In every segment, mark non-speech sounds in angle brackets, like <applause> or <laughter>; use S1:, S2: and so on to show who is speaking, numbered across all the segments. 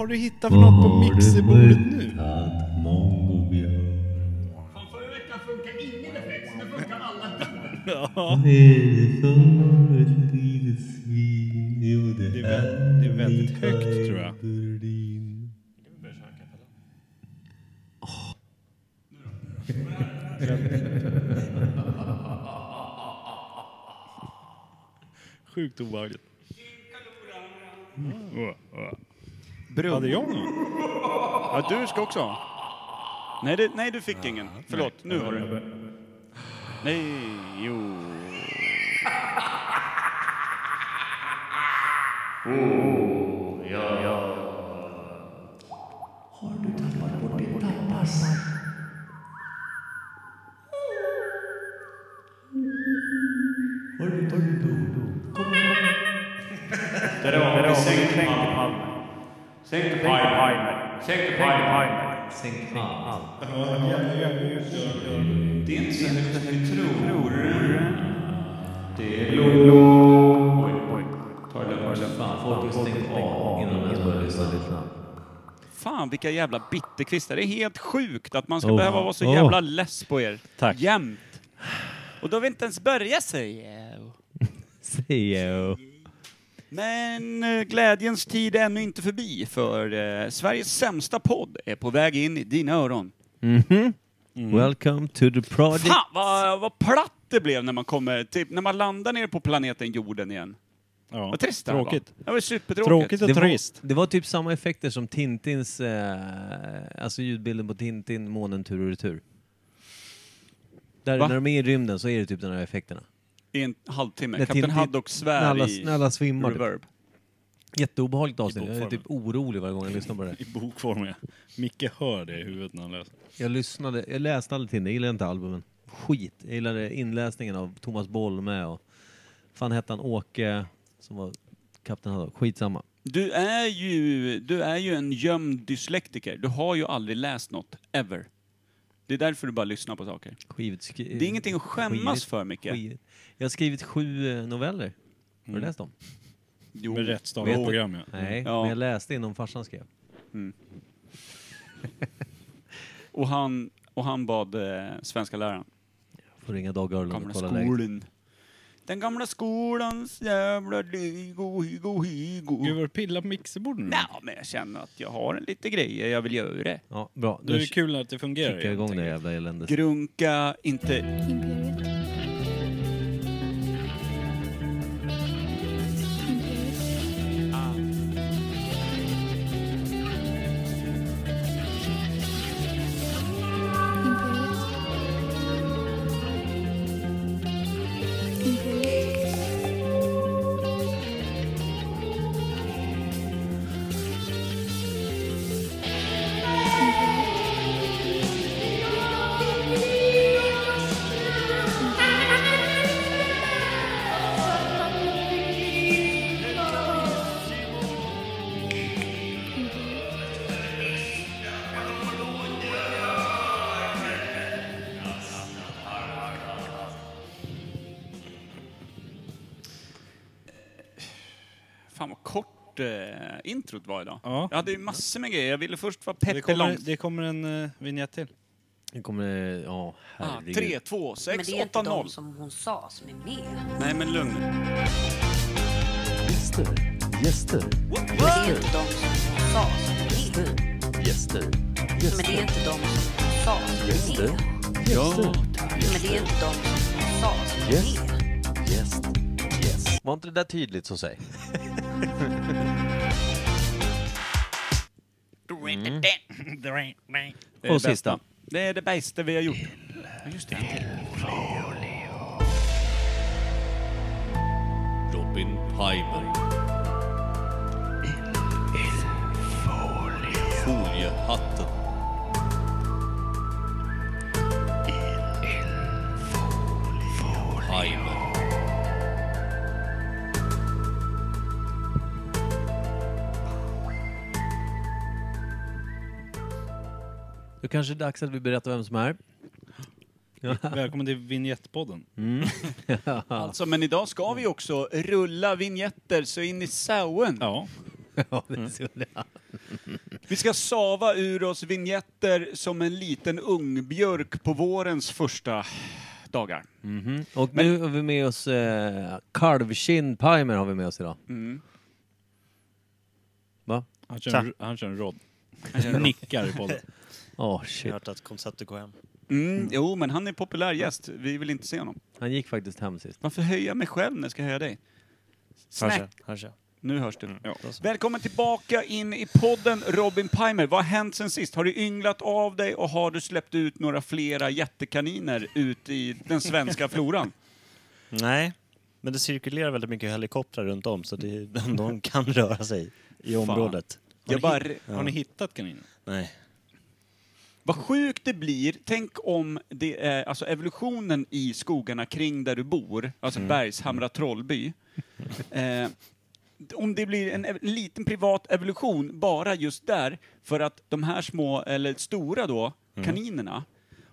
S1: har du hittat för något på mixerbordet nu?
S2: Från förra veckan funkar ingen effekt, nu funkar alla dubbel.
S1: Ja, det, er är väl, det är väldigt högt tror jag. Sjukt obehagligt.
S3: Brunn.
S1: Hade jag någon?
S3: Ja, du ska också ha. Nej, det, nej du fick ingen. Förlåt, nu har du. Nej, jo. Sänk pajmen. Sänk pajmen. Det är inte så högt som vi tror. Det är lågt. Oj, oj. Ta det lugnt. Fan vilka jävla bitterkvistar. Det är helt sjukt att man ska behöva vara så jävla less på er.
S4: Tack.
S3: Jämt. Och då har vi inte ens börjat säga.
S4: CEO.
S3: Men eh, glädjens tid är ännu inte förbi för eh, Sveriges sämsta podd är på väg in i dina öron.
S4: Welcome to the project.
S3: Mm. Fan vad, vad platt det blev när man kommer, typ när man landar nere på planeten jorden igen.
S1: Ja.
S3: Vad trist det här
S1: Tråkigt.
S3: var. Det var supertråkigt.
S1: Tråkigt och
S4: Det
S1: trist.
S4: var, det var typ samma effekter som Tintins, eh, alltså ljudbilden på Tintin, månen tur och retur. Där,
S3: Va?
S4: när de är i rymden så är det typ de här effekterna.
S3: I en halvtimme.
S4: När
S3: Kapten
S4: Tintin-
S3: Haddock svär
S4: när alla,
S3: i
S4: när alla svimmar. Typ.
S3: reverb.
S4: Jätteobehagligt avsnitt.
S1: I
S4: Jag är typ orolig varje gång jag lyssnar
S3: <laughs>
S4: på det.
S1: I bokform, ja. Micke hör det i huvudet när han läser.
S4: Jag lyssnade, jag läste aldrig Tinder, jag gillade inte albumen. Skit. Jag gillade inläsningen av Thomas Bolme och fan hette han Åke som var kapten Haddock. Skitsamma.
S3: Du är, ju, du är ju en gömd dyslektiker. Du har ju aldrig läst något, ever. Det är därför du bara lyssnar på saker.
S4: Skivit, skri-
S3: Det är ingenting att skämmas
S4: skivit-
S3: för, Micke.
S4: skivit. Jag har skrivit sju eh, noveller. Har du läst dem?
S3: Jo.
S1: Med rätt
S4: Vet du- Mm.
S1: stavprogram, Mm. ja.
S4: Nej,
S3: Ja.
S4: men jag läste innan farsan skrev.
S3: Och, han, och han bad eh, svenska läraren.
S4: Får ringa Dag Örlund
S3: Gamla
S4: och kolla läget.
S3: skolan. Den gamla skolans jävla digo, higo, higo.
S1: Gud vad du pillar på mixerbordet nu.
S3: Nej, men jag känner att jag har en lite grejer jag vill göra.
S4: Ja, bra.
S1: Då är
S4: Nu
S1: det kul att det fungerar.
S4: kickar jag igång det
S1: igen.
S4: jävla eländet.
S3: Grunka, inte...
S5: Imperiet. Imperiet. Imperiet. Imperiet.
S3: Fan vad kort eh, introt var idag.
S1: Ja.
S3: Jag hade ju massor med grejer. Jag ville först vara
S1: Det
S3: Petter
S1: kommer,
S3: Långs...
S1: det kommer en uh, vignett till.
S4: Nu kommer det- Ja,
S3: Ah,
S4: herregud.
S3: 3, 2,
S6: Men
S3: 6,
S6: det är
S3: 8,
S6: inte
S3: 0.
S6: de som hon sa som är med.
S3: Nej men lugn nu.
S7: Gäster, gäster,
S6: Men det är inte de som hon sa som är med.
S7: gäster,
S6: Men det är
S7: gäster,
S6: inte de som hon sa som är
S7: gäster,
S6: med.
S7: gäster,
S6: Men det är inte de som hon sa som är med.
S7: gäst, gäst.
S4: Var inte det där tydligt så säg?
S3: <laughs> Det är
S4: Och
S3: det bästa.
S4: sista.
S3: Det är det bästa vi har gjort. Ja, just det. en till.
S7: Robin Pimer. Foliehatten. Pimer.
S4: Då kanske det är dags att vi berättar vem som är. <laughs>
S1: Välkommen till
S4: Mm.
S1: vignettpodden.
S3: Alltså, men idag ska vi också rulla vignetter så in i sauen.
S1: Ja. Mm.
S4: Ja, det är så det är.
S3: Vi ska sava ur oss vignetter som en liten ungbjörk på vårens första dagar.
S1: Mhm.
S4: Och nu har vi med oss eh, kalvkind-pimer har vi med oss idag.
S1: Mm.
S3: Mm.
S4: Va?
S1: Han kör, en- han kör en rodd. Nickar i podden.
S4: Åh
S8: Jag
S4: shit.
S8: har hört att konceptet går hem.
S3: Mm, jo, men han är populär gäst. Vi vill inte se honom.
S4: Han gick faktiskt hem sist.
S3: Varför höja mig själv när jag ska höja dig?
S8: Hörs
S3: Snack.
S8: jag? Hörs jag? Mm,
S3: Nu hörs du. Ja.
S8: då så.
S3: Välkommen tillbaka in i podden Robin Pimer. Vad har hänt sen sist? Har du ynglat av dig och har du släppt ut några flera jättekaniner ut i den svenska floran?
S8: <laughs> Nej, men det cirkulerar väldigt mycket helikoptrar runt om så det, de kan röra sig i området.
S3: <laughs> Jag bara...
S1: Har ni hittat kaninen?
S8: Nej.
S3: Vad sjukt det blir. Tänk om det är, alltså evolutionen i skogarna kring där du bor, alltså Bergshamra Trollby. Eh, om det blir en ev- liten privat evolution bara just där för att de här små, eller stora då, kaninerna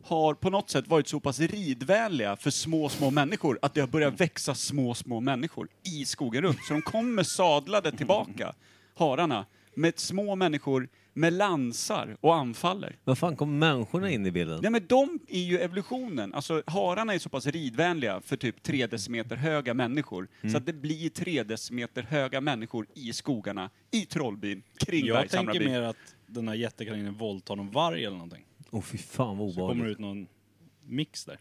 S3: har på något sätt varit så pass ridvänliga för små, små människor att det har börjat växa små, små människor i skogen runt. Så de kommer sadlade tillbaka, hararna, med små människor med lansar och anfaller.
S4: Var fan kom människorna in i bilden?
S3: Nej men de är ju evolutionen. Alltså hararna är så pass ridvänliga för typ 3
S1: Mm.
S3: decimeter höga människor. Så att det blir 3 decimeter höga människor i skogarna, i Trollbyn, kring
S1: Jag tänker
S3: Bergshamrabyn.
S1: mer att den här jättekaninen våldtar någon varg eller någonting.
S4: Åh fy fan vad
S1: Så kommer det
S4: obehagligt.
S1: ut någon mix där.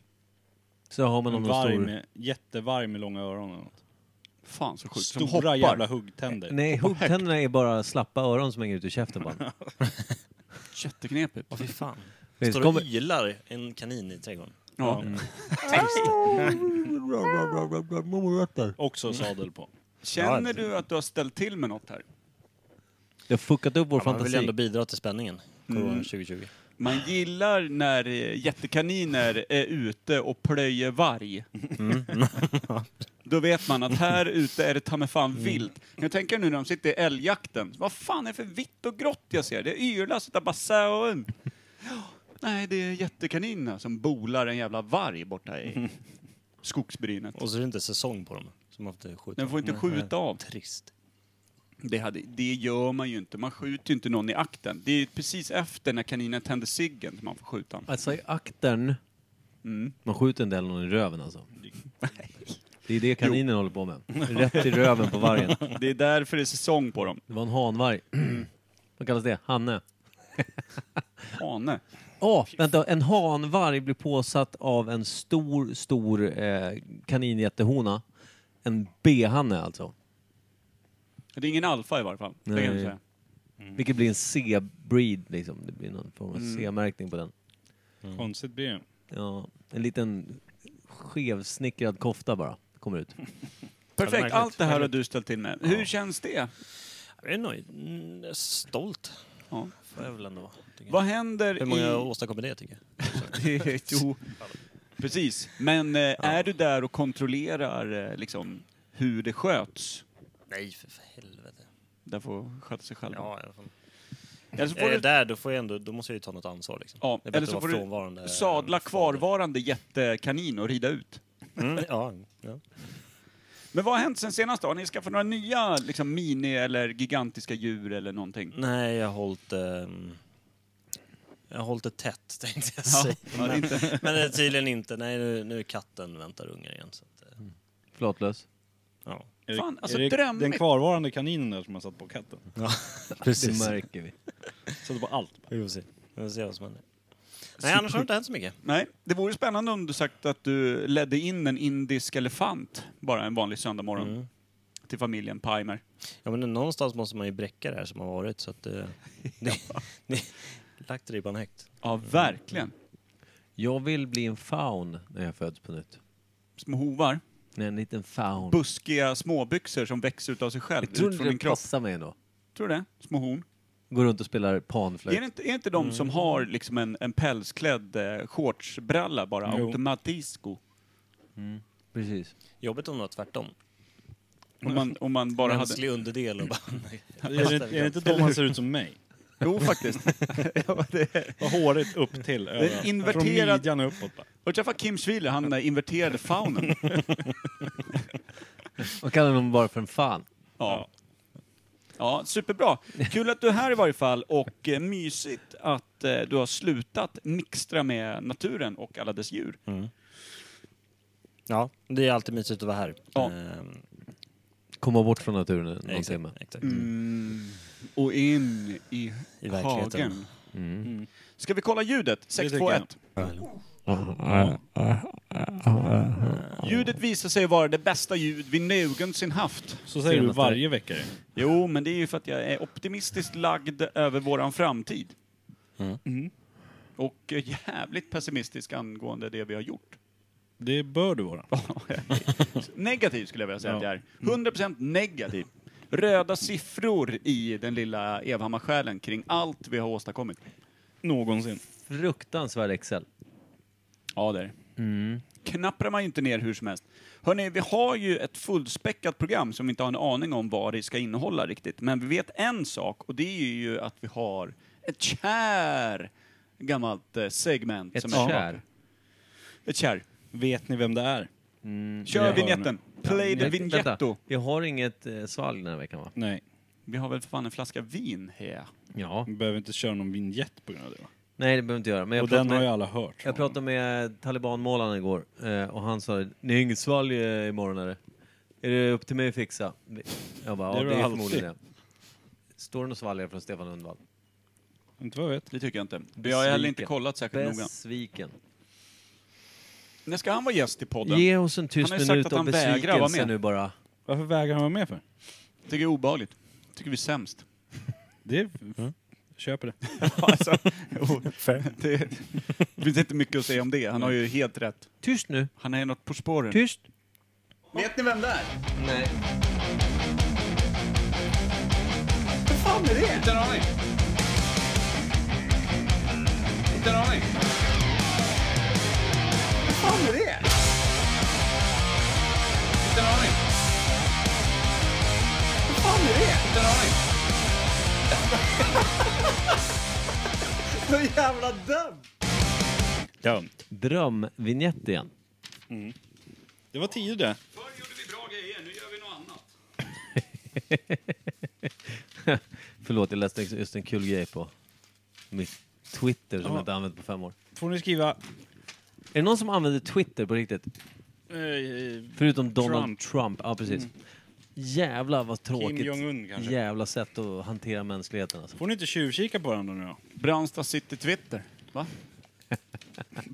S4: Så har man
S1: En
S4: någon
S1: varg
S4: stor...
S1: med, jättevarg med långa öron eller något.
S3: Fan så sjukt. Som
S1: Stora
S3: hoppar.
S1: jävla huggtänder.
S4: Nej, huggtänderna är bara slappa öron som hänger ut ur käften
S8: <laughs>
S4: bara.
S3: Jätteknepigt.
S8: Åh fy fan.
S4: Visst,
S8: Står och
S4: kommer-
S8: ylar en kanin i trädgården.
S3: Ja.
S1: Också sadel på.
S3: Känner du att du har ställt till med något här?
S4: Jag har fuckat upp vår
S8: Man vill ju
S4: fantasi.
S8: ändå bidra till spänningen. Corona
S4: Mm.
S8: 2020.
S3: Man gillar när eh, jättekaniner är ute och plöjer varg.
S8: Mm.
S3: <laughs> Då vet man att här ute är det ta mig fan vilt. Jag tänker nu när de sitter i älgjakten. Vad fan är det för vitt och grått jag ser? Det ylas utav bassäon. um. <gasps> Nej, det är jättekaninerna som bolar en jävla varg borta
S8: <laughs>
S3: i skogsbrynet.
S8: Och så Mm. är det inte säsong på dem. Så man får inte skjuta.
S3: Den får inte
S8: Nej.
S3: skjuta av.
S8: Trist.
S3: Det, hade, det gör man ju inte. Man skjuter ju inte någon i akten. Det är precis efter när kaninen tänder ciggen som man får skjuta.
S4: Alltså i aktern...
S8: Mm.
S4: Man skjuter en del någon i röven
S8: <laughs>
S4: alltså. Det är det kaninen håller på med. Rätt i röven på vargen.
S3: Det är därför det är säsong på dem.
S4: Det var en hanvarg. <clears throat> Vad kallas det? Hanne?
S3: Hane.
S4: Åh, vänta. En hanvarg blir påsatt av en stor, stor eh, kaninjättehona. En B-hanne alltså.
S3: Det är ingen alfa i varje fall. Det
S4: Nej.
S3: kan jag säga.
S8: Mm.
S4: Vilket blir en C-breed liksom. Det blir någon form av C-märkning på den.
S8: Mm.
S1: Konstigt blir det.
S4: Ja, en liten skevsnickrad kofta bara kommer ut.
S3: Perfekt,
S8: märkligt.
S3: allt det här har du ställt till med. Hur känns det?
S8: Jag är nöjd. Mm, jag är Stolt.
S3: Ja.
S8: Får jag väl ändå vara. tycker jag.
S3: Vad händer
S8: Hur
S3: <laughs>
S8: många
S3: i...
S8: åstadkommer det tycker jag?
S3: jo, precis. Men eh, är du där och kontrollerar eh, liksom, hur det sköts?
S8: Nej för för helvete.
S3: Där får sköta sig själva.
S8: Ja, i alla fall.
S3: Eller så
S8: Mm. Är
S3: får
S8: jag
S3: du,
S8: där då får jag ändå, då måste jag ju ta något ansvar liksom.
S3: ja,
S8: Det är
S3: eller
S8: bättre att
S3: så
S8: vara
S3: får
S8: frånvarande
S3: du
S8: än
S3: sadla
S8: frånvarande.
S3: kvarvarande jättekanin och rida ut.
S8: Mm, ja, ja.
S3: Men vad har hänt sen senast då? Har ni skaffat några nya liksom, mini eller gigantiska djur eller någonting?
S8: Nej, jag har hållit... ehm, jag har hållit det tätt, <laughs> tänkte jag
S3: Ja,
S8: säga.
S3: var det inte?
S8: Men det är tydligen inte. Nej, nu, nu är katten väntar ungar igen. Så att, eh,
S4: Flatlös.
S8: ja.
S1: Är det-
S3: Fan, alltså
S1: är det
S3: drömmigt.
S1: den kvarvarande kaninen där som har satt på <laughs> katten?
S8: precis.
S4: Det märker vi.
S1: Satt på allt.
S8: Vi får se. Vi får se vad som händer. Nej, annars har det inte hänt så mycket.
S3: Nej, det vore spännande om du sagt att du ledde in en indisk elefant bara en vanlig söndagmorgon
S4: Mm.
S3: till familjen Pimer.
S8: Ja, men någonstans måste man ju bräcka det här som har varit. Så
S3: <laughs>
S8: att... Eh, det, det, lagt ribban högt.
S3: Ja,
S4: Mm.
S3: verkligen.
S4: Jag vill bli en faun när jag föds på nytt.
S3: Små hovar,
S4: Nej, en liten faun.
S3: buskiga småbyxor som växer ut av sig själv
S4: Jag tror
S3: ut
S4: inte
S3: från din
S4: det
S3: kropp.
S4: passar mig ändå.
S3: Tror du det? Små horn.
S4: Går runt och spelar panflöjt.
S3: Är det inte, är det inte de
S4: Mm.
S3: som har liksom en, en pälsklädd eh, shortsbralla bara,
S1: Jo.
S3: automatisko?
S4: Precis.
S8: Jobbigt om det var tvärtom.
S3: Om man, om man bara hade...
S8: Mänsklig underdel och bara...
S3: <laughs>
S8: Nej.
S1: Är det, är det inte då han ser ut som mig?
S3: Jo, faktiskt.
S4: <laughs>
S3: ja, det är.
S1: <laughs> Vad håret upp till över.
S3: inverterad-
S1: Från midjan och uppåt bara.
S3: Har du träffat Kim Schwiler, han den där inverterade faunen?
S4: Man kallar honom bara för en fan.
S3: Ja. Ja, superbra. Kul att du är här i varje fall och eh, mysigt att eh, du har slutat mixtra med naturen och alla dess djur.
S8: Ja, det är alltid mysigt att vara här.
S3: Ja.
S8: Ehm,
S4: Komma bort från naturen någon timme.
S8: exakt. exakt.
S3: Mm. Och in i,
S8: Mm. I verkligheten. Mm.
S3: hagen. Mm. Ska vi kolla ljudet? 6,
S1: tycker
S3: 2, 1. Ljudet visar sig vara det bästa ljud vi någonsin haft.
S1: Så säger du
S4: Senaste-
S1: varje vecka. ju.
S3: Jo, men det är ju för att jag är optimistiskt lagd över våran framtid. Och eh, jävligt pessimistisk angående det vi har gjort.
S1: Det bör du <laughs> vara.
S3: negativ skulle jag vilja säga att jag är. 100% negativ. Röda siffror i den lilla Evhammar-själen kring allt vi har åstadkommit.
S1: Någonsin.
S4: Fruktansvärd Excel.
S3: Ja, det är det.
S4: Mm.
S3: Knapprar man ju inte ner hur som helst. Hörrni, vi har ju ett fullspäckat program som vi inte har en aning om vad det ska innehålla riktigt. Men vi vet en sak och det är ju att vi har ett kär gammalt eh, segment.
S4: Ett
S3: är-
S4: kär.
S3: Ett kär.
S1: Vet ni vem det är?
S3: Kör
S1: jag har
S3: vignetten. Play the
S4: Mm. Nej,
S3: vignetto.
S4: vänta. Vi har inget eh, svalg den här veckan va?
S1: Nej.
S3: Vi har väl för fan en flaska vin här.
S4: Ja.
S1: Vi behöver inte köra någon vignett på grund av det. va?
S4: Nej, det behöver vi inte göra. Men jag
S1: Och den
S4: pratade
S1: har ju
S4: med,
S1: alla hört.
S4: jag pratade med talibanmålaren igår eh, och han sa ni har inget svalg eh, imorgon eller? Är det upp till mig att fixa? Jag bara,
S1: Det
S4: ja
S1: är
S4: det
S1: väl
S4: är
S1: alltid."
S4: förmodligen det. Står det något svalg här från Stefan Lundvall?
S1: Inte vad jag vet.
S3: Det tycker jag inte. Vi har heller inte
S4: Besviken.
S3: kollat särskilt noga.
S4: Besviken.
S3: När ska han vara gäst i podden?
S4: Ge oss en
S3: Han
S4: tyst
S3: har ju sagt
S4: minut
S3: att
S4: av
S3: han vägrar vara
S4: besvikelse
S3: med.
S4: nu bara.
S1: Varför vägrar han vara med för?
S3: Tycker det är obehagligt. Tycker vi är sämst.
S1: Det är... Köper det.
S3: <laughs> alltså, jo, det, det finns inte mycket att säga om det. Han har ju helt rätt.
S4: Tyst nu.
S3: Han är något på spåren.
S4: Tyst.
S3: Vet ni vem det är?
S4: Nej.
S3: Vad fan är det? Inte en aning. Inte en aning. Vad fan är det? Inte en aning. Vad fan är det? Inte en aning. Så jävla dum!
S1: Dumt.
S4: Drömvinjett igen. <laughs>
S1: Det var tio det.
S3: Förr gjorde vi bra grejer, nu gör vi något annat.
S4: Förlåt, jag läste just en kul grej på mitt Twitter som jag inte använt på fem år.
S1: Får ni skriva
S4: Är det någon som använder Twitter på riktigt?
S1: eh,
S4: Förutom Donald
S1: Trump. Mm.
S4: Trump. Ja, precis. Jävlar vad tråkigt.
S1: Jong-Un kanske.
S4: Jävla sätt att hantera mänskligheten alltså.
S1: Får ni inte tjuvkika på varandra nu då?
S3: Brandsta City Twitter. Va?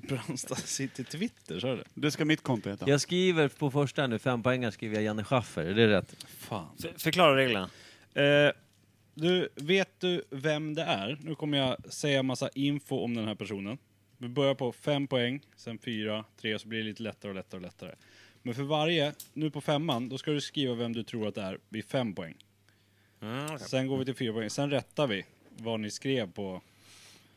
S1: Brandstad City Twitter, sa du det?
S3: Det ska mitt konto heta.
S4: Jag skriver på första nu, fem poängar skriver jag Janne Schaffer, är det rätt?
S1: Fan.
S8: F- Förklara reglerna.
S1: Eh, du, vet du vem det är? Nu kommer jag säga massa info om den här personen. Vi börjar på fem poäng, sen fyra, tre, så blir det lite lättare och lättare och lättare. Men för varje, nu på femman, då ska du skriva vem du tror att det är vid fem poäng.
S3: Mm,
S1: Sen går vi till fyra poäng, sen rättar vi vad ni skrev på...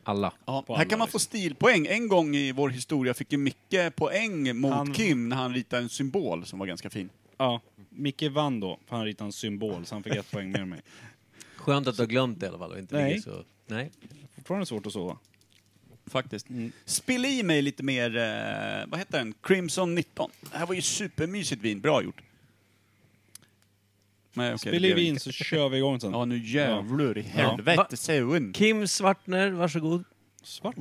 S4: Alla.
S3: Ja,
S1: på
S3: här
S1: alla,
S3: kan man få stilpoäng. En gång i vår historia fick ju Micke poäng mot
S1: Han-
S3: Kim när han ritade en symbol som var ganska fin.
S1: Ja, Micke vann då, för han ritade en symbol, så han fick ett poäng mer än mig.
S4: Skönt att du har glömt det i alla fall och inte
S1: Nej.
S4: ligger så... Nej.
S1: Fortfarande svårt att sova.
S3: Faktiskt. Spill Mm. i mig lite mer, eh, vad heter den? Crimson 19. Det här var ju supermysigt vin. Bra gjort. Nej, okay,
S1: Spiller vi in så kör vi igång sen.
S3: Ja, nu jävlar i helvete
S4: Va?
S3: säger hon.
S4: Kim Svartner, varsågod.
S1: Svart.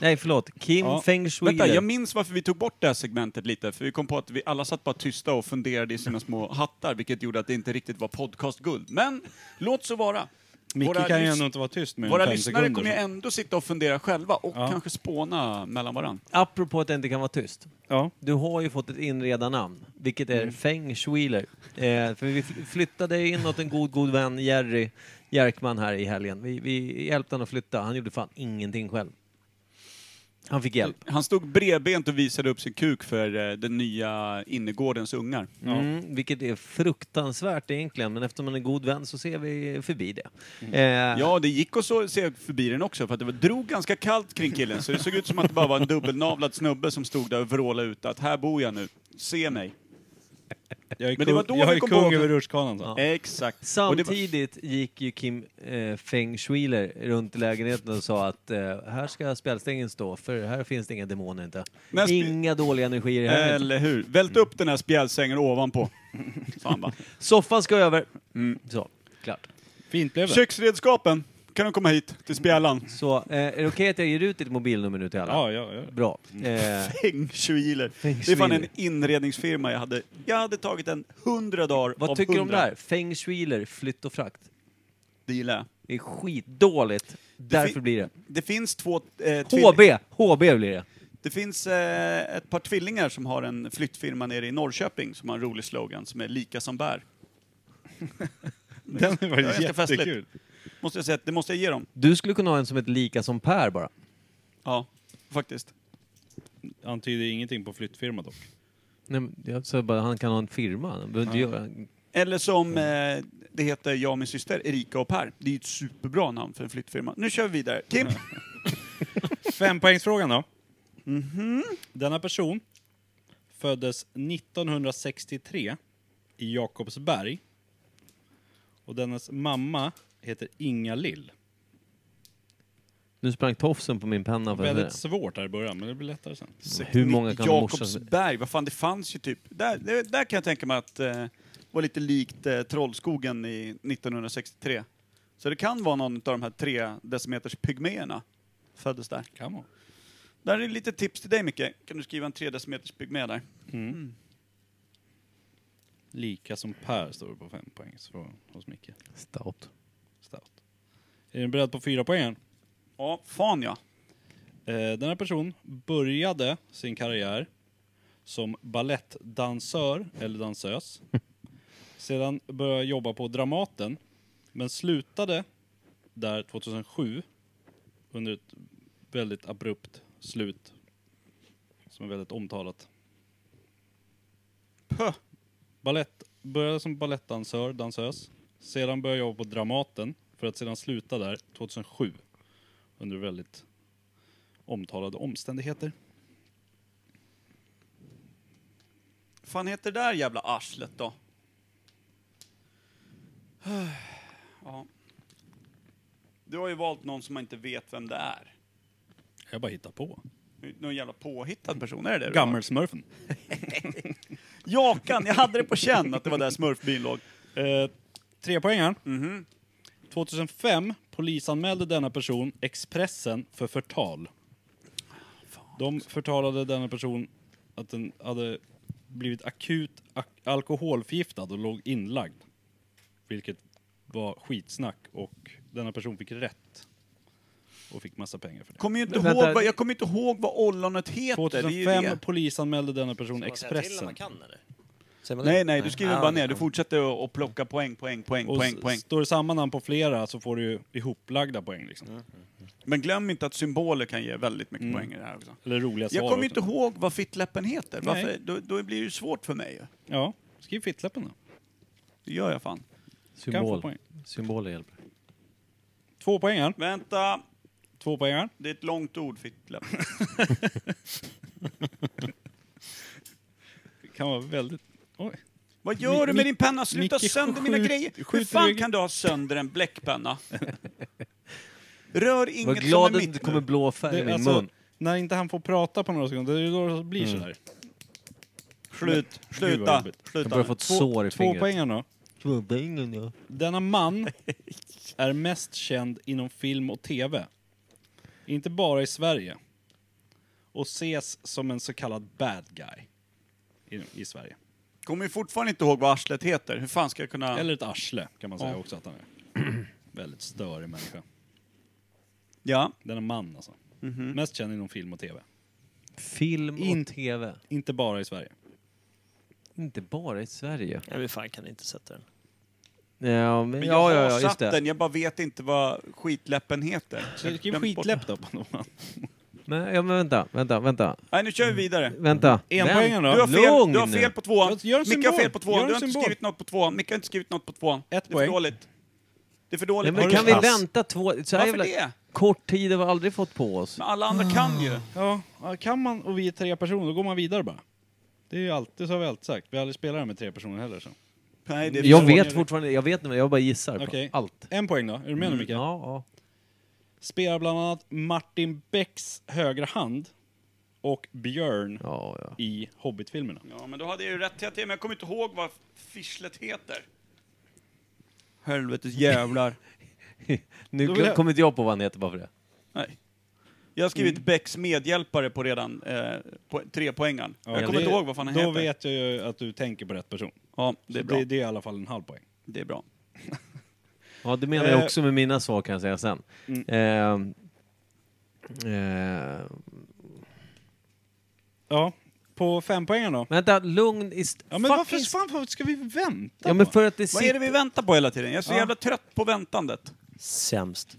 S4: Nej, förlåt. Kim
S1: Ja.
S4: Feng Shui.
S3: Vänta, jag minns varför vi tog bort det här segmentet lite, för vi kom på att vi alla satt bara tysta och funderade i sina små hattar, vilket gjorde att det inte riktigt var podcastguld. Men låt så vara.
S1: Micke
S3: Våra
S1: kan ju
S3: lys-
S1: ändå inte vara tyst med
S3: Våra
S1: fem
S3: lyssnare
S1: sekunder.
S3: kommer ju ändå sitta och fundera själva och
S1: Ja.
S3: kanske spåna mellan varandra.
S4: Apropå att jag inte kan vara tyst.
S1: Ja.
S4: Du har ju fått ett inredarnamn, vilket
S3: Mm.
S4: är Feng Shuiler. Eh, för vi fl- flyttade in åt en god, god vän, Jerry Jerkman, här i helgen. Vi, vi hjälpte honom att flytta. Han gjorde fan ingenting själv. Han fick hjälp.
S3: Han stod bredbent och visade upp sin kuk för eh, den nya innergårdens ungar.
S4: Mm, vilket är fruktansvärt egentligen, men eftersom man är god vän så ser vi förbi det. Eh,
S3: Mm. Ja, det gick att så- se förbi den också, för att det var, drog ganska kallt kring killen, så det såg ut som att det bara var en dubbelnavlad snubbe som stod där och vrålade ut att här bor jag nu, se mig.
S1: Jag är,
S3: Men det var
S1: kung-
S3: då
S1: jag
S3: vi
S1: är
S3: kom
S1: kung
S3: på att-
S1: över rutschkanan. så.
S3: Exakt. Och det var-
S4: Samtidigt gick ju Kim eh, Feng Shuiler runt i lägenheten och sa att eh, här ska spjälstängen stå, för här finns det inga demoner inte.
S3: Men sp-
S4: Inga dåliga energier här. inte.
S3: Eller hur? Vält upp
S4: <laughs>
S3: den här spjälsängen ovanpå. Sa han bara.
S1: Mm.
S4: Soffan ska över. Så, klart.
S1: Fint blev det.
S3: Köksredskapen, kan de komma hit till spjällan?
S4: Så eh, är det okej att jag ger ut ditt mobilnummer nu till alla?
S1: Ja,
S3: <laughs>
S1: Mm. ja, ja.
S4: Bra.
S1: <laughs>
S4: Eh,
S3: Feng shuiler. Det är fan en inredningsfirma jag hade. Jag hade tagit en hundra dagar
S4: vad
S3: av
S4: tycker du om det
S3: hundra.
S4: här? Feng shuiler, flytt och frakt.
S3: Det gillar jag.
S4: Det är skitdåligt. Därför blir det.
S3: Det finns två... Eh, tvill-
S4: HB! HB blir det.
S3: Det finns eh, ett par tvillingar som har en flyttfirma nere i Norrköping som har en rolig slogan som är lika som bär.
S1: Den var
S3: Ja, ganska festligt.
S1: jättekul.
S3: Måste jag säga, att det måste jag ge dem.
S4: Du skulle kunna ha en som ett lika som Per bara.
S3: Ja, faktiskt.
S1: Antyder ingenting på flyttfirma dock.
S4: Nej, men jag sa bara, han kan ha en firma. Han behöver inte göra-
S3: Eller som eh, det heter, jag och min syster, Erika och Per. Det är ju ett superbra namn för en flyttfirma. Nu kör vi vidare. Kim?
S1: Fempoängsfrågan då.
S3: Mhm.
S1: Denna person föddes 1963 i Jakobsberg. Och dennes mamma heter Inga Lill.
S4: Nu sprang tofsen på min penna. För
S1: Väldigt
S4: det.
S1: svårt här i början, men det blir lättare sen.
S4: Hur många kan morsan...
S3: Jakobsberg, vad fan det fanns ju typ. Där, där- där kan jag tänka mig att eh, var lite likt eh, Trollskogen i 1963. Så det kan vara någon av de här tre decimeters pygméerna föddes där.
S1: Kan man.
S3: Där är lite tips till dig Micke. Kan du skriva en 3 decimeters pygmé där?
S1: Lika som Per står det på fempoängsfrågan hos Micke
S4: Stout.
S1: Stout. Är ni beredd på fyra poängen?
S3: Ja, fan ja.
S1: Eh, Den här personen började sin karriär som ballettdansör eller dansös. Sedan började jag jobba på Dramaten, men slutade där 2007 under ett väldigt abrupt slut som är väldigt omtalat.
S3: Pö.
S1: Ballett, började som ballettdansör, dansös. Sedan började jag jobba på Dramaten för att sedan sluta där 2007 under väldigt omtalade omständigheter.
S3: fan heter det där jävla arslet då? <sighs> Ja. Du har ju valt någon som man inte vet vem det är.
S1: Jag bara hittar på.
S3: Någon jävla påhittad person, är det det du har?
S1: Gammelsmurfen.
S3: Jakan, jag hade det på känn att det var där smurfbyn låg.
S1: Eh, tre poängar.
S3: Mhm.
S1: 2005 polisanmälde denna person Expressen för förtal. De förtalade denna person att den hade blivit akut ak- alkoholförgiftad och låg inlagd. Vilket var skitsnack och denna person fick rätt. Och fick massa pengar för det.
S3: Kommer ju inte
S4: Men vänta.
S3: ihåg vad, jag kommer inte ihåg vad ollonet heter. Det är ju
S1: 2005
S3: det.
S1: polisanmälde denna person Expressen.
S8: kan eller? Säger man det?
S3: Nej, nej, du skriver
S8: Ah,
S3: bara
S8: det
S3: ner. Du
S8: kan-
S3: fortsätter att- att plocka poäng, poäng, poäng,
S1: Och
S3: poäng,
S1: s-
S3: poäng.
S1: står det samma namn på flera så får du ju ihoplagda poäng liksom.
S3: Men glöm inte att symboler kan ge väldigt mycket
S1: Mm.
S3: poäng i det här också.
S1: Eller roliga svar.
S3: Jag kommer
S1: åt
S3: inte
S1: dem.
S3: ihåg vad fittläppen heter.
S1: Nej.
S3: Varför? Då, då blir det ju svårt för mig. ju.
S1: Ja, skriv fittläppen då.
S3: Det gör jag fan.
S1: Kan få
S4: Symbol.
S1: poäng.
S4: Symboler hjälper.
S1: Två poängar.
S3: Vänta,
S1: Två poängar.
S3: det är ett långt
S1: <laughs>
S3: ord, fittläpp.
S1: Kan vara väldigt... Oj.
S3: Vad gör du
S1: Mi-
S3: med din penna? Sluta
S1: Micke,
S3: sönder mina
S1: skjut-
S3: grejer! Hur
S1: skjut
S3: fan
S1: ryggen.
S3: kan du ha sönder en
S1: <laughs>
S3: bläckpenna? Rör
S4: Var
S3: inget som
S4: glad att
S3: är
S4: det inte
S3: mitt
S4: kommer
S3: nu.
S4: blå färg i min
S1: Det, alltså,
S4: mun. Mm.
S1: när inte han får prata på några sekunder, det är då det blir sådär.
S3: Slut,
S1: Gud, vad
S3: sluta,
S1: jobbigt.
S4: Jag
S3: sluta.
S4: börjar
S3: nu.
S4: få ett sår
S1: Två,
S4: i
S1: två
S4: fingret.
S1: poängar då.
S4: poäng.
S1: Denna
S4: <laughs>
S1: man är mest känd inom film och tv. Inte bara i Sverige. Och ses som en så kallad bad guy. I, i Sverige.
S3: Kommer ju fortfarande inte ihåg vad arslet heter. Hur fan ska jag kunna...
S1: Eller ett arsle kan man säga också att han är. <clears throat> Väldigt störig människa.
S3: Ja.
S1: Den är man alltså.
S3: Mhm.
S1: Mest känd inom film och tv.
S4: Film och
S1: In-
S4: tv.
S1: Inte bara i Sverige.
S4: Inte bara i Sverige.
S8: Jag vet fan kan inte sätta den.
S4: Ja, men,
S3: Men
S4: ja,
S3: jag har
S4: ja, ja,
S3: satt
S4: just det.
S3: den, jag bara vet inte vad skitläppen heter.
S1: Så skriv
S3: Glömt bort
S1: skitläpp då på någon.
S4: Men, ja, men vänta, vänta, vänta.
S3: det. Nej, nu kör vi vidare.
S4: Vänta.
S1: En
S4: Vänt-
S1: poängen
S3: Du
S1: då.
S3: har fel,
S4: Lugn.
S3: du har fel på tvåan.
S1: Gör en
S3: Micke har
S1: symbol.
S3: fel på
S1: Gör
S3: tvåan.
S1: en
S3: Du har inte
S1: symbol.
S3: skrivit något på tvåan. Micke har inte skrivit något på tvåan.
S1: Ett
S3: Det är för
S1: poäng.
S3: dåligt. Det är för
S4: Nej,
S3: dåligt.
S4: men
S3: Har
S4: kan
S3: du-
S4: vi
S8: pass?
S4: vänta två... Så
S3: Varför
S4: här jävla
S3: det?
S4: kort tid har vi aldrig fått på oss.
S3: Men alla
S1: Mm.
S3: andra kan ju.
S1: Ja, ja, kan man och vi är tre personer, då går man vidare bara. Det är ju alltid, så har vi alltid sagt. Vi har aldrig spelat med tre personer heller. Så.
S3: Nej, det är
S4: Jag
S3: för
S4: vet
S3: dåligt.
S4: fortfarande, jag vet inte, men jag bara gissar
S1: Okej.
S4: på allt.
S1: En poäng då. Är du med
S3: Mm,
S1: nu Micke?
S4: Ja, ja.
S1: Spelar bland annat Martin Becks högra hand och Björn
S4: ja, ja.
S1: i Hobbit-filmerna.
S3: Ja, men då hade jag ju rätt till att det, men jag kommer inte ihåg vad fischlet heter. helvetes jävlar.
S4: Nu
S3: Då vill jag-
S4: kommer inte jag på vad han heter bara för det.
S3: Nej. Jag har skrivit Becks medhjälpare på redan eh, på, tre poängen.
S1: Ja,
S3: jag kommer
S1: det-
S3: inte ihåg vad fan han
S1: då
S3: heter.
S1: vet jag ju att du tänker på rätt person.
S3: Ja, det är
S1: Så
S3: bra.
S1: Det, det är i alla fall en halv poäng.
S3: Det är bra.
S4: Ja, det menar jag
S1: Eh.
S4: också med mina svar kan jag säga sen.
S3: Mm.
S4: Ehm, eh,
S1: Ja, på fem poängen då.
S4: vänta, lugn i... st-
S1: Ja, men varför
S4: fucking-
S1: fan, varför ska vi vänta
S4: Ja, men
S1: på?
S4: för att det
S3: Vad är det
S4: sitter...
S3: vi väntar på hela tiden? Jag är så jävla trött på väntandet.
S8: Sämst.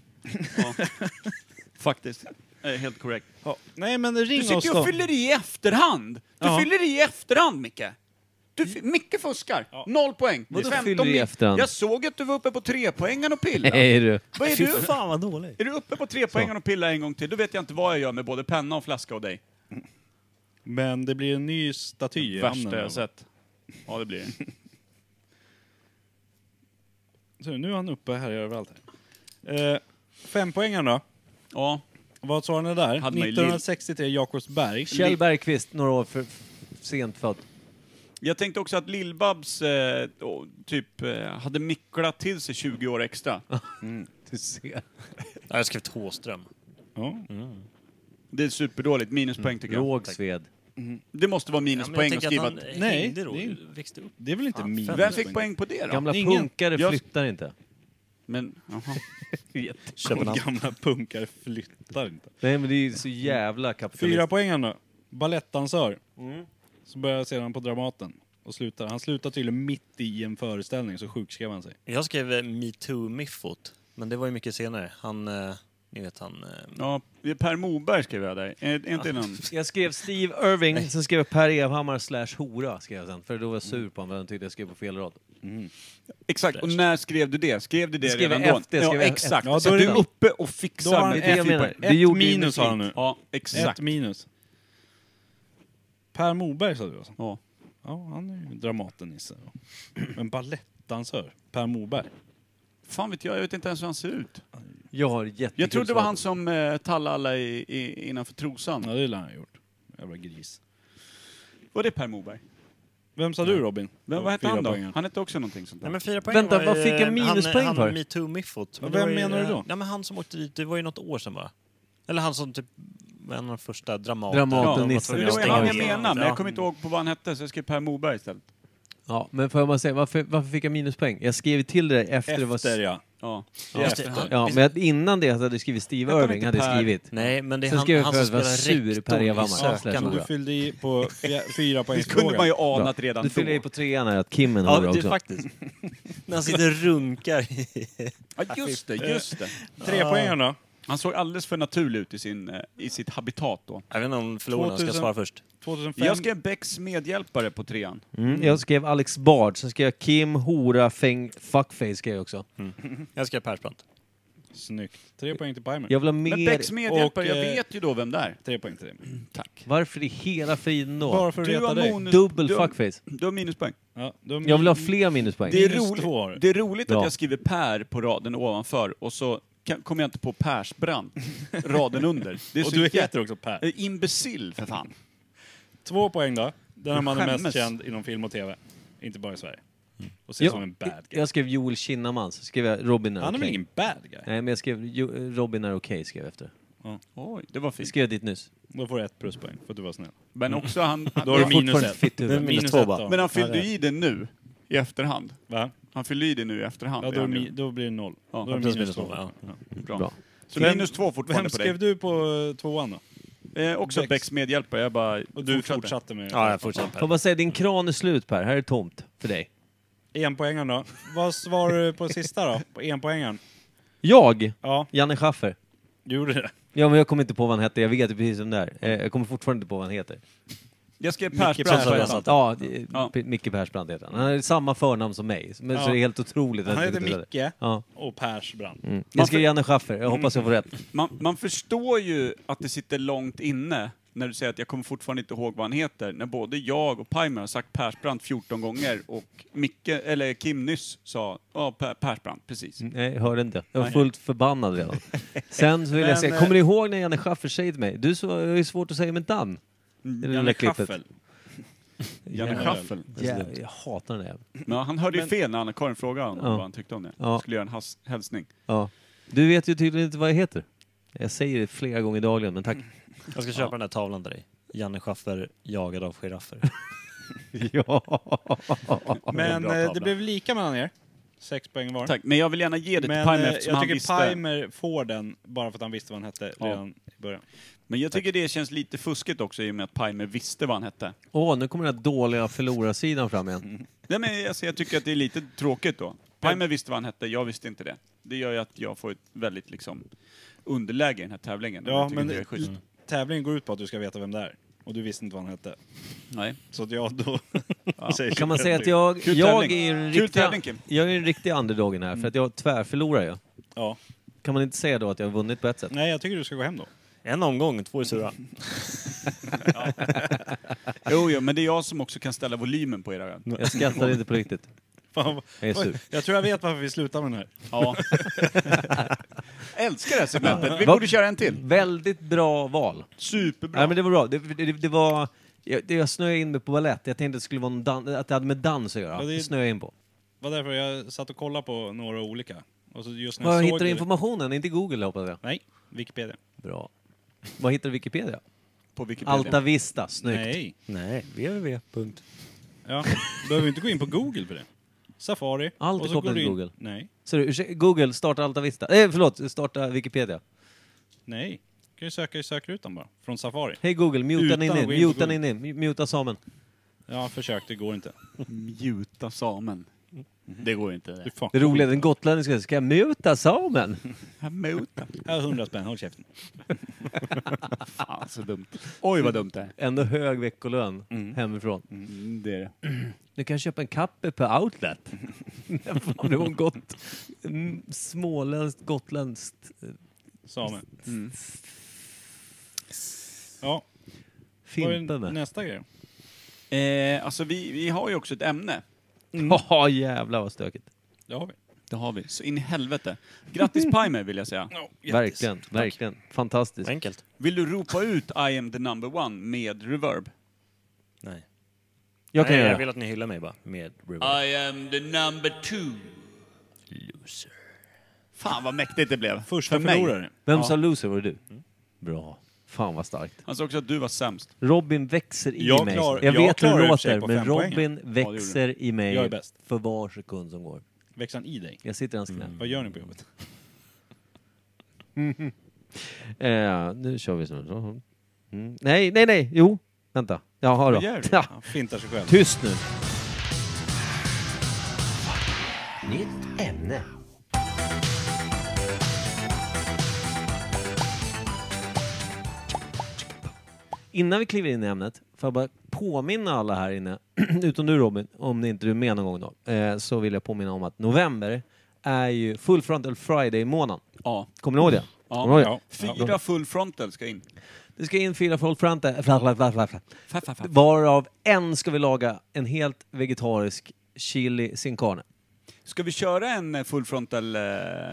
S3: Faktiskt. Eh, helt korrekt.
S1: Ja. Nej, men ring
S3: Du
S1: oss
S3: sitter ju
S1: då.
S3: och fyller i efterhand! Du
S1: Ja.
S3: fyller i efterhand, Micke! Du, f- Micke fuskar! Noll poäng!
S4: Vadå
S3: 15
S4: fyller i
S3: mil.
S4: efterhand?
S3: Jag såg att du var uppe på trepoängaren och pillade.
S4: Nej du.
S3: Vad är <laughs>
S8: Fy
S3: du?
S8: fan vad dålig.
S3: Är du uppe på trepoängaren och pillar en gång till, då vet jag inte vad jag gör med både penna och flaska och dig.
S1: Men det blir en ny staty i hamnen.
S3: Värsta
S1: då.
S3: jag sett. Ja, det blir det.
S4: <laughs>
S1: Så nu är han uppe här överallt. Här. Eh, fem poängen då.
S3: Ja.
S1: Vad svarar ni där?
S3: Hade man ju lill-
S1: 1963 Jakobsberg.
S4: Kjell Bergqvist, några år för för sent född.
S3: Jag tänkte också att Lill-Babs eh, å- typ eh, hade micklat till sig 20 år
S4: <laughs>
S3: extra.
S4: Du ser.
S8: Jag har skrivit Håström.
S1: Ja.
S3: Det är superdåligt. Minuspoäng tycker jag.
S4: Rågsved.
S3: Det måste vara
S8: Ja, men jag
S3: minuspoäng att
S8: tänker
S3: skriva.
S8: att
S3: att-
S8: han
S1: Nej,
S8: Nej, hängde då.
S1: det är-
S8: Växte upp.
S1: Det är väl inte min
S3: Vem fick poäng på det då?
S4: Gamla
S1: Ingen-
S4: punkare
S3: jag-
S4: flyttar inte.
S3: Men, <laughs> jaha.
S8: Köpenhamn.
S1: <laughs> Gamla punkare flyttar inte.
S4: Nej men det är ju så jävla
S1: Fyra
S4: kapitalistiskt.
S1: poängen då. Balettdansör.
S3: Mm.
S1: Så börjar sedan på Dramaten. Och slutar. Han slutar tydligen mitt i en föreställning, så sjukskrev han sig.
S8: Jag skrev eh, metoo-miffot, men det var ju mycket senare. Han, eh, ni vet han... eh,
S3: Ja, det är Per Moberg skrev jag där. Är är inte någon?
S4: Jag skrev Steve Irving, sen skrev jag Per Evhammar slash hora. Skrev jag sen, för då var jag sur på honom för han tyckte jag skrev på fel rad.
S3: Exakt, och när skrev du det? Skrev du det
S4: Skrev
S3: redan
S4: jag
S3: då?
S4: efter, skrev
S3: ja,
S4: jag
S3: exakt.
S4: efter. Ja, då
S3: så
S4: är
S3: du
S4: det-
S3: är uppe och
S1: Då har
S3: fixar
S1: han
S3: med
S4: det jag
S3: ett
S4: menar.
S3: poäng.
S4: Du
S1: Ett
S4: gjorde ju
S1: minus har han nu.
S3: Ja, exakt.
S1: Ett minus. Per Moberg sa du alltså?
S3: Ja.
S1: Ja, han är ju Dramaten-Nisse. då. Men balettdansör, Per Moberg.
S3: Fan vet jag, jag vet inte ens hur han ser ut.
S4: Jag har jättekul
S3: Jag trodde det var
S4: svar.
S3: han som eh, tallade alla i, i, innanför trosan.
S1: Ja, det lär han ha gjort. Jävla gris.
S3: Var det Per Moberg?
S1: Vem sa du Robin?
S3: Men vad hette
S1: Fyra
S3: han då?
S1: poängar.
S3: Han hette också någonting sånt där.
S8: Nej, men fyra poäng
S4: Vänta,
S8: var
S4: vad
S8: ju,
S4: fick jag
S8: eh,
S4: minuspoäng
S8: han,
S4: för?
S8: Han metoo-miffot.
S1: Vem
S8: Men det var ju,
S1: menar du då?
S8: eh, Nej, men han som åkte dit, det var ju något år sedan va? Eller han som typ var en av de första dramaterna.
S4: Dramaten,
S8: Ja,
S4: Nissen,
S3: Det
S8: de
S4: jag
S8: var
S3: var ju han
S8: tvungna att
S3: jag
S8: stänga
S3: menade, men
S8: av.
S3: jag kommer inte ihåg på vad han hette, så jag skrev Per Moberg istället.
S4: Ja, men får jag bara säga, varför, varför fick jag minuspoäng? Jag skrev till dig efter, det var... s-
S1: Efter ja.
S3: Ja.
S8: Ja, just det.
S4: Ja, men att innan det hade jag skrivit Steve
S3: Vänta,
S4: Irving,
S3: inte
S4: hade jag
S3: Per.
S4: skrivit.
S8: Nej, men det är
S4: Sen
S8: han,
S4: skrev jag
S8: han
S4: för
S8: som
S4: att vara
S8: spelar
S4: sur, Per
S8: rektorn i
S4: Evhammar.
S8: Sökarna.
S4: Ja,
S1: Du fyllde i på
S3: <laughs>
S1: fj- fyra
S3: Det kunde man ju ana redan
S4: Du fyller i
S3: då.
S4: på trean här att Kim är en
S8: Ja,
S4: hora
S8: det
S4: också.
S8: är faktiskt. När han sitter och runkar i...
S3: Ja, just det, just det.
S1: Tre poängen då.
S3: Han såg alldeles för naturlig ut i, sin, eh, i sitt habitat då.
S8: Jag vet inte om förloraren
S1: 2000.
S8: ska svara först.
S1: 2005.
S3: Jag skrev Becks medhjälpare på trean.
S4: Mm, jag skrev Alex Bard, sen skrev jag Kim, hora, fäng, fuckface skrev jag också.
S1: Mm.
S8: Jag skrev Persbrandt.
S1: Snyggt. Tre poäng till Pimer.
S4: Jag vill ha
S3: Men
S4: mer...
S3: Becks medhjälpare,
S1: och,
S3: jag
S1: eh,
S3: vet ju då vem det är.
S1: Tre poäng till dig.
S4: Varför i hela friden då?
S1: Bara för att
S3: Du
S1: reta
S3: har,
S1: dig.
S3: bonus,
S4: Dubbel
S3: du, har,
S4: fuckface.
S3: du har minuspoäng.
S1: Ja, du har
S4: Jag vill ha
S1: min-
S4: fler minuspoäng.
S3: Det är,
S1: Minus två har du.
S3: roligt, det är roligt
S4: Bra.
S3: att jag skriver Per på raden ovanför och så kan, kommer jag inte på Persbrandt, raden under. Det är
S1: Och
S3: så
S1: du
S3: jäkla-
S1: heter också Per.
S3: Eh, Imbecill för fan.
S1: Två poäng då. Den här mannen är mest
S3: Skämmes. Mm.
S1: känd inom film och tv. Inte bara i Sverige. Och ses som en
S4: Jag,
S1: bad guy.
S4: jag skrev Joel Kinnaman, så skrev jag Robin är
S1: Han är väl
S4: okej.
S1: ingen bad guy?
S4: Nej, men jag skrev Jo- Robin är okej, skrev jag efter.
S3: Oj, det var
S4: Det
S3: fint.
S4: skrev jag dit nyss.
S1: Då får du ett pluspoäng för att du var snäll.
S3: Men också han...
S1: Då har du
S4: Jag är
S1: minus
S4: fortfarande
S1: ett.
S4: fitt i huvudet.
S8: Minus två
S1: ett
S8: bara.
S1: då.
S3: men han fyllde ju i det nu, i efterhand.
S1: Va?
S3: Han fyllde i det nu i efterhand.
S1: Ja,
S3: det
S1: då, är
S3: han
S1: mi-
S3: gjorde.
S1: då blir det noll.
S3: Ja,
S1: då är det
S8: precis,
S1: minus
S8: minus
S1: två.
S8: två, ja.
S1: Ja.
S3: Bra.
S4: Bra.
S3: Så
S1: Vem-
S3: minus två
S1: Vem
S3: fortfarande på
S1: skrev
S3: dig.
S1: du på eh, tvåan då?
S3: Eh, också
S1: Bex?
S3: Becks medhjälpare, jag bara
S1: Och du fortsatte med...
S8: Ja, jag fortsätter.
S4: Får jag bara säga, din kran är slut Per, här är tomt för dig.
S1: Enpoängaren då. Vad svarar du på sista då? På enpoängaren?
S4: Jag,
S1: Ja,
S4: Janne Schaffer.
S1: du gjorde det.
S4: Ja, men jag kommer inte på vad han hette, jag vet ju precis vem det är. Eh, Jag kommer fortfarande inte på vad han heter.
S3: Jag skrev
S1: Persbrandt.
S3: Persbrandt. på den.
S4: Ja, det-
S3: Ja.
S4: P- Micke Persbrandt heter han. Han har samma förnamn som mig, men
S1: Ja.
S4: så det är helt otroligt. att
S1: Han
S4: jag
S1: heter
S4: inte vet det.
S1: Micke
S4: Ja.
S1: och Persbrandt.
S4: Mm.
S3: Man
S4: Jag skrev
S3: för-
S4: Janne Schaffer, jag hoppas jag får rätt.
S3: <laughs> Man, man förstår ju att det sitter långt inne när du säger att jag kommer fortfarande inte ihåg vad han heter, när både jag och Pimer har sagt Persbrandt 14 gånger och Micke, eller Kim nyss sa ja, per, Persbrandt, precis.
S4: Nej, jag hörde inte. Jag var fullt förbannad redan. Sen så vill
S1: Men,
S4: jag säga,
S1: eh,
S4: kommer ni
S3: Mm,
S4: ihåg när Janne Schaffer säger till mig, du så, jag är svårt att säga mitt namn? I det
S1: Janne
S4: <laughs> där klippet.
S1: Schaffel.
S3: Janne
S4: Ja.
S3: Schaffel.
S4: Jag, jag hatar den där.
S3: Ja, han hörde ju fel när Anna-Karin frågade honom
S4: Ja.
S3: vad han tyckte om det.
S4: Ja.
S3: Skulle göra en has- hälsning.
S4: Ja. Du vet ju tydligen inte vad jag heter. Jag säger det flera gånger dagligen, men tack. <laughs>
S8: Jag ska köpa den här tavlan till dig. Janne Schaffer jagad av giraffer.
S4: ja.
S1: Men
S8: bra
S1: eh, det
S8: tavla.
S1: blev lika mellan er. Sex poäng var.
S3: Tack, men jag vill gärna ge det till
S1: Men
S3: Pime
S1: eh,
S3: eftersom
S1: jag
S3: han
S1: tycker
S3: visste.
S1: Pimer får den bara för att han visste vad han hette
S3: Ja.
S1: redan i början.
S3: Men jag tycker det känns lite fuskigt också i och med att Pimer visste vad han hette.
S4: Åh, nu kommer den här dåliga förlorarsidan fram igen.
S3: Nej, men alltså, jag tycker att det är lite tråkigt då. Pimer visste vad han hette, jag visste inte det. Det gör ju att jag får ett väldigt liksom, underläge i den här tävlingen. och
S1: Ja,
S3: jag tycker
S1: men
S3: inte det Mm. är schysst.
S1: tävlingen går ut på att du ska veta vem det är. Och du visste inte vad han hette.
S3: Nej.
S1: Så att jag då... <laughs> säger typ.
S4: Kan man
S1: Kim
S4: säga att jag,
S3: Kul
S4: jag
S3: tävling.
S4: är ju den
S3: Kul
S4: riktiga,
S3: tävling, Kim.
S4: jag är den riktiga underdogen här, för att jag tvärförlorar ju.
S1: Ja.
S4: Kan man inte säga då att jag har vunnit på ett sätt?
S1: Nej, jag tycker du ska gå hem då. <laughs>
S8: En omgång, två är sura.
S3: Jo, jo, men det är jag som också kan ställa volymen på era...
S4: Jag skrattar inte på riktigt.
S1: Fan, vad-
S4: Jag är sur.
S1: <laughs> jag tror jag vet varför vi slutar med den här. <laughs>
S3: Ja. Älskar det här segmentet. Vi
S4: Vad-
S3: borde köra en till.
S4: Väldigt bra val.
S3: Superbra.
S4: Nej, men det var bra. Det, det, det var... Jag, det, jag snöade in mig på balett. Jag tänkte att det skulle vara någon dan, att det hade med dans att göra.
S1: Ja, det-
S4: det snöade jag in på.
S1: var därför jag satt och kollade på några olika. Och så just när
S4: Var
S1: jag
S4: hittar du
S1: det-
S4: informationen? Inte Google hoppas jag.
S1: Nej, Wikipedia.
S4: Bra. Var hittar du Wikipedia?
S3: På Wikipedia.
S4: Alta Vista, snyggt.
S1: Nej.
S8: Nej, www. Punkt.
S1: Ja. behöver inte gå in på Google för det. Safari.
S4: <laughs> Allt är
S1: och så
S4: kopplat
S1: går du
S4: till
S1: in-
S4: Google.
S1: Nej,
S4: Så du, ursäk- Google, starta Alta Vista. Eh, förlåt, starta Wikipedia.
S1: nej. Du kan ju söka i sökrutan bara. Från Safari.
S4: Hej Google, muta
S1: Utan
S4: den
S1: att
S4: inne,
S1: gå in på
S4: muta den
S1: Google.
S4: inne, muta samen.
S1: Ja, försök. Det går inte.
S3: Mjuta samen. Mm. Det går ju inte.
S1: Du fan.
S4: Det roliga är den gotländska, ska jag muta samen?
S1: Mm.
S3: Mjuta.
S1: Ja, 100 spänn. Håll käften.
S3: Fan så dumt. Oj vad dumt det är.
S4: Ändå hög veckolön
S1: Mm.
S4: hemifrån.
S3: Mm, det är det.
S4: Nu kan jag köpa en kappe på
S1: <laughs>
S4: Outlet. När fan är hon gott? Mm, Småländskt, gotländskt.
S1: Samen. Mm. Ja, vad
S4: Fimpen
S1: är
S4: med.
S1: nästa grej?
S3: Eh, alltså vi, vi har ju också ett ämne.
S4: <laughs> Ja, jävlar vad stökigt.
S1: Det har vi.
S3: Det har vi. Så in i helvete. <laughs> Grattis Pimer vill jag säga.
S4: Verkligen, verkligen. Fantastiskt.
S8: Enkelt.
S3: Vill du ropa ut I am the number one med reverb?
S8: Nej.
S4: Jag kan
S8: Nej,
S4: göra
S8: jag
S4: det.
S8: vill att ni hyllar mig bara med reverb.
S3: I am the number two. Loser. Fan vad mäktigt det blev.
S1: Första
S3: För mig.
S1: förlorare.
S4: Vem sa loser? Var det du?
S1: Mm.
S4: Bra. Fan vad starkt.
S3: Han sa också att du var sämst.
S4: Robin växer i
S1: Jag
S4: mig.
S1: klar-
S4: jag
S1: jag
S4: vet hur
S1: klarar i
S4: det
S1: och för sig
S4: låter,
S1: på
S4: men
S1: fem poäng.
S4: Robin
S3: gjorde
S4: växer i
S1: Jag är
S4: mig
S1: bäst.
S4: för var sekund som går.
S1: Växan i dig.
S4: Jag sitter i hans knä.
S1: Vad gör ni på jobbet?
S4: Eh, nu kör vi snart. Mm. Nej, nej, nej. Jo. Vänta. Jaha då.
S3: Vad gör du?
S4: Ja.
S1: Han fintar sig själv.
S4: Tyst nu. Nytt ämne. Innan vi kliver in i ämnet, får jag bara påminna alla här inne, <clears throat> utom du Robin, om det inte du är med någon gång då, eh, så vill jag påminna om att november är ju Full Frontal Friday-månaden.
S3: Ja.
S4: Kommer ni ihåg det?
S3: Ja,
S4: Kommer ni ihåg det?
S1: ja.
S3: Fyra full frontal ska in.
S4: Det ska in fyra Full Frontal...
S3: Fa, fa, fa.
S4: Varav en ska vi laga en helt vegetarisk chili sin carne.
S3: Ska vi köra en eh, full frontal eh,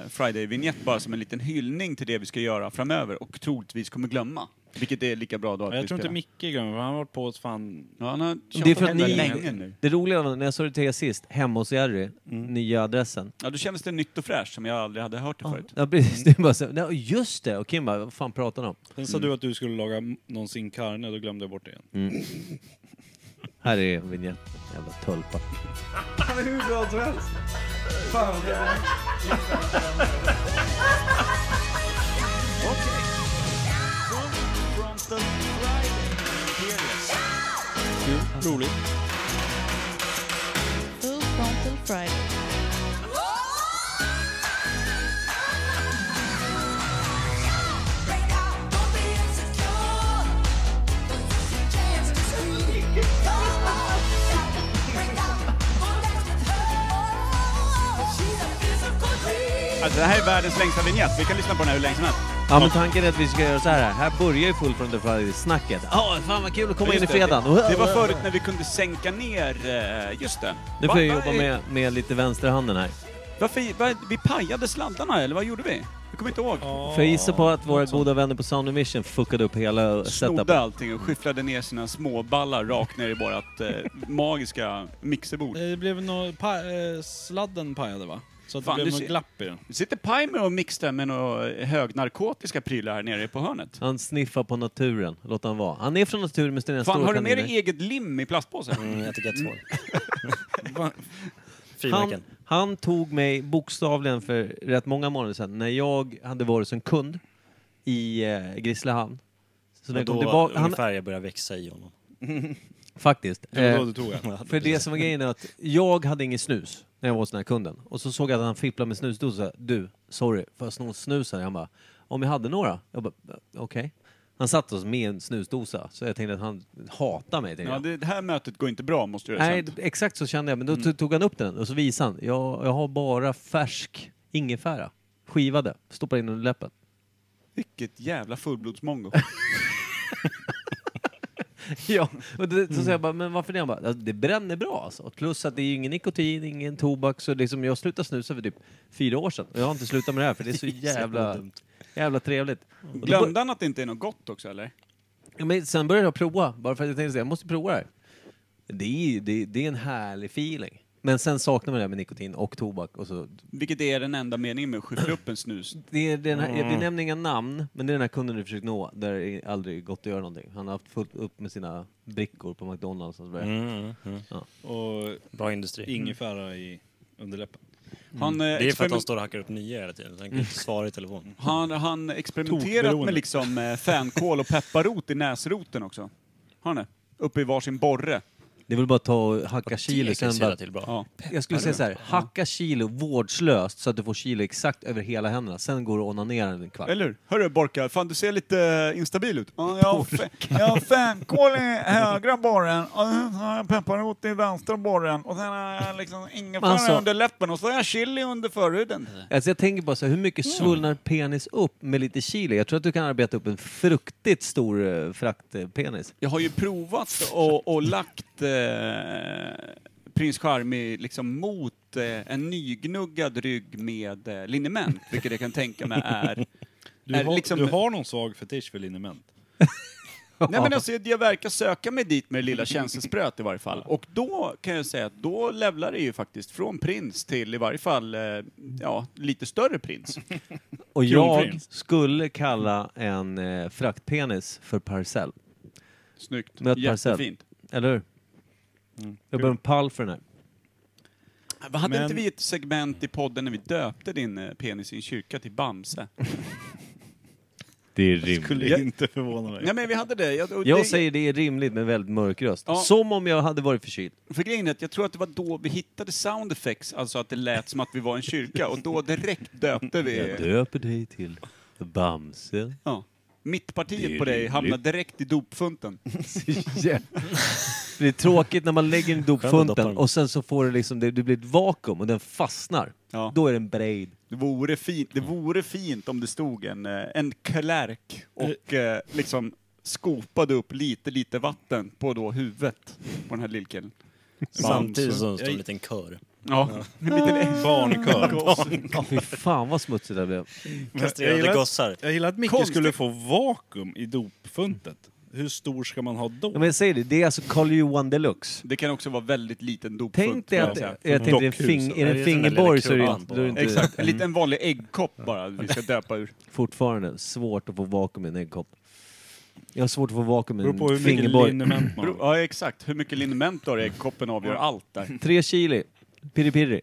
S3: Friday-vignett bara som en liten hyllning till det vi ska göra framöver och troligtvis kommer glömma? Vilket är lika bra då att
S1: Ja, Jag
S3: vi
S1: tror inte
S3: spelar.
S1: Micke glömmer, för han har varit på oss fan...
S3: Ja, han har
S4: Det är för
S3: tjatat
S4: att
S3: om det
S4: ni-
S3: länge nu. Mm.
S4: Det roliga var när jag sa det till er sist, hemma hos Jerry, nya adressen.
S3: Ja, då kändes det nytt och fräscht som jag aldrig hade hört det förut.
S4: Ja, precis.
S3: Mm.
S4: Det är bara så, nej, just det! Och Kim bara, vad fan pratar han om?
S1: Sen sa du att du skulle laga m- någon sin carne, då glömde jag bort det igen.
S4: Här är vinjetten. Jävla tölpa.
S1: Roligt.
S9: Full frontal Friday.
S3: Alltså, det här är världens längsta vignett. Vi kan lyssna på den här hur länge som helst.
S4: Ja, men tanken är att vi ska göra så här. Här börjar ju Full Frontal Friday-snacket. Ja, fan vad kul att komma in i
S3: Just
S4: fredagen.
S3: Det, det var förut när vi kunde sänka ner... eh, Just det.
S4: Nu
S3: Va-
S4: får jag
S3: va-
S4: jobba med, med lite vänsterhanden här.
S3: Varför, vad- vi pajade sladdarna eller vad gjorde vi? Jag kommer inte ihåg.
S4: För jag gissar på att våra goda vänner på Sound Emission fuckade upp hela
S3: Snodde
S4: setupen.
S3: allting och skyfflade ner sina småballar rakt ner i vårat eh, <laughs> magiska mixerbord.
S1: Det blev nog... Pa, eh, sladden pajade va? Så att
S3: Fan,
S1: det
S3: du
S1: blev
S3: ser-
S1: något glapp i den.
S3: Det sitter Pimer och mixar med några högnarkotiska prylar här nere på hörnet.
S4: Han sniffar på naturen, låt han vara. Han är från naturen men sina
S3: Fan,
S4: stora
S3: har du med dig
S4: kaniner.
S3: eget lim i plastpåsen?
S8: Mm, jag tycker jag är
S1: Va?
S4: han,
S8: Frimärken.
S4: han tog mig bokstavligen för rätt många månader sedan när jag hade varit som kund i eh, Grisslehamn. Så när
S8: Och
S4: jag kom
S8: då
S4: tillbaka, han,
S8: ungefär jag börjar växa i honom.
S4: faktiskt.
S1: Det var
S4: eh,
S1: då du tog den.
S4: För det som var grejen är att jag hade ingen snus när jag var hos den här kunden. Och så såg jag att han fipplade med snusdosor och sa du, sorry, får jag sno en snus här? Han bara, om jag hade några? Jag bara, okej. Han satt oss med en snusdosa, så jag tänkte att han hatar mig. tänkte
S3: Ja,
S4: jag.
S3: det, det här mötet går inte bra måste du
S4: Nej,
S3: erkänna.
S4: d- exakt så kände jag. Men då to- tog han upp den och så visade han. Jag, jag har bara färsk ingefära. Skivade. Stoppar in under läppen. <laughs>
S3: Vilket jävla fullblodsmongo.
S4: Ja, och det, så sa jag bara, men varför det? Han bara, "Alltså, det bränner bra alltså. Plus att det är ju ingen nikotin, ingen tobak. Så liksom jag slutade snusa för typ fyra år sedan. Och jag har inte slutat med det här för <laughs> det är så Mm. jävla, jävla trevligt. Och då bör-
S3: Glömde han att det inte är något gott också eller?
S4: Ja, men sen började jag prova, bara för att jag tänkte att jag måste prova det här. Det är, ju- det, det är en härlig feeling. Men sen saknar man det här med nikotin och tobak och så
S3: Vilket är den enda meningen med att skyffla upp en snus.
S4: Det är den här, Vi nämner inga namn, men det är den här kunden du försöker nå där det aldrig gått att göra någonting. Han har haft fullt upp med sina brickor på McDonalds och sådär.
S8: Mm.
S1: Mm. Och
S8: Bra industri. Mm.
S1: ingefära i underläppen.
S3: Han, eh,
S8: Det är för att
S3: experiment-
S8: de står och hackar upp nya hela tiden. Han kan
S4: Mm.
S8: inte svara i telefon.
S3: han, han experimenterat
S1: Tokberoende.
S3: med liksom eh, fänkål och pepparrot i näsroten också. Har han det? Uppe i varsin borre.
S4: Det är väl bara att ta och hacka
S8: Det
S4: kilo
S8: kan
S4: sen
S8: jag
S4: bara,
S8: till bra.
S3: Ja.
S4: Jag skulle säga så här, hacka kilo vårdslöst så att du får kilo exakt över hela händerna. Sen går du och onanerar en kvart.
S3: Eller hur? Hörru Borka, fan du ser lite eh, instabil ut. Ja, jag har fe- jag har fänkål i högra borren och sen har jag pepparrot i vänstra borren och sen har jag liksom ingefära
S4: Men alltså-
S3: under läppen och så har jag chili under förhuden.
S4: Alltså jag tänker bara så här, hur mycket svullnar penis upp med lite kilo? Jag tror att du kan arbeta upp en fruktigt stor eh, fraktpenis.
S3: Jag har ju provat och, och lagt eh, Prins Charmig liksom mot eh, en nygnuggad rygg med eh, liniment, vilket jag kan tänka mig
S4: <laughs>
S3: är...
S1: Du,
S3: är
S1: har,
S3: liksom-
S1: du har någon svag fetisch för liniment.
S3: Nej men alltså, jag verkar söka mig dit med det lilla känselspröt i varje fall. Och då kan jag säga att då levlar det ju faktiskt från prins till i varje fall, eh, ja, lite större
S4: <laughs>
S3: prins.
S4: Och jag
S1: Kronprins.
S4: skulle kalla en eh, fraktpenis för parcell.
S3: Snyggt.
S4: Med ett parcell.
S3: Jättefint.
S4: Eller hur?
S3: Mm,
S4: Jag behöver en pall för den här.
S3: Hade
S1: Men-
S3: inte vi ett segment i podden när vi döpte din eh, penis i en kyrka till Bamse?
S2: Det är
S1: Skulle
S2: rimligt.
S1: inte förvåna mig.
S3: Nej men vi hade det. Jag, och det-
S4: Jag säger det är rimligt med väldigt mörk röst.
S3: Ja.
S4: Som om jag hade varit förkyld.
S3: För grejen är att jag tror att det var då vi hittade sound effects, alltså att det lät som att vi var en kyrka och då direkt döpte
S4: Jag
S3: vi...
S4: döper dig till <laughs> Bamse.
S3: Ja.
S2: Det
S3: Mittpartiet
S2: är
S3: på dig
S2: rimligt.
S3: hamnade direkt i dopfunten.
S4: Det är tråkigt när man lägger den i
S8: Skönt att doppa
S4: dopfunten
S8: den.
S4: och sen så får det liksom, det, det blir ett vakuum och den fastnar.
S3: Ja.
S4: Då är den braid.
S3: Det vore fint, det vore fint om det stod en, eh, en klärk och eh, liksom skopade upp lite, lite vatten på då huvudet på den här lillkillen.
S8: Samtidigt som det står
S1: Jag-
S8: en liten kör.
S3: Ja, en liten
S1: Barnkör.
S4: Fy fan vad smutsigt det blev.
S1: Jag
S8: Kastrerade
S1: gillar-
S8: gossar.
S1: Jag gillar att Micke
S3: Konstigt.
S1: skulle få vakuum i dopfuntet. Hur stor ska man ha då?
S4: Ja, men jag säger det, det är alltså Karl Johan deluxe.
S3: Det kan också vara väldigt liten dopfunt.
S4: Tänk dig
S3: kan
S4: att,
S3: säga.
S4: jag tänkte, det är en fing,
S8: Dockhuset.
S4: är
S8: Ja,
S4: det
S8: det är
S4: en
S8: en sån där
S4: fingerborg så är det
S8: liten
S4: inte, då är det inte
S3: Exakt, en liten vanlig äggkopp bara vi ska döpa ur.
S4: fortfarande svårt att få vakuum i en äggkopp. Jag har svårt att få vakuum i
S1: Beror på
S4: en
S1: hur mycket
S4: fingerborg.
S1: liniment man
S3: Bro,
S1: har.
S3: ja, exakt. Hur mycket liniment du har i äggkoppen avgör allt där.
S4: Tre chili. Piri piri.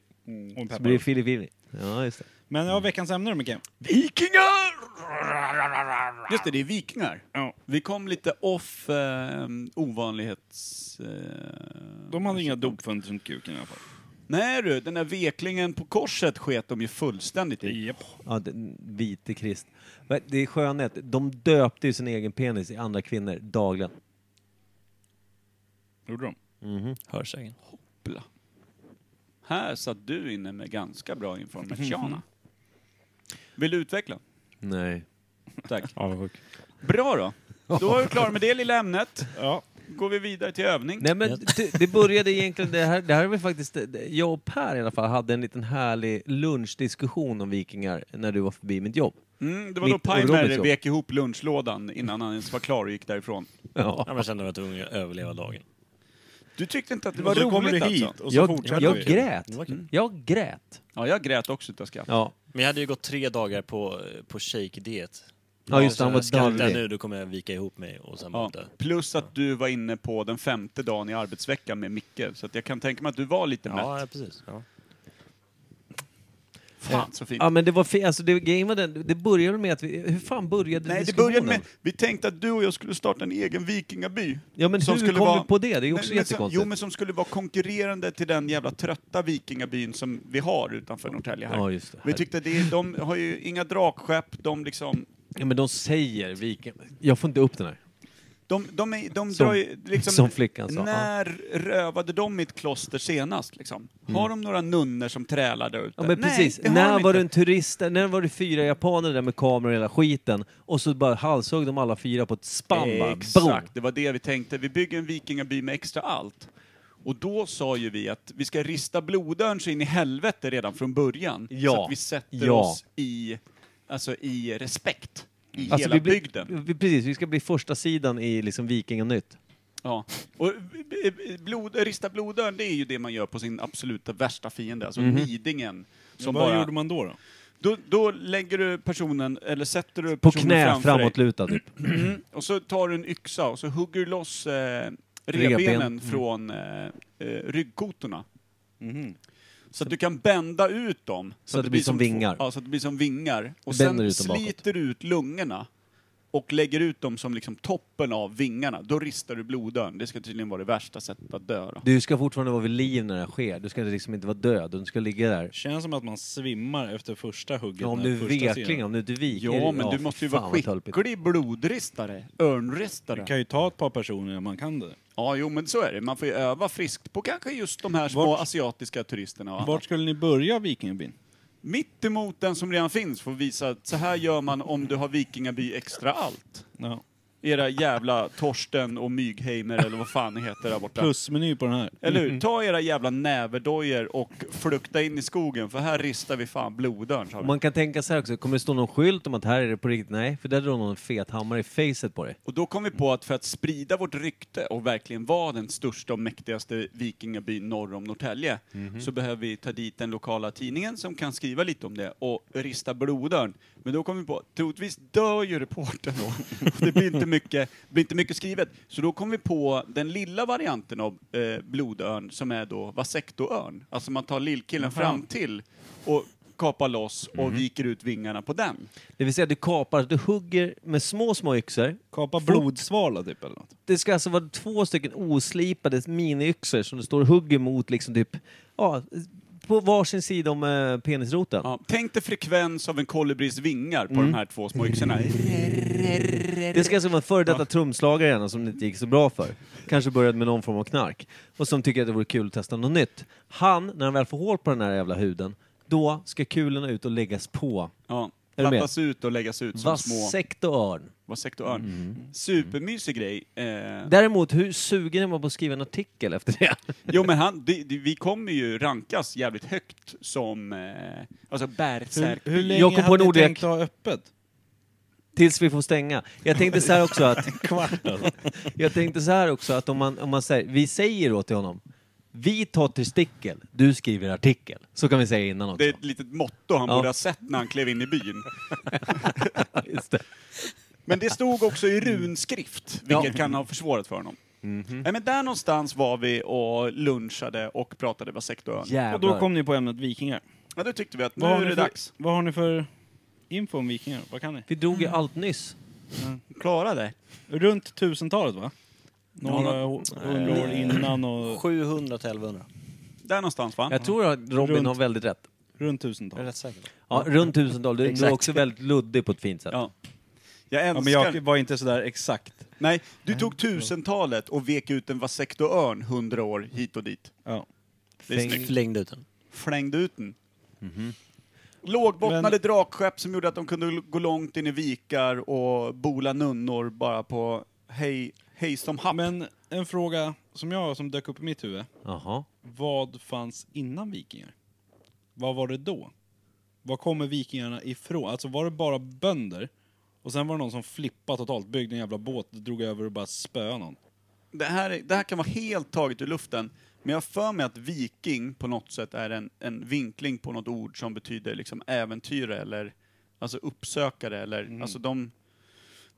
S1: Och
S4: Så blir
S1: peppar.
S4: det fili fili. Ja, just det.
S1: Men ja, veckans ämne då Micke.
S3: Just det, det är vikingar.
S1: Ja.
S3: Vi kom lite off eh, ovanlighets... Eh,
S1: De hade inga dopfunt runt kuken i alla fall.
S3: Nej du, den där veklingen på korset sket de ju fullständigt i.
S1: Japp.
S4: Ja, den vite krist. Men Det är skönhet. De döpte ju sin egen penis i andra kvinnor dagligen.
S1: Gjorde de?
S8: Hörsägen.
S3: Bla. Här satt du inne med ganska bra information. Vill du utveckla?
S4: Nej.
S3: Tack. Bra då. Då var vi klara med det lilla ämnet.
S1: Ja.
S3: går vi vidare till övning.
S4: Nej, men det, det började egentligen, det här, det här är väl faktiskt, jag och Per i alla fall hade en liten härlig lunchdiskussion om vikingar när du var förbi mitt jobb.
S3: Mm, det var då
S4: Mitt och Roberts
S3: Pimer
S4: jobb.
S3: vek ihop lunchlådan innan han ens var klar och gick därifrån.
S4: Ja.
S8: Ja, men kände mig tvungen att
S4: Mm.
S8: överleva dagen.
S3: Du tyckte inte att det
S1: Och
S3: var
S1: så kommer
S3: roligt
S1: du hit
S3: alltså?
S1: och så
S4: Jag,
S1: fortsätter
S4: jag
S1: vi.
S4: grät. Mm.
S8: Det var kul.
S4: Jag grät.
S3: Ja, jag grät också utav skratt.
S4: Ja.
S8: Men jag hade ju gått tre dagar på, på shake-diet.
S4: Ja, just det,
S8: Så
S4: han var
S8: skrattar jag
S4: darrig.
S8: nu, då kommer jag vika ihop mig och sen
S3: Ja.
S8: bara dö.
S3: Plus att du var inne på den femte dagen i arbetsveckan med Micke, så att jag kan tänka mig att du var lite
S8: Ja,
S3: mätt.
S8: ja, precis. Ja.
S3: Fan så fint.
S4: Ja men det var fe- alltså det, grejen var den, det började med att vi, hur fan började
S3: Nej, det
S4: diskussionen?
S3: började med... Vi tänkte att du och jag skulle starta en egen vikingaby.
S4: Ja men
S3: som
S4: hur
S3: skulle
S4: kom
S3: vara-
S4: vi på det? Det är också
S3: men, som,
S4: jättekonstigt.
S3: jo, men som skulle vara konkurrerande till den jävla trötta vikingabyn som vi har utanför Norrtälje här.
S4: Ja, just det.
S3: Vi tyckte det, är- de har ju inga drakskepp, de liksom...
S4: Ja men de säger viken. Jag får inte upp den här.
S3: De, de, är, de
S4: Som-
S3: drar ju liksom...
S4: som flickan sa, ja.
S3: När rövade de mitt kloster senast liksom? Har de några nunnor som trälar där ute?
S4: Mm. Ja men precis.
S3: Nej, det har
S4: när
S3: de
S4: var
S3: inte.
S4: du en turist, när var det fyra japaner där med kameror och hela skiten och så bara halshögg de alla fyra på ett spann bara. Boom.
S3: Exakt, det var det vi tänkte. Vi bygger en vikingaby med extra allt. Och då sa ju vi att vi ska rista blodörn så in i helvete redan från början.
S4: Ja.
S3: Så att vi sätter
S4: Ja.
S3: oss i, alltså, i respekt i
S4: Alltså,
S3: hela
S4: vi blir-
S3: bygden.
S4: Vi, precis, vi ska bli första sidan i liksom Vikinganytt.
S3: Ja. Och b- b- blod, eh, rista blodörn, det är ju det man gör på sin absoluta värsta fiende, alltså
S4: Mhm.
S3: nidingen. Som
S1: Som Vad
S3: bara,
S1: gjorde man då? då?
S3: då, då lägger du personen, eller sätter du
S4: På
S3: personen
S4: knä
S3: framför dig.
S4: framåtlutad typ.
S3: Mm. Och så tar du en yxa och så hugger du loss eh, revbenen
S4: Revben. Mm.
S3: från eh, eh, ryggkotorna. Så att du kan bända ut dem.
S4: Mhm. Så att det blir som vingar.
S3: Ja, så att det blir som vingar. Och
S4: Du bänder
S3: sen
S4: ut dem bakåt.
S3: sliter du ut lungorna och lägger ut dem som liksom toppen av vingarna. Då ristar du blodörn. Det ska tydligen vara det värsta sättet att dö. Då.
S4: Du ska fortfarande vara vid liv när det här sker. Du ska liksom inte vara död. Du ska ligga där.
S1: Känns som att man svimmar efter första hugget.
S4: Ja, om
S1: den
S4: du
S1: första
S4: vekling,
S1: sidan.
S4: om du inte viker.
S3: Ja, men du
S4: fy
S3: måste ju
S4: fan,
S3: vara
S4: vad tölpigt.
S3: skicklig blodristare,
S1: Du
S3: örnristare.
S1: kan ju ta ett par personer om man kan det.
S3: Ja, jo, men så är det. Man får ju öva friskt på kanske just de här små
S1: Vart-
S3: asiatiska turisterna. och annat.
S1: Vart skulle ni börja vikingabyn?
S3: Mitt emot den som redan finns får visa att så här gör man om du har Vikingaby extra allt.
S1: Ja.
S3: Era jävla Torsten och Mygheimer eller vad fan ni heter där borta.
S1: Plusmeny på den här.
S3: Eller hur? Ta era jävla näverdojer och flukta in i skogen för här ristar vi fan blodörn. sa
S4: Och
S3: vi.
S4: Man kan tänka så här också, kommer det stå någon skylt om att här är det på riktigt? Nej, för där drar någon en fet hammare i facet på dig.
S3: Och då kom vi på att för att sprida vårt rykte och verkligen vara den största och mäktigaste vikingabyn norr om Norrtälje så behöver vi ta dit den lokala tidningen som kan skriva lite om det och rista blodörn. Men då kom vi på att troligtvis dör ju reportern då. Och det blir inte, mycket, blir inte mycket skrivet. Så då kom vi på den lilla varianten av eh, blodörn som är då vasektoörn. Alltså man tar lillkillen fram till och kapar loss och viker ut vingarna på den.
S4: Det vill säga, du kapar, du hugger med små, små yxor.
S1: Kapa blodsvala typ eller något.
S4: Det ska alltså vara två stycken oslipade miniyxor som du står och hugger mot liksom typ, ja, på varsin sida om eh, penisroten.
S3: Ja, tänk dig frekvens av en kolibris vingar på
S4: Mm.
S3: de här två små yxorna.
S4: Det ska alltså vara en före detta trumslagare gärna som det inte gick så bra för. Kanske började med någon form av knark. Och som tycker att det vore kul att testa något nytt. Han, när han väl får hål på den här jävla huden, då ska kulorna ut och läggas på.
S3: Ja.
S4: Är du med?
S3: Plattas ut och läggas ut som små
S4: Vasektorn.
S3: vasektorn.
S4: Mm.
S3: Supermysig grej. Eh,
S4: Däremot, hur sugen är man på att skriva en artikel efter det?
S3: jo men han, det- det- vi kommer ju rankas jävligt högt som eh, alltså
S1: Hur,
S3: bärsärk.
S1: hur länge
S4: Jag kom på
S1: hade
S4: en
S1: ni
S4: ordlek.
S1: tänkt ha öppet?
S4: Tills vi får stänga. Jag tänkte så här också att... jag tänkte så här också att om man, om man säger, vi säger då till honom, vi tar testikel, du skriver artikel. Så kan vi säga innan också.
S3: Det är ett litet motto han
S4: Ja.
S3: borde ha sett när han klev in i byn.
S4: <laughs> Just det.
S3: Men det stod också i runskrift, vilket kan ha försvårat för honom.
S4: Mhm.
S3: Nej, men där någonstans var vi och lunchade och pratade vasektorn.
S4: Jävlar.
S1: Och då kom ni på ämnet vikingar.
S3: Ja, då tyckte vi att nu
S1: Vad har,
S3: är det
S1: ni för,
S3: dags.
S1: vad har ni för info om vikingar? Vad kan ni?
S4: Vi drog ju allt nyss.
S3: Klara det.
S1: Runt 1000-talet va? Några hundra år innan och
S8: 700 till 1100.
S3: Där någonstans va?
S4: Jag tror att Robin
S1: Runt-
S4: har väldigt rätt.
S1: runt
S8: Jag är
S1: 1000-talet.
S8: rätt säker på det.
S4: Ja, runt tusental. Du, du är
S8: Exakt.
S4: också väldigt luddig på ett fint sätt.
S3: Ja. Jag
S1: Ja,
S3: älskar...
S1: men jag var inte sådär exakt.
S3: Nej, du tog tusentalet och vek ut en vasektorn hundra år hit och dit.
S1: Ja.
S3: Det är
S4: Fäng-
S3: snyggt.
S8: Flängde ut den.
S3: Flängde ut den. Lågbottnade
S1: Men-
S3: drakskepp som gjorde att de kunde gå långt in i vikar och bola nunnor bara på hej, hej som happ.
S1: Men en fråga som jag har som dök upp i mitt huvud.
S4: Jaha.
S1: Vad fanns innan vikingar? Vad var det då? Var kommer vikingarna ifrån? Alltså var det bara bönder? Och sen var det någon som flippade totalt, byggde en jävla båt, drog över och bara spöade någon.
S3: Det här, det här kan vara helt taget ur luften, men jag har för mig att viking på något sätt är en, en vinkling på något ord som betyder liksom äventyrare eller alltså uppsökare eller
S8: Mm.
S3: alltså de...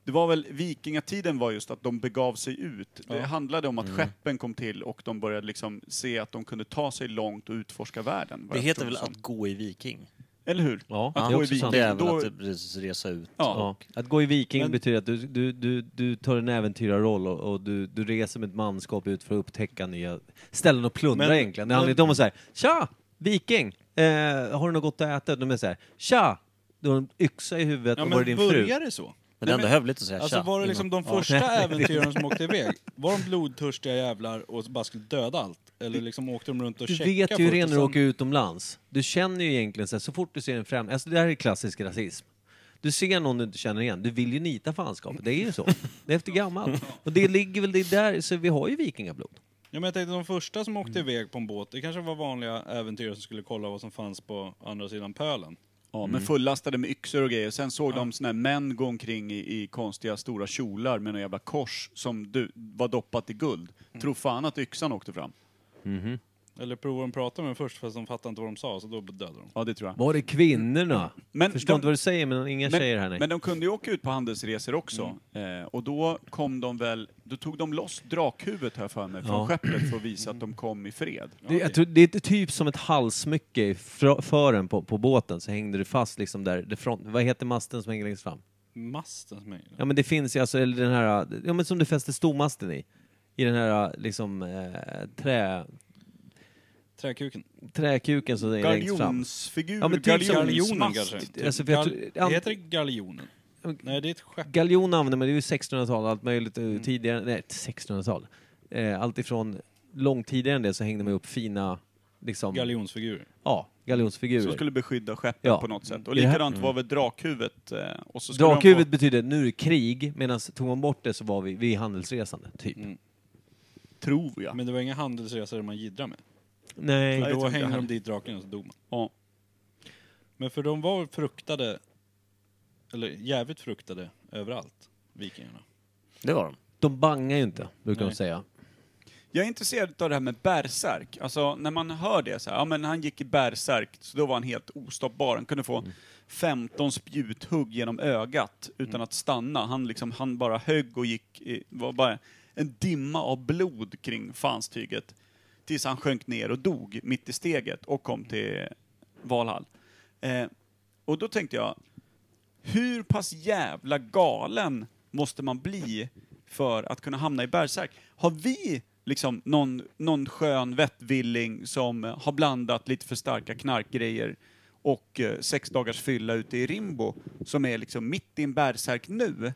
S3: Det var väl, vikingatiden var just att de begav sig ut. Det handlade om att skeppen kom till och de började liksom se att de kunde ta sig långt och utforska världen. vad
S8: Det
S3: jag
S8: heter
S3: förstod
S8: väl
S3: som.
S8: att gå i viking?
S3: Eller hur?
S4: Ja,
S3: att
S4: det är
S3: gå i
S4: också sant.
S3: viking.
S8: Det är väl
S3: Då,
S8: att precis resa ut.
S3: ja,
S4: Ja. Att gå i viking
S1: Men-
S4: betyder att du, du, du, du tar en äventyrarroll och, och du, du reser med ett manskap ut för att upptäcka nya ställen och plundra
S1: Men-
S4: egentligen. Det handlar inte om att säga tja, viking, eh, har du något gott att äta? De är såhär tja, du har en yxa i huvudet
S1: Ja
S4: och var är
S1: men
S4: din fru?
S1: började det så?
S8: Men det är ändå hövligt att säga
S1: Alltså
S8: tja.
S1: var det liksom
S8: innan.
S1: de
S4: <laughs>
S1: första äventyrarna som åkte iväg? Var de blodtörstiga jävlar och bara skulle döda allt? Eller liksom åkte de runt och
S4: Du
S1: checkade
S4: vet ju
S1: först
S4: redan
S1: och
S4: när du
S1: sen-
S4: åker utomlands. Du känner ju egentligen så, här, så fort du ser en främling, alltså det här är klassisk rasism. Du ser någon du inte känner igen, du vill ju nita fanskapet. Det är ju så. Det är efter gammalt. Och det ligger väl det där, så vi har ju vikingablod.
S1: Ja, men jag tänkte de första som åkte
S4: Mm.
S1: iväg på en båt, det kanske var vanliga äventyrare som skulle kolla vad som fanns på andra sidan pölen.
S3: ja, men fullastade med yxor och grejer. Sen såg de såna här män gå omkring i, i konstiga stora kjolar med några jävla kors som du, var doppat i guld. Tro fan att yxan åkte fram.
S1: Eller provade de prata med dem först fast de fattade inte vad de sa, så då dödade de.
S3: Ja, det tror jag.
S4: Var är kvinnorna?
S3: Men
S4: Förstår
S3: de-
S4: inte vad du säger, men inga tjejer här nej.
S3: men de kunde ju åka ut på handelsresor också. Eh, och då kom de väl, då tog de loss drakhuvudet här för mig från
S4: Ja.
S3: skeppet för att visa att de kom i fred.
S4: det, jag tror, det är typ som ett halsmycke i fra- fören på, på båten, så hängde det fast liksom där, det front, vad heter masten som hänger längst fram?
S1: Masten som hängde.
S4: Ja men det finns ju alltså, eller den här, ja men som du fäster stormasten i. I den här liksom eh, trä,
S1: Träkuken.
S4: träkuken som är längst fram.
S3: Galjonsfigur,
S4: Ja, men typ som-
S1: Galjonen
S3: galjonsmast.
S1: kanske?
S4: Typ. Alltså, för jag
S1: Gal-
S4: tror- an-
S1: Heter det galjonen?
S4: Mm.
S1: Nej, det är ett skepp.
S4: Galjon använde man, det är ju 1600-tal, allt möjligt eh,
S3: Mm.
S4: tidigare, nej 1600-tal. Eh, allt ifrån långt tidigare än det så hängde man ju upp fina, liksom,
S1: Galjonsfigurer.
S4: ja, galjonsfigurer.
S3: Som skulle beskydda skeppet
S4: Ja. Mm.
S3: på något sätt. Och
S4: Det här-
S3: likadant var väl drakhuvudet. eh, Och så skulle de
S4: Drakhuvudet betyder nu är det krig, medan tog man bort det så var vi, vi är handelsresande, typ.
S3: Få, tror jag.
S1: Men det var inga handelsresor man jiddrade med.
S4: Nej.
S1: För
S3: jag
S1: då
S3: tror inte
S1: hängde de
S3: heller.
S1: dit draken och så dog man.
S3: Ja.
S1: Men för de var fruktade, eller jävligt fruktade överallt, vikingarna.
S3: liksom-
S8: Det var de.
S4: De bangar ju inte, brukar de säga.
S3: Jag är intresserad av det här med bärsärk. Alltså när man hör det så här, ja men han gick i bärsärk, så då var han helt ostoppbar. Han kunde få 15 spjuthugg genom ögat utan att stanna. Han liksom, han bara högg och gick, i, var bara en dimma av blod kring fanstyget. Tills han sjönk ner och dog mitt i steget och kom till Valhall. Eh, och då tänkte jag, hur pass jävla galen måste man bli för att kunna hamna i bärsärk? Har vi liksom någon, någon skön vettvilling som eh, har blandat lite för starka knarkgrejer och eh, sex dagars fylla ute i Rimbo som är liksom mitt i en bärsärk nu?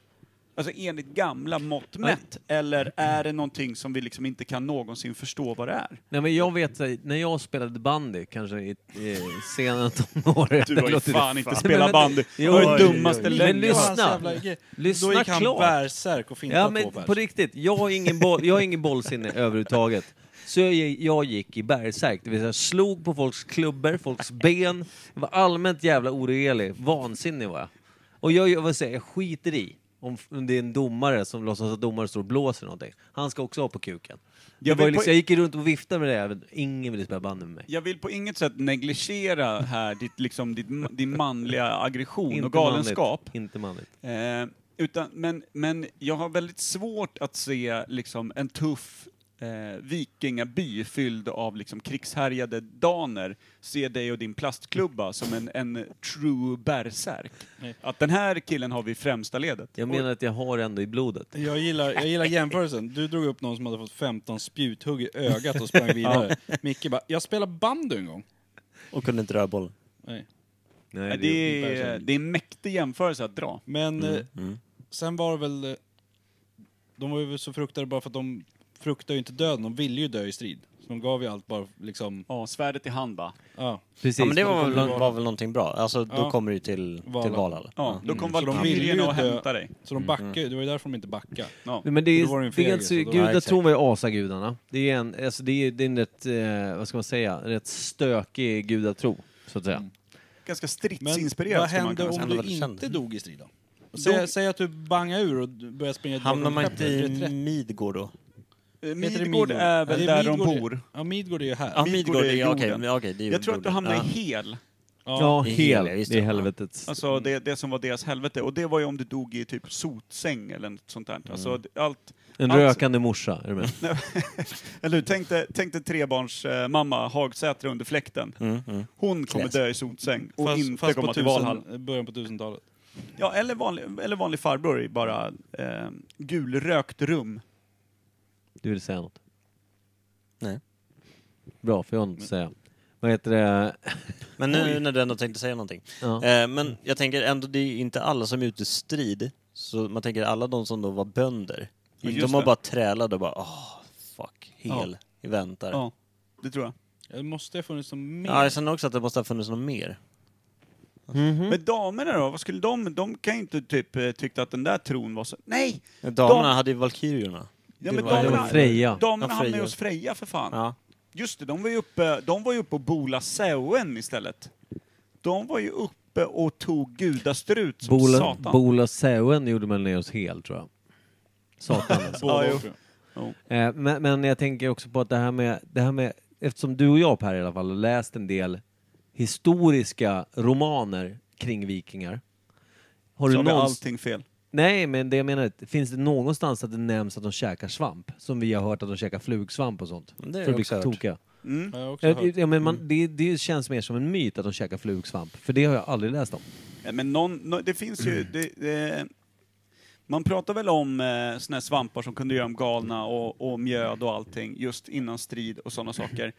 S3: Alltså enligt gamla mått mätt, eller är det någonting som vi liksom inte kan någonsin förstå vad det är?
S4: Nej men jag vet, eh, när jag spelade bandy, kanske i eh, sena tonåren.
S3: Du har ju
S4: låter-
S3: fan inte
S4: Men
S3: spelat
S4: vänta,
S3: bandy. Det
S4: jo,
S3: var
S4: jo,
S3: det dummaste
S4: jo. Men
S3: länge.
S4: lyssna. Lyssna
S1: Då gick han
S4: klart.
S1: bärsärk och fintade
S4: Ja
S1: två
S4: men
S1: pers.
S4: på riktigt, jag har ingen, boll, jag har ingen
S8: <laughs>
S4: bollsinne överhuvudtaget. Så jag, jag gick i bergsärk, det vill säga slog på folks klubbor, folks ben. Jag var allmänt jävla oregelig, vansinnig var jag. Och jag, jag, vill säga, jag skiter i om f- om det är en domare som låtsas att domaren står och blåser någonting. Han ska också ha på kuken. Jag,
S3: Jag
S4: var ju
S3: vill på-
S4: liksom, jag gick ju runt och viftade med det, även- ingen ville spela bandy med mig.
S3: Jag vill på inget sätt negligera här ditt, liksom, ditt, din manliga aggression
S4: Inte
S3: och galenskap.
S4: Manligt. Inte manligt.
S3: Eh, utan, men, men jag har väldigt svårt att se liksom, en tuff eh, vikingaby fylld av liksom, krigshärjade daner se dig och din plastklubba som en, en true bärsärk. Att den här killen har vi i främsta ledet.
S4: Jag menar att jag har det ändå i blodet.
S1: Jag gillar, jag gillar jämförelsen. Du drog upp någon som hade fått 15 spjuthugg i ögat och
S4: <laughs>
S1: sprang vidare. Micke bara, jag spelade bandy en gång.
S8: Och kunde inte röra bollen.
S1: Nej.
S4: Nej,
S3: Och eh,
S4: det är...
S3: det, är, det är en mäktig jämförelse att dra.
S4: Mm,
S1: Men eh, sen var det väl... eh, De var ju så fruktade bara för att de fruktar ju inte döden, de ville ju dö i strid. Så de gav ju allt bara liksom...
S3: Ja, svärdet i hand va?
S1: Ja.
S4: Precis.
S8: Ja, men det var,
S1: kommer
S8: väl-
S1: till
S8: var väl någonting bra. Alltså, då
S1: Ja.
S8: kommer du till Valhall. Till
S1: Valhall.
S8: Valhall.
S3: Ja, då kom
S1: Mm. Så de ville
S3: Valkyrierna
S1: ju
S3: och
S1: dö.
S3: hämtade dig.
S1: Så de backade ju, det var ju därför de inte backade.
S3: Ja.
S4: Men det
S1: Då var det en
S4: är,
S1: fegis,
S4: dels,
S1: och då-
S8: Ja, exakt.
S4: gudatron var ju asagudarna. Det är en, alltså det är, det är en rätt, eh, vad ska man säga, en rätt stökig gudatro, så att säga.
S3: Ganska
S1: Men
S3: stridsinspirerat
S1: vad
S3: skulle man
S1: hände
S3: kunna
S1: om
S3: säga.
S8: Ändå
S1: du
S8: väldigt
S1: inte
S8: känd.
S1: dog i strid då? Säg, säg att du bangar ur och d- börjar springa tillbaka
S8: Hamnar man
S1: mot
S8: inte
S1: skeppet.
S8: i
S1: Heter
S8: Midgård då?
S3: Eh,
S1: det
S3: Midgård är väl
S1: Ja, det
S3: där de
S1: Midgård-
S3: bor.
S1: Ja, Midgård är ju här.
S8: Ja,
S3: Midgård
S8: Midgård
S3: är
S8: är... Okej,
S3: jorden.
S8: men okej. det är ju
S3: Jag tror att du
S8: jorden.
S3: hamnade
S8: Ja.
S3: i hel.
S4: Ja,
S8: i
S4: hel.
S8: hel, just
S4: Det är
S8: det.
S4: helvetet.
S3: Alltså det, det som var deras helvete. Och det var ju om du dog i typ sotsäng eller något sånt där. Alltså, det- allt,
S4: En
S3: allt-
S4: rökande morsa, är du med?
S3: Eller hur? Tänk dig, tänk dig trebarns eh, mamma Hagsätra under fläkten. Hon kommer
S8: Classic.
S3: dö i sotsäng och
S1: fast
S3: inte
S1: fast på
S3: komma till
S1: tusen, eh,
S3: Valhall.
S1: början på 1000-talet.
S3: Ja, eller vanlig, eller vanlig farbror i bara eh, gulrökt rum.
S4: Du vill säga något?
S8: Nej.
S4: Bra, för jag har något att säga. Vad heter det?
S8: Men nu när du ändå tänkte säga någonting.
S4: Ja.
S8: Eh, men jag tänker ändå, det är ju inte alla som är ute i strid. Så man tänker alla de som då var bönder.
S3: Ja, just
S8: de har
S3: det.
S8: bara trälat och bara åh, fuck, hel. Vi väntar. Ja.
S3: Ja, det tror jag.
S1: Det måste ha funnits som mer.
S8: jag känner också att det måste ha funnits något mer.
S3: Men damerna då? Vad skulle de... De kan ju inte typ eh, tycka att den där tron var så... Nej!
S8: Damerna
S3: Dam-
S8: hade ju Valkyrierna.
S3: Ja, men
S8: var- det
S3: damerna,
S8: var
S4: Freja.
S3: damerna
S8: Ja,
S3: hamnade ju
S8: Freja.
S3: hos Freja för fan.
S8: Ja.
S3: Just det, de var ju uppe, de var ju uppe och bola säuen istället. De var ju uppe och tog gudastrut som
S4: Bola,
S3: satan.
S4: Bola Säuen gjorde man ner hos hel, tror jag. Satan alltså.
S1: Båda
S3: <laughs> Ja, jo.
S1: och tre.
S4: Eh, men, men jag tänker också på att det här med, det här med eftersom du och jag Per i alla fall har läst en del historiska romaner kring vikingar. Har
S3: Så
S4: du
S3: har vi
S4: någonstans-
S3: allting fel.
S4: Nej, men det jag menar är att finns det någonstans att det nämns att de käkar svamp? Som vi har hört att de käkar flugsvamp och sånt.
S8: Det har jag
S4: för att bli
S8: också hört.
S4: tokiga.
S1: Ja, jag har också
S4: Ja,
S1: hört.
S4: ja, men man, det, det känns mer som en myt att de käkar flugsvamp, för det har jag aldrig läst om.
S3: Ja, Eh, Men någon, nå- det finns ju... Det, det, man pratar väl om eh, såna här svampar som kunde göra dem galna och, och mjöd och allting just innan strid och sådana saker.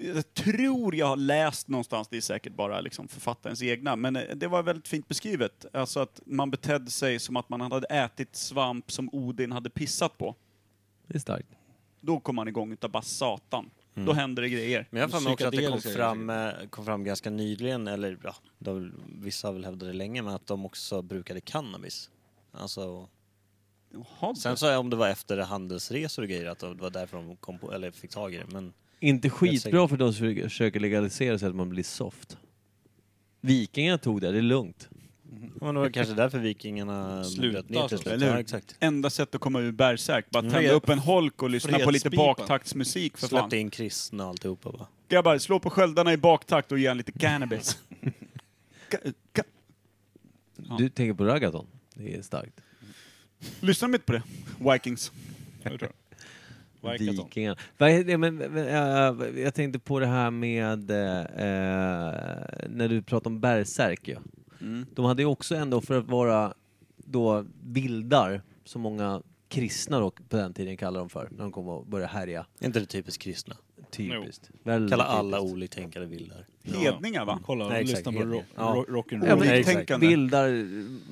S3: Jag tror jag har läst någonstans, det är säkert bara liksom författarens egna, men eh, det var väldigt fint beskrivet. Alltså att man betedde sig som att man hade ätit svamp som Odin hade pissat på.
S4: Det är starkt.
S3: Då kom man igång utav bara satan. Då händer det grejer.
S8: Men jag har för mig också att det kom
S1: Psykedeliska
S8: fram, eh, kom fram ganska nyligen, eller ja, det har väl, vissa har väl hävdat det länge, men att de också brukade cannabis. Alltså,
S3: Jaha,
S8: sen så är- om det var efter handelsresor och grejer, att det var därför de kom på, eller fick tag i det. Men
S4: Inte
S8: säker.
S4: skitbra för de som försöker legalisera sig att man blir soft. Vikingarna tog det, det är lugnt.
S8: Ja, Men det var kanske därför vikingarna
S1: Sluta,
S8: bröt ner till
S1: alltså.
S8: slut.
S3: Eller hur?
S8: Ja, exakt.
S3: enda sätt att komma ur bärsärk, bara tända
S1: Fred-
S3: upp en holk och lyssna på lite
S1: fredspipa.
S3: baktaktsmusik för fan.
S8: Släppte in kristna och alltihopa bara.
S3: Grabbar, slå på sköldarna i baktakt och ge en lite cannabis. Ka- ka- Ja.
S4: Du tänker på ragaton? Det är starkt.
S3: Lyssna mitt på det, Vikings.
S1: Jag tror det. Vikaton.
S4: Vikingarna. Vad är det- Men, men, äh, jag tänkte på det här med eh, när du pratade om bärsärk. Ja.
S8: Mm.
S4: De hade ju också ändå, för att vara då vildar, som många kristna då på den tiden kallade dem för, när de kom och började härja.
S8: Är inte det typiskt kristna?
S4: Typiskt. Väldigt
S8: Kalla alla
S4: typiskt.
S8: oliktänkande vildar.
S3: Hedningar va?
S1: Kolla,
S8: Nej, exakt,
S1: lyssna på ro-
S8: helt- ja.
S1: ro- rock'n'roll.
S4: Ja, men
S8: Nej, exakt.
S3: Oliktänkande.
S4: Vildar,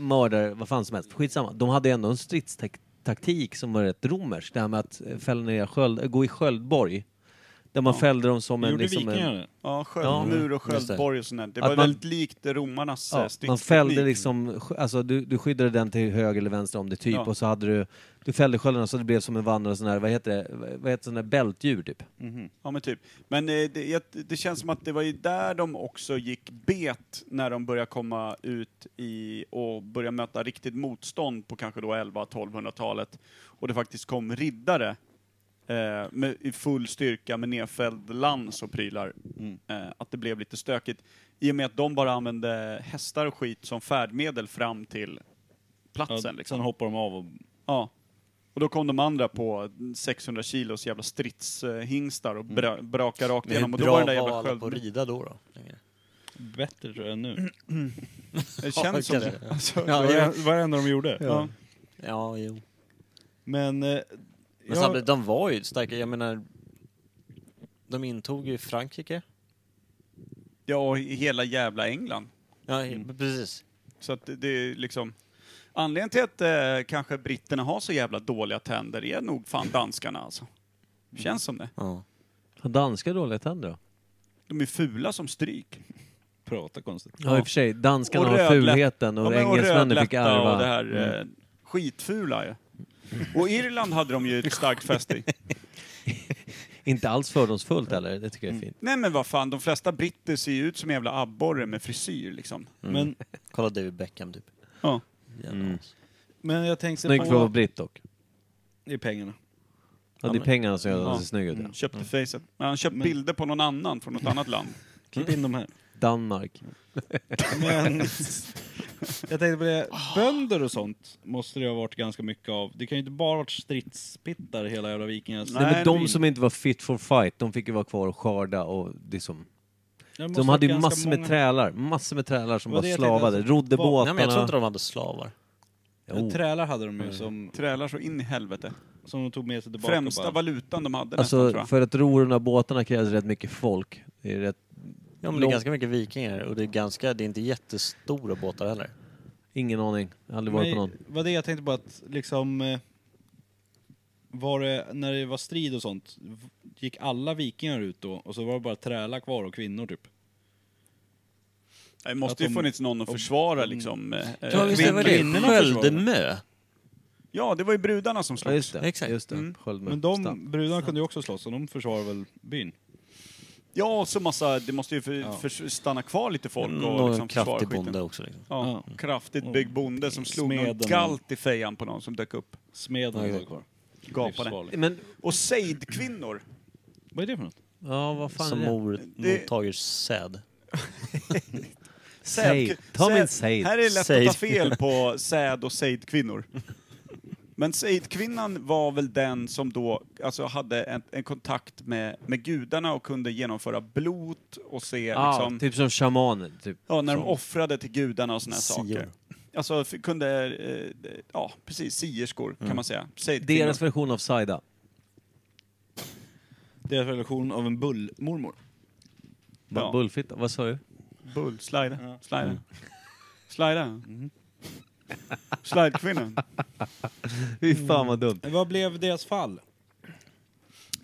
S4: mördare, vad fan som helst. Skitsamma. De hade ändå en stridstaktik som var rätt romersk. Det här med att eh, fälla ner sköld, gå i sköldborg. Där man fällde dem som en...
S1: Gjorde
S4: liksom en-
S1: vikingarna det?
S3: Ja, sköldmur och
S8: Ja, just det.
S3: sköldborg och sånt där. Det
S4: Att
S3: var
S4: man-
S3: väldigt likt romarnas eh,
S4: Ja,
S3: ja,
S4: man fällde liksom, sk- alltså du, du skyddade den till höger eller vänster om det typ
S3: Ja.
S4: och så hade du, du fällde skölden så det blev som en vandrare sån här, vad heter det, vad heter sån där bältdjur typ?
S3: Ja men typ. Men eh, det, jag- det känns som att det var ju där de också gick bet när de började komma ut i och började möta riktigt motstånd på kanske då 11-1200-talet. Och det faktiskt kom riddare eh, med, i full styrka med nedfälld lans och prylar. Eh, att det blev lite stökigt. I och med att de bara använde hästar och skit som färdmedel fram till
S1: Ja,
S3: platsen.
S1: sen,
S3: liksom.
S1: hoppar de av och...
S3: Ja. Och då kom de andra på 600 kilos jävla stridshingstar och bra, brakade rakt
S8: Men hur
S3: igenom. Och då
S8: Mm. bra
S3: var den
S8: var
S3: där jävla
S8: alla på att
S3: skölden...
S8: rida då? då? längre?
S1: Bättre tror jag än nu.
S3: <laughs> Det känns som
S8: kanske.
S3: det. Alltså,
S8: Ja,
S1: Vad
S8: ja.
S1: är- Vad är det enda de gjorde?
S3: ja.
S8: Ja, jo.
S1: Men... Eh,
S8: Men
S1: jag-
S8: samtidigt, de var ju starka. Jag menar, de intog ju Frankrike.
S3: ja, och i hela jävla England.
S8: Ja, precis.
S3: Så att det, det är liksom... Anledningen till att eh, kanske britterna har så jävla dåliga tänder är nog fan danskarna alltså. Känns som det.
S8: Ja.
S4: Har
S3: Mm.
S4: danskar dåliga tänder då?
S3: De är fula som stryk.
S1: Prata konstigt.
S4: Ja, i och för sig. Danskarna
S3: Och
S4: har
S3: rödlätt-
S4: fulheten och
S3: Ja, men
S4: engelsmännen fick
S3: rödlätta
S4: ärva. Mm.
S3: Och det här eh, skitfula ju. Och Irland hade de ju ett starkt fäste i.
S4: Inte alls fördomsfullt heller, det tycker jag är fint.
S3: Nej men vad fan, de flesta britter ser ju ut som jävla abborre med frisyr liksom.
S4: Mm.
S1: Men,
S8: Kolla David Beckham typ.
S3: Ja.
S8: Mm.
S1: men jag tänkte
S4: Snygg Mm. för att vara
S1: på...
S4: britt dock.
S1: Det är pengarna.
S4: Ja, det är pengarna som gör att han ser snygg ut. ja.
S3: Köpte facet. Men han köpte bilder på någon annan från något annat land.
S1: Klipp in de här.
S4: Danmark.
S1: Men <laughs> jag tänkte på det, bönder och sånt måste det ha varit ganska mycket av. Det kan ju inte bara varit stridspittar hela jävla vikingas.
S3: Nej,
S4: Nej, men
S3: det är-
S4: de som inte var fit for fight, de fick ju vara kvar och skörda och liksom...
S1: Det måste
S4: De
S1: varit
S4: hade ju
S1: ganska
S4: massor med
S1: många-
S4: trälar, massor med trälar som
S1: Vad
S4: var
S1: det jag tänkte,
S4: slavade,
S1: alltså,
S4: rodde
S1: vad-
S8: Nej, men jag tror inte
S4: båtarna.
S8: de hade slavar.
S4: Jo.
S1: Trälar hade de
S4: Mm.
S1: ju som,
S3: Trälar så in i helvete.
S1: som de tog med sig tillbaka.
S3: Främsta
S1: bara.
S3: valutan de hade nästan tror
S4: Alltså,
S3: jag.
S4: för att ro de här båtarna krävs rätt mycket folk. Det är rätt...
S8: Ja, men det är ganska mycket vikingar och det är, ganska, det är inte jättestora båtar heller.
S4: Ingen aning, aldrig varit på
S1: Nej,
S4: någon. typ
S1: vad det jag tänkte på att liksom... eh, Var det, när det var strid och sånt, v- gick alla vikingar ut då och så var det bara trälar kvar och kvinnor typ?
S3: Det måste
S1: att
S3: ju
S1: de-
S3: funnits någon att försvara liksom. eh, eh,
S1: var det.
S3: kvinnorna försvarade.
S8: Sköldemö.
S3: Ja, det var ju brudarna som
S4: Ja,
S3: slogs.
S4: just det.
S8: Exakt.
S4: Just det.
S3: Mm.
S4: Sköld med
S1: Men de
S4: stav.
S1: brudarna kunde ju också slåss och de försvarade väl byn?
S3: Ja, och så massa, det måste ju för, för, stanna kvar lite folk och
S8: Någon
S3: liksom försvara
S8: kraftig
S3: skiten.
S8: bonde också. Liksom.
S3: Ja, kraftigt byggd bonde som slog någon
S1: Smeden.
S3: galt i fejan på någon som dök upp.
S1: Smeden var kvar.
S3: Gapade.
S1: Livsfarlig.
S4: Men,
S3: Och sejdkvinnor.
S1: Vad är det för något?
S4: ja vad fan
S8: Som
S4: är det?
S8: mor,
S3: Det-
S8: mottager säd.
S4: Sejd. Ta min sejd.
S3: Här är det lätt
S8: Sejd.
S3: att ta fel
S4: <laughs>
S3: på säd och sejdkvinnor. Men sejdkvinnan var väl den som då alltså, hade en, en kontakt med, med gudarna och kunde genomföra blot och se
S4: Ah,
S3: liksom...
S4: Typ som shamanen, typ.
S3: Ja, när de offrade till gudarna och såna här
S8: Sior.
S3: saker. Alltså f- kunde, eh, ja precis, sierskor kan man säga. Sejdkvinnor.
S4: Mm. Deras version av Saida.
S1: Deras relation av en bullmormor.
S3: Ja.
S4: Bullfitta, vad sa du? <laughs>
S3: Bull, slida,
S4: Mm.
S3: slida.
S4: <laughs>
S3: Slida. Slidekvinnan.
S4: Fy fan vad dumt.
S1: Vad blev deras fall?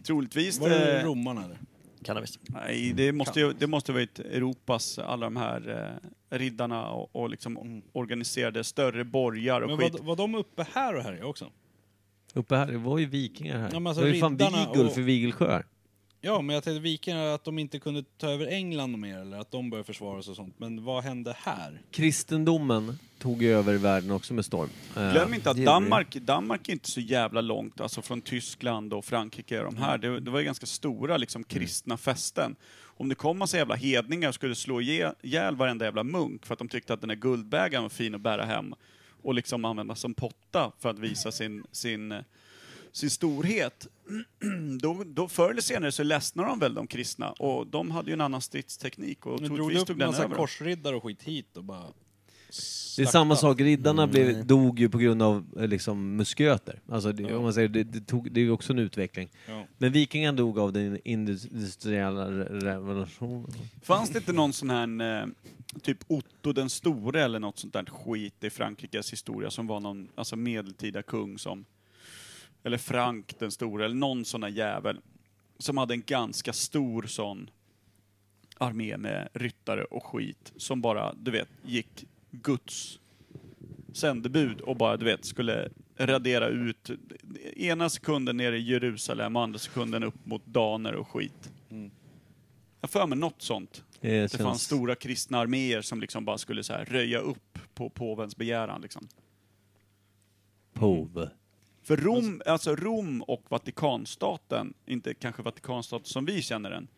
S3: Troligtvis eh,
S1: Var det
S3: det,
S1: romarna eller?
S8: Cannabis.
S3: nej, det måste ju, det måste varit Europas, alla de här eh, riddarna och, och liksom organiserade större borgar och
S1: Men
S3: skit.
S1: var, var de uppe här och här också?
S4: Uppe här, det var ju vikingar här.
S1: Ja, men alltså
S4: det var ju fan
S1: riddarna
S4: Vigel
S1: och-
S4: för Vigelsjö.
S1: Ja, men jag tänkte vikingarna, att de inte kunde ta över England mer eller att de började försvara sig och sånt. Men vad hände här?
S4: Kristendomen tog ju över världen också med storm. Eh,
S3: Glöm inte att
S4: det gjorde
S3: Danmark, Danmark är inte så jävla långt, alltså från Tyskland och Frankrike och de här. Det, det var ju ganska stora liksom,
S4: Mm.
S3: kristna fästen. Om det kom massa jävla hedningar och skulle slå ihjäl ihjäl varenda jävla munk för att de tyckte att den där guldbägaren var fin att bära hem och liksom använda som potta för att visa sin, sin, sin storhet. <clears throat> Då, då förr eller senare så ledsnade de väl de kristna och de hade ju en annan stridsteknik och
S1: Nu drog det
S3: troligtvis
S1: upp
S3: tog den
S1: massa
S3: över.
S1: korsriddare och skit hit och bara...
S4: Det är samma sak, riddarna blev, dog ju på grund av eh, liksom, musköter. Alltså, det, om man säger, det, det, tog, det är ju också en utveckling.
S1: Ja.
S4: Men vikingarna dog av den industriella re- revolutionen.
S3: Fanns det inte någon sån här, eh, typ Otto den store eller något sånt där skit i Frankrikes historia som var någon, alltså medeltida kung som, eller Frank den store, eller någon sån där jävel, som hade en ganska stor sån armé med ryttare och skit som bara, du vet, gick Guds sändebud och bara, du vet, skulle radera ut ena sekunden nere i Jerusalem och andra sekunden upp mot daner och skit. Jag får för mig något sånt.
S4: Eh,
S3: Det
S4: känns-
S3: fanns stora kristna arméer som liksom bara skulle så här röja upp på påvens begäran. Liksom.
S4: Pov.
S3: För Rom, alltså Rom och Vatikanstaten, inte kanske Vatikanstaten som vi känner den,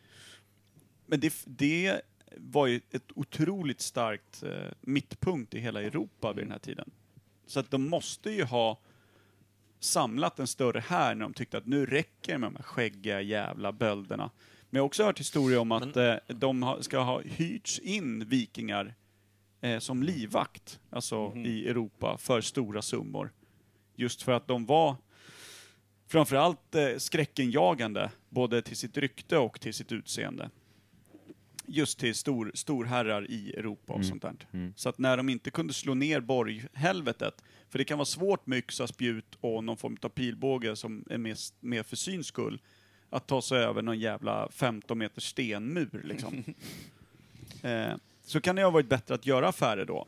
S3: men det, det var ju ett otroligt starkt eh, mittpunkt i hela Europa vid den här tiden. Så att de måste ju ha samlat en större här när de tyckte att nu räcker det med de här skäggiga jävla bölderna. Men jag har också hört historier om att eh, de ha, ska ha hyrts in vikingar eh, som livvakt, alltså i Europa, för stora summor. Just för att de var framförallt eh, skräckenjagande, både till sitt rykte och till sitt utseende. just till stor, storherrar i Europa och sånt där. Så att när de inte kunde slå ner borghelvetet, för det kan vara svårt med yxa, spjut och någon form av pilbåge som är mer, mer för syns skull, att ta sig över någon jävla 15 meter stenmur liksom. eh, så kan det ha varit bättre att göra affärer då.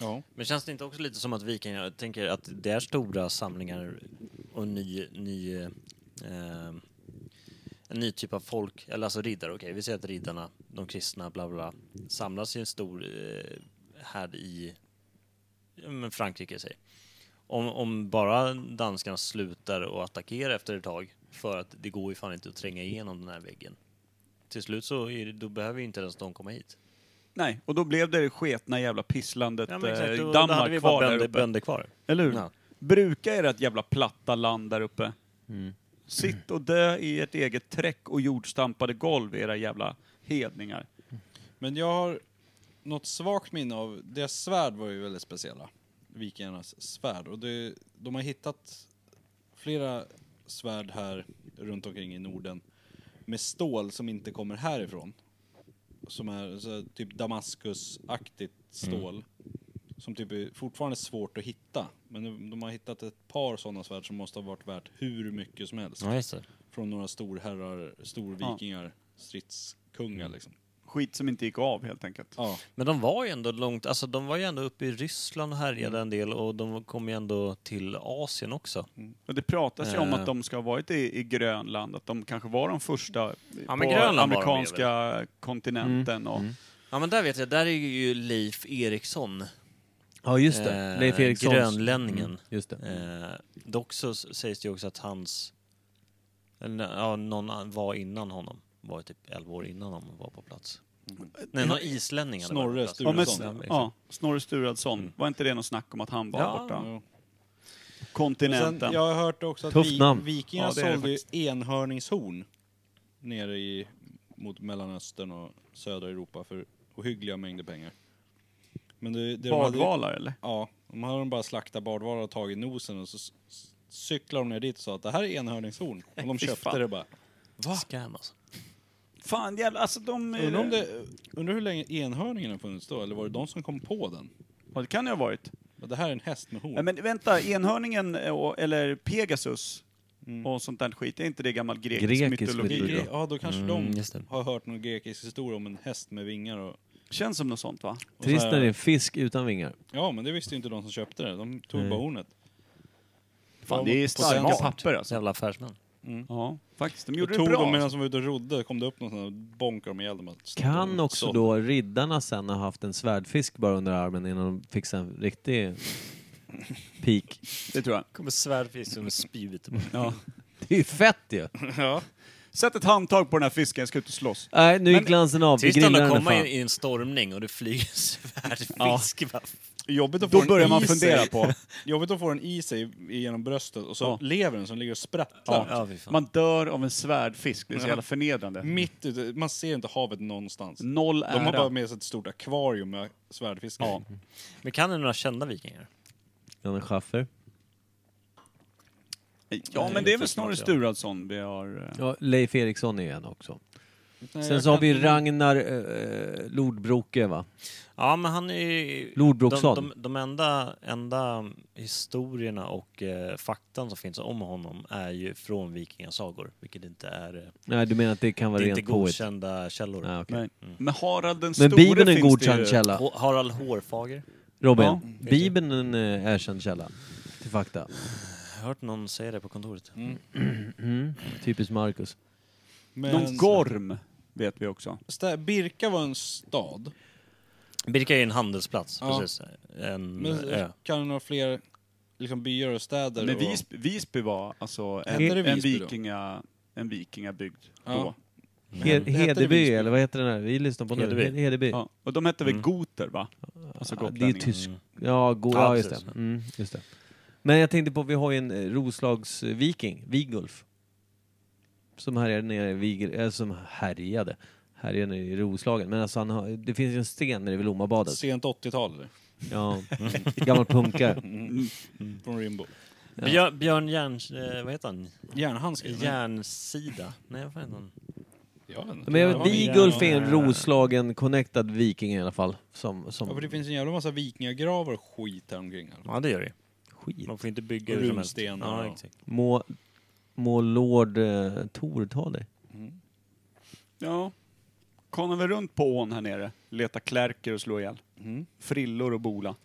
S1: Ja.
S8: Men känns det inte också lite som att vikingar, jag tänker att det är stora samlingar och ny, ny, eh, en ny typ av folk, eller alltså riddare, okej vi säger att riddarna, de kristna, bla bla, bla, samlas i en stor eh, härd i ja, men Frankrike, säg. Om, om bara danskarna slutar och attackera efter ett tag, för att det går ju fan inte att tränga igenom den här väggen. Till slut så är det, då behöver ju inte ens de komma hit.
S3: Nej, och då blev det det sketna jävla pisslandet
S8: Ja, men exakt,
S3: eh,
S8: då, då hade vi
S3: Danmark
S8: bara
S3: kvar där
S8: bönder,
S3: uppe.
S8: bönder kvar.
S3: Eller hur?
S8: Ja.
S3: Bruka ert jävla platta land där uppe.
S8: Mm.
S3: Sitt och dö i ert eget träck och jordstampade golv, era jävla hedningar.
S1: Men jag har något svagt minne av, deras svärd var ju väldigt speciella. Vikingarnas svärd. Och det, de har hittat flera svärd här runt omkring i Norden med stål som inte kommer härifrån. Som är så här, typ Damaskus-aktigt
S8: Mm.
S1: stål. Som typ är fortfarande svårt att hitta. Men de, de har hittat ett par sådana svärd som måste ha varit värt hur mycket som helst.
S8: Ja, just det.
S1: Från några storherrar, storvikingar,
S8: Mm.
S1: stridskungar liksom.
S3: Skit som inte gick av helt enkelt.
S1: Ja.
S8: Men de var ju ändå långt, alltså de var ju ändå uppe i Ryssland och härjade en del och de kom ju ändå till Asien också.
S3: Och det pratas ju om
S8: Eh.
S3: att de ska ha varit i, i Grönland, att de kanske var de första
S8: men
S3: på
S8: Grönland var de Mm.
S3: amerikanska kontinenten. Och,
S8: Ja men där vet jag, där är ju Leif Eriksson.
S4: Ja, just det.
S8: eh,
S4: Leif Erikssons.
S8: Grönlänningen.
S4: Just det.
S8: Eh, dock så s- sägs det ju också att hans, eller, ja någon an- var innan honom, var ju typ 11 år innan han var på plats.
S3: Mm.
S8: Nej, någon islänning hade varit på
S1: Snorre
S8: plats.
S3: Ja, men,
S1: Sturluson.
S8: Ja, exakt.
S3: ja, Snorre Sturlason. Var inte det någon snack om att han var
S8: liksom. Mm. Ja.
S3: borta?
S1: Jo.
S3: Kontinenten.
S1: Sen, jag har hört också att
S4: Tufft
S1: vi,
S4: namn.
S1: vikingarna
S3: Ja, det är
S1: sålde
S3: det
S1: ju enhörningshorn nere i, mot Mellanöstern och södra Europa för ohyggliga mängder pengar. Men det, det De hade,
S3: Badvalar eller?
S1: ja, de hade de bara slaktat bardvalar och tagit nosen och så s- s- cyklade de ner dit och sa att det här är enhörningshorn. Och de
S3: Fy
S1: köpte
S3: fan.
S1: det bara.
S8: Scam alltså.
S3: Fan jävlar, alltså de...
S1: Undrar, om det, undrar hur länge enhörningen har funnits då, eller var det de som kom på den?
S3: Ja, det kan det ha varit.
S1: Ja, Det här är en häst med
S3: Nej,
S1: horn.
S3: men vänta, enhörningen eh, och- eller Pegasus
S1: Mm.
S3: och sånt där skit, är inte det gammal grekisk,
S4: Grekisk
S3: mytologi?
S4: mytologi.
S1: Gre- Ja, då kanske de
S8: just det.
S1: har hört någon grekisk historia om en häst med vingar och
S3: Känns som något sånt va?
S1: Och
S4: Trist
S1: så här-
S4: när det är en fisk utan vingar.
S1: Ja, men det visste ju inte de som köpte det. De tog bara hornet.
S3: Fan, det är starka papper alltså.
S8: Jävla affärsmän.
S3: Ja, faktiskt. De
S1: Då
S3: gjorde det
S1: Mm. tog
S3: bra.
S1: de medan de var ute och rodde, kom det upp någon sån här, bonkade dem ihjäl dem. Alltså, Allt.
S4: Kan också
S1: Så.
S4: då riddarna sen ha haft en svärdfisk bara under armen innan de fixade en
S3: <laughs>
S4: riktig pik?
S3: Det tror jag.
S8: Kommer svärdfisk som spjut.
S3: <laughs> Ja.
S4: Det är ju fett ju!
S1: <laughs> Ja.
S3: Sätt ett handtag på den här fisken, jag ska ut och slåss.
S4: Nej, nu gick glansen av. Vi
S8: Trist ändå
S4: grillar
S8: att
S4: den
S8: komma
S4: fan.
S8: i i en stormning och det flyger <laughs> svärdfisk. va?
S1: Jobbigt att få
S3: Då
S1: den
S3: börjar
S1: i
S3: man
S1: sig.
S3: fundera på.
S1: <laughs> Jobbigt att få den i sig genom bröstet och så
S3: Ja.
S1: lever den som ligger och sprattlar.
S8: Ja, fy fan.
S3: Man dör av en svärdfisk, det är så jävla förnedrande.
S1: Mitt ute, man ser inte havet någonstans.
S3: Noll
S1: Mm. De har bara
S3: ära.
S1: med sig ett stort akvarium med svärdfiskar. Ja.
S8: Men kan det några kända vikingar?
S4: Janne Schaffer.
S3: Ja, men det är väl snarare Sturalsson vi har... eh,
S4: Ja, Leif Eriksson är en också. Sen så har vi Ragnar eh, Lodbroke va?
S8: Ja, men han är ju...
S4: Lodbroksson.
S8: De, de, de enda, enda historierna och eh, faktan som finns om honom är ju från vikingasagor, vilket inte är... eh,
S4: Nej, du menar att det kan vara
S8: det är inte
S4: rent påhitt?
S8: godkända källor.
S4: Nej, okej.
S3: Nej.
S1: Mm.
S3: Men Harald den
S4: Men
S3: store
S4: Bibeln är en
S3: finns det
S4: godkänd
S3: ju-
S4: källa.
S8: H- Harald Hårfager.
S4: Robin,
S3: Ja.
S4: Bibeln är en eh, erkänd källa till fakta.
S8: Jag har hört någon säga det på kontoret. Mm.
S4: Typiskt Marcus.
S3: Någon gorm vet vi också.
S1: stä- Birka var en stad.
S8: Birka är ju en handelsplats,
S1: Ja.
S8: precis. En eh,
S1: Men
S8: ö.
S1: kan det några fler liksom, byar och städer?
S3: Men
S1: och-
S3: Visby, Visby var alltså en,
S1: Hette det
S3: en,
S1: Visby då?
S3: vikinga, en vikingabygd
S1: Ja.
S3: då.
S4: He-
S1: hette Visby.
S4: Hedeby, eller vad heter den här? Vi lyssnar på nu.
S8: Hedeby.
S4: He- Hedeby.
S3: Ja. Och de hette väl goter va? Alltså
S4: Ja, det är
S3: gotlänningar.
S4: tysk. Ja, go-
S8: Ja,
S4: ja just,
S8: precis.
S4: det. Mm, just det. Men jag tänkte på, vi har ju en eh, Roslagsviking, Vigulf. Som härjade nere i Vigel, äh, som härjade. Härjade nere i Roslagen. Men alltså han har, det finns ju en sten nere vid <laughs> Lomabadet.
S1: Sent 80-tal eller?
S4: Ja, gammal <laughs> punkare.
S1: från Rimbo.
S8: Mm. Björ, Björn Järn... Eh, vad heter han?
S1: Järnhandske?
S8: Järnsida? Nej, vad heter han?
S1: Jag vet inte.
S4: Men jag
S1: Ja,
S4: vet, Vigulf är en roslagen connectad viking i alla fall. Som,
S1: Ja, för
S4: som
S1: det finns en jävla massa vikingagravar och skit här omkring. Alltså.
S8: Ja, det gör det.
S4: skit.
S8: Man får inte bygga
S1: Och
S8: hur som helst.
S1: runstenar
S8: Ja,
S1: och-
S8: exakt.
S4: Må, må Lord eh, Tor ta dig.
S3: Ja. Kanar väl runt på ån här nere, letar klärker och slår ihjäl. Frillor och bola.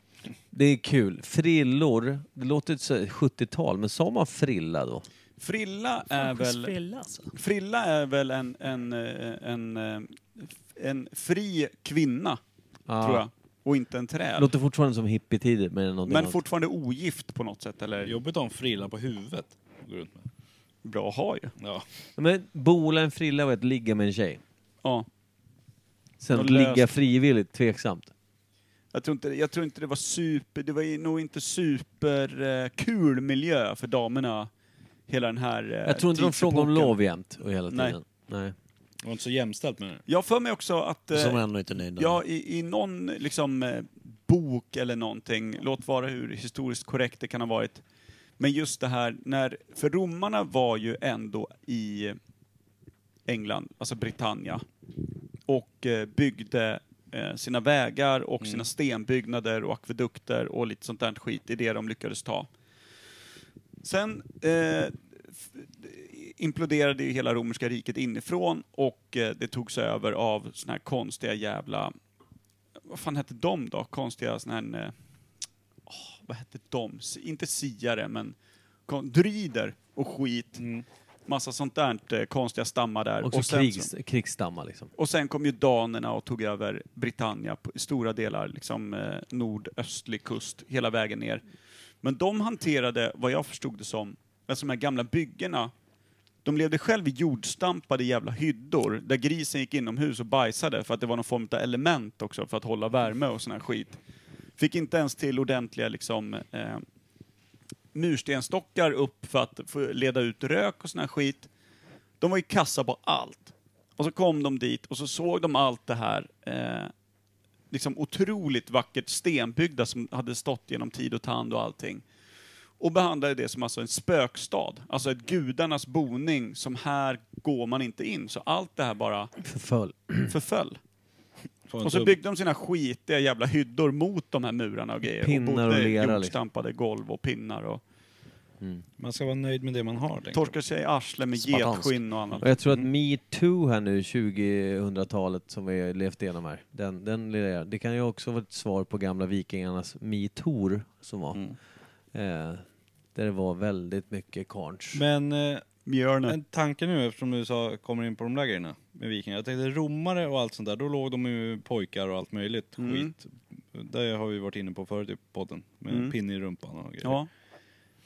S4: Det är kul. Frillor, det låter så 70-tal, men sa man frilla då?
S3: Frilla är väl, frilla är väl en, en, eh, en, eh, en fri kvinna,
S4: Ah.
S3: tror jag. Och inte en träl.
S4: Låter fortfarande som hippietider, men någonting
S3: Men
S4: annat.
S3: fortfarande ogift på något sätt, eller?
S1: Jobbigt om frilla på huvudet. att Gå runt med.
S3: Bra att ha ju.
S1: Ja.
S4: Men bola en frilla och ett ligga med en tjej.
S3: Ja.
S4: Sen
S3: Något
S4: att ligga
S3: löst.
S4: frivilligt, tveksamt.
S3: Jag tror, inte, jag tror inte det var super, det var ju nog inte superkul eh, kul miljö för damerna, hela den här eh,
S4: Jag tror inte de frågar om
S3: tidsepoken.
S4: lov jämt och hela
S3: Nej.
S4: tiden. Nej.
S1: Det var inte så jämställt med det.
S3: Jag har för mig också att... eh,
S8: Som ändå inte är nöjd.
S3: Ja, i, i någon liksom, eh, bok eller någonting, låt vara hur historiskt korrekt det kan ha varit, men just det här när, för romarna var ju ändå i England, alltså Britannia, och eh, byggde eh, sina vägar och sina stenbyggnader och akvedukter och lite sånt där skit, i det de lyckades ta. Sen eh, f- imploderade ju hela romerska riket inifrån och eh, det togs över av såna här konstiga jävla... Vad fan hette de då? Konstiga såna här... eh, åh, vad hette de? S- Inte siare, men kon- druider och skit. Massa sånt där eh, konstiga stammar där.
S4: Mm. Också
S3: sen så-
S4: krigs, krigsstammar liksom.
S3: och sen kom ju danerna och tog över Britannia på i stora delar, liksom eh, nordöstlig kust, hela vägen ner. Men de hanterade, vad jag förstod det som, alltså de här gamla byggena, de levde själv i jordstampade jävla hyddor där grisen gick inomhus och bajsade för att det var någon form av element också för att hålla värme och sån här skit. Fick inte ens till ordentliga liksom eh, murstenstockar upp för att få leda ut rök och sån här skit. De var ju kassa på allt. Och så kom de dit och så såg de allt det här eh, liksom otroligt vackert stenbyggda som hade stått genom tid och tand och allting. Och behandlade det som alltså en spökstad, alltså ett gudarnas boning som här går man inte in. Så allt det här bara
S4: Förföll.
S3: förföll.
S1: Fan,
S3: Och så
S1: dumt.
S3: byggde de sina skitiga jävla hyddor mot de här murarna och grejer.
S4: Pinnar och
S3: bodde i
S4: lera, liksom.
S3: jordstampade golv och pinnar och
S1: Man ska vara nöjd med det man har. tänker
S3: torkade sig i arslet med
S8: Spartanskt.
S3: getskinn och annat.
S4: Och jag tror att metoo här nu, 2000-talet som vi har levt igenom här, den, den lilla, det kan ju också vara ett svar på gamla vikingarnas metoor som var. Eh, där det var väldigt mycket karns.
S1: jag. Men eh,
S3: Mjölnet.
S1: en tanke nu eftersom du sa, kommer in på de där grejerna med vikingar. Jag tänkte romare och allt sånt där, då låg de ju med pojkar och allt möjligt
S3: Mm.
S1: skit. Det har vi varit inne på förut i podden, med en pinne i rumpan och grejer.
S3: Mm. Ja.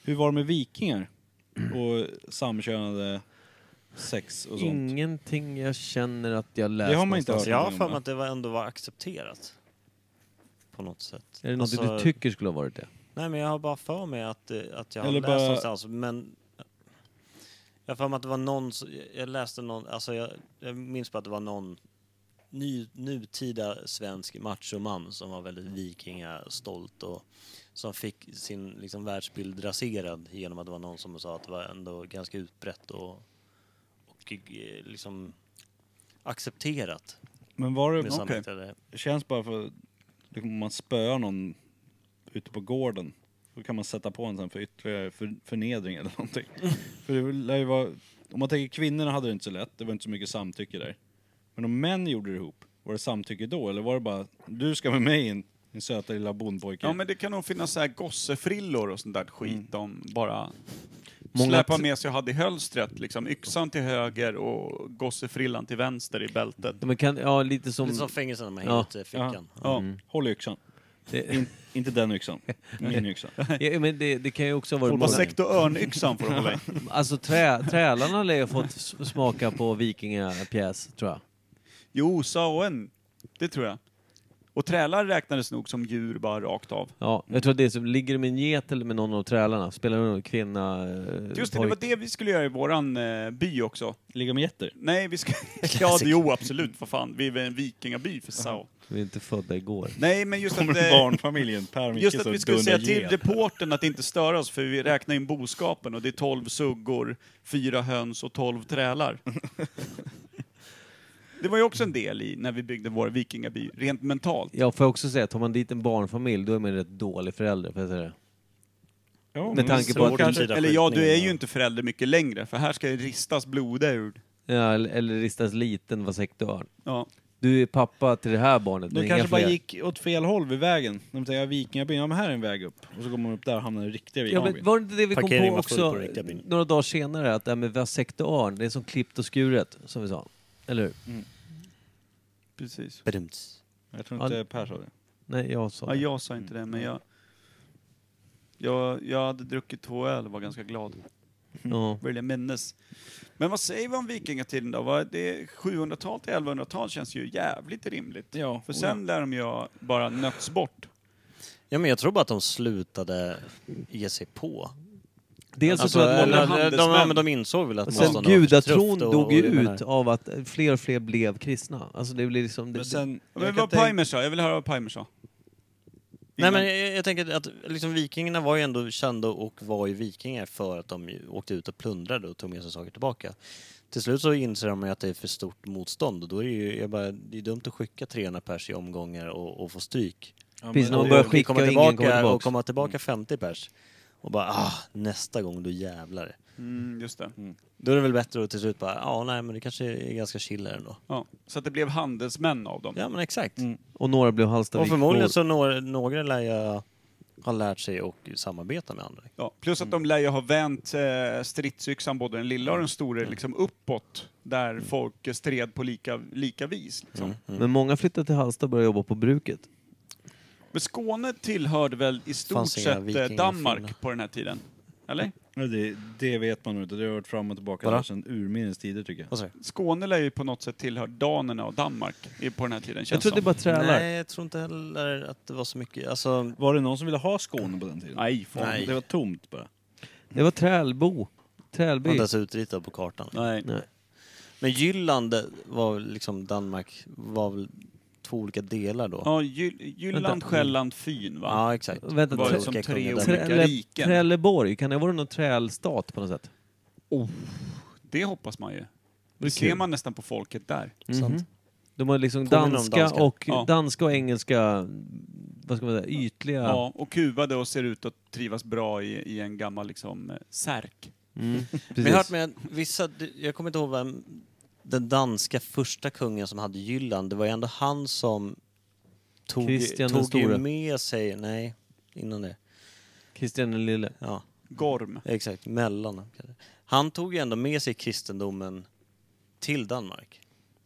S1: Hur var det med vikingar? Och samkönade sex och sånt?
S4: Ingenting jag känner att jag läst
S1: Det har man inte
S4: någonstans.
S1: hört.
S8: Alltså, Jag har för mig att det var ändå var accepterat. På något sätt.
S4: Är det något
S8: Alltså,
S4: du tycker skulle ha varit det?
S8: Nej, men jag har bara för mig att, eh, att jag har
S1: Eller
S8: läst
S1: bara-
S8: någonstans. Men jag har för mig att det var någon, s- jag läste någon, alltså jag, jag minns bara att det var någon ny, nutida svensk machoman som var väldigt vikingastolt och som fick sin liksom, världsbild raserad genom att det var någon som sa att det var ändå ganska utbrett och, och eh, liksom accepterat
S1: Men var det...
S8: med samhället. Eller,
S1: Det känns bara för... Liksom, om man spöar någon ute på gården, då kan man sätta på en sen för ytterligare för, förnedring eller
S4: <laughs>
S1: någonting. för det lär ju vara... Om man tänker kvinnorna hade det inte så lätt, det var inte så mycket samtycke där. Men om män gjorde det ihop, var det samtycke då? Eller var det bara, du ska med mig in, din söta lilla bondpojke.
S3: Ja, men det kan nog finnas så här gossefrillor och sånt där skit om bara
S4: Mm. Många
S3: släpa
S4: t-
S3: med sig och hade i hölstret, liksom yxan till höger och gossefrillan till vänster i bältet.
S4: Ja, Men kan, ja, lite som...
S8: Lite som fängelserna man
S4: Ja.
S8: hänger ut i fickan.
S3: Ja.
S1: Håll i yxan.
S4: Mm. det,
S1: In, inte den
S4: <laughs>
S1: yxan. Min yxa.
S4: <laughs> ja, men det, det kan ju också ha varit...
S3: Vad
S4: många-
S3: sekt och örnyxan får de hålla i.
S4: Alltså trä, trälarna lär ju ha fått s- smaka på vikingapjäs, tror jag.
S3: Jo, sauen. Det tror jag. Och trälar räknades nog som djur bara rakt av.
S4: Ja, jag tror att det är så, ligger de med en get eller med någon av trälarna? Spelar det någon kvinna, eh,
S3: Just det, det
S4: pojk?
S3: var det vi skulle göra i våran eh, by också.
S1: Ligga med getter.
S3: Nej,
S4: <laughs>
S3: vi skulle... ja, det, jo absolut, vad fan. Vi är väl en vikingaby för sao.
S4: Vi är inte födda igår.
S3: Nej, men just att...
S1: Kommer
S3: eh,
S1: barnfamiljen Per
S3: Just att
S1: Mikkelsson
S3: vi skulle säga
S1: dundrar
S3: till
S1: get.
S3: reportern att inte störa oss för vi räknar in boskapen och det är 12 suggor, fyra höns och 12 trälar. Det var ju också en del i när vi byggde vår vikingaby, rent mentalt.
S4: Jag får också säga att tar man dit en barnfamilj då är man en rätt dålig förälder. För att säga det.
S1: Ja,
S4: Med
S1: men-
S4: tanke på
S8: svårt
S4: att...
S8: att
S4: Kanske,
S8: tyda.
S3: Eller ja, du är ju inte förälder mycket längre, för här ska ju ristas blod ur.
S4: ja, eller, eller ristas liten var sektorn.
S3: Ja.
S4: Du är pappa till det här barnet, men
S1: De
S4: inga
S1: kanske bara
S4: fler.
S1: gick åt fel håll vid vägen. De tänkte vikingabyn, ja men här är en väg upp. Och så går man upp där och hamnar i den riktiga
S4: Ja,
S1: vikingabyn.
S4: men var det inte det vi kom
S8: Parkering
S4: på
S8: var full
S4: också
S8: på riktiga bilen.
S4: några dagar senare? Att det här med vasektorn, det är som klippt och skuret, som vi sa. Eller hur?
S3: Precis.
S8: Brums.
S1: Jag tror inte Per sa det.
S4: Nej, jag sa
S3: Ja,
S4: det.
S3: jag sa inte det, men jag... Jag, jag hade druckit två öl och var ganska glad,
S4: Ja.
S3: vill jag minnas. Men vad säger vi om vikingatiden då? Vad- det- 700-tal till 1100-tal känns ju jävligt rimligt.
S1: Ja,
S3: För sen lär de ju bara nötts bort.
S8: Ja, men jag tror bara att de slutade ge sig på.
S4: Dels så
S8: Alltså,
S4: tror jag att
S8: eller,
S4: många...
S3: många
S8: de, de,
S3: handelsmän-
S8: ja, men de insåg väl att
S4: Och sen
S8: motståndarna var
S4: gudatron
S8: förtruft och-
S4: dog ju
S8: och jag menar-
S4: ut av att fler och fler blev kristna. Alltså det blir liksom... Det,
S1: Men sen,
S3: Ja, Men
S1: jag kan
S3: vad
S1: tänka-
S3: Pimer sa, jag vill höra vad Pimer sa.
S8: Nej,
S3: Innan-
S8: men jag, jag tänker att liksom, vikingarna var ju ändå kända och var ju vikingar för att de ju åkte ut och plundrade och tog med sig saker tillbaka. Till slut så inser de ju att det är för stort motstånd och då är det ju jag bara, det är dumt att skicka 300 pers i omgångar och, och få stryk.
S1: Ja, men-
S4: Precis, när man
S8: Och
S4: börjar
S8: vi
S4: skicka
S8: kommer
S4: och ingen
S8: tillbaka,
S4: kommer tillbaka.
S8: Och komma tillbaka 50 pers och bara ah, nästa gång då jävlar.
S3: Mm, just det.
S8: Då är det väl bättre att till slut bara, ja ah, nej men det kanske är ganska chill här ändå.
S3: Ja. Så att det blev handelsmän av dem.
S8: Ja men exakt.
S4: och några blev
S8: Och
S4: Hallstaviks
S8: förmodligen så några, några lär jag ha lärt sig och samarbeta med andra.
S3: Ja, plus att de lär ju ha vänt eh, stridsyxan, både den lilla och den stora, liksom uppåt. Där folk stred på lika, lika vis. Liksom.
S4: Mm. Men många flyttade till Hallsta och började jobba på bruket.
S3: Men Skåne tillhörde väl i stort
S8: Fanns inga
S3: sett eh,
S8: vikingar i
S3: Danmark
S8: Finland.
S3: på den här tiden? Eller?
S1: Nej, Det, det vet man nog inte. Det har varit fram och tillbaka
S8: Vadå?
S1: där sedan urminnes tider tycker jag.
S8: Vad sa du?
S3: Skåne lär ju på något sätt tillhört danerna och Danmark i- på den här tiden,
S4: Jag
S3: känns
S4: tror att det bara trälar.
S8: Nej, jag tror inte heller att det var så mycket. Alltså,
S1: Var det någon som ville ha Skåne på den tiden?
S3: Nej, fan.
S8: Nej.
S1: Det var tomt bara.
S4: Det var Trälbo.
S8: det var
S4: Trälby.
S8: inte ens utritad på kartan.
S3: Nej.
S4: Nej.
S8: Men Jylland var väl liksom Danmark, var väl två olika delar då?
S3: Ja, Jyll- Jylland,
S4: Vänta.
S3: Själland, Fyn va?
S8: Ja, exakt.
S4: Vänta,
S3: Var
S8: Två
S3: det
S4: trä,
S3: som
S8: olika
S3: tre
S8: kungadömen.
S3: olika
S4: trälle,
S3: riken?
S4: Trelleborg, kan det vara någon trälstat på något sätt?
S3: Oh, Det hoppas man ju.
S4: är
S3: Det ser
S4: kul.
S3: man nästan på folket där.
S8: Sant.
S4: De har liksom
S8: Påminner om
S4: danska,
S8: danska.
S4: Och,
S3: Ja.
S4: danska och engelska, vad ska man säga, ytliga...
S3: Ja. och kuvade och ser ut att trivas bra i, i en gammal liksom eh, särk.
S4: Mm,
S8: Men jag har hört
S4: precis.
S8: med vissa, jag kommer inte ihåg vem, den danska första kungen som hade Jylland, det var ju ändå han som tog,
S4: Kristian den
S8: tog ju
S4: store.
S8: med sig, nej, innan det.
S4: Kristian den lille.
S8: Ja,
S3: Gorm.
S8: exakt, mellan. Han tog ju ändå med sig kristendomen till Danmark.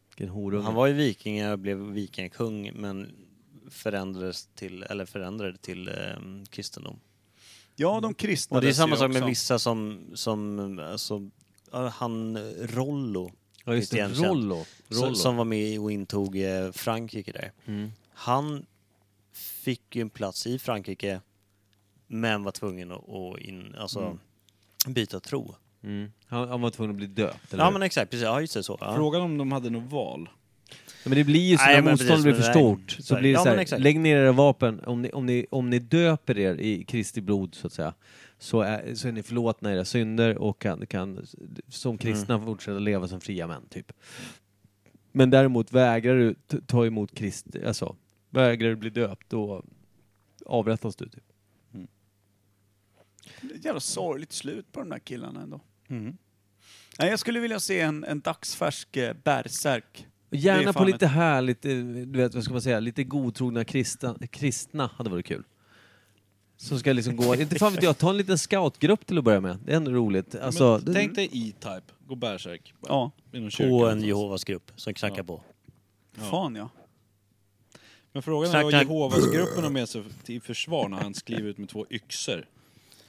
S4: Vilken horunge.
S8: Han var ju vikingar och blev vikingakung men förändrades till, eller förändrade till eh, kristendom.
S3: Ja, de kristnades
S8: Och det är samma
S3: ju
S8: sak med
S3: också.
S8: vissa som, som alltså, ja, han eh, Rollo.
S4: ja, just det.
S8: lite grann känd.
S4: Rollo.
S8: Så-
S4: Rollo.
S8: Som var med och intog eh, Frankrike där. Han fick ju en plats i Frankrike men var tvungen att, att in, alltså, byta tro.
S4: Mm. Han, han var tvungen att bli döpt, eller
S8: Ja
S4: hur?
S8: men exakt, precis. Ja just det, så. Ja.
S1: Frågan om de hade något val.
S4: Ja, Men det blir ju så
S8: Nej,
S4: när
S8: men
S4: motståndet
S8: precis,
S4: blir
S8: men
S4: för
S8: nej.
S4: stort. Så
S8: Så här,
S4: blir det
S8: ja,
S4: så
S8: men
S4: här,
S8: exakt.
S4: lägg ner era vapen. Om ni, om, ni, om ni döper er i Kristi blod, så att säga, så är, så är ni förlåtna era synder och kan, kan som kristna
S8: Mm.
S4: fortsätta leva som fria män, typ. Men däremot vägrar du t- ta emot Kristi, alltså, vägrar du bli döpt, då avrättas du, typ.
S3: Jävla sorgligt slut på de där killarna ändå. Nej, jag skulle vilja se en, en dagsfärsk eh, bärsärk.
S4: Och
S3: Det är
S4: Gärna
S3: fan
S4: på lite härligt, eh, du vet vad ska man säga, lite godtrogna kristna, kristna hade varit kul. Som ska liksom gå, inte fan vet jag, ta en liten scoutgrupp till att börja med. Det är ändå roligt. Alltså,
S1: men,
S4: det,
S1: tänk dig E-Type, gå bärsärk. bara,
S3: Ja,
S1: Inom kyrkan. alltså.
S8: På en Jehovas grupp som knackar på.
S3: fan ja.
S1: Men frågan är
S8: Knack,
S1: vad
S8: knack.
S1: Jehovas-gruppen har med sig till försvar när han skriver ut med två yxor.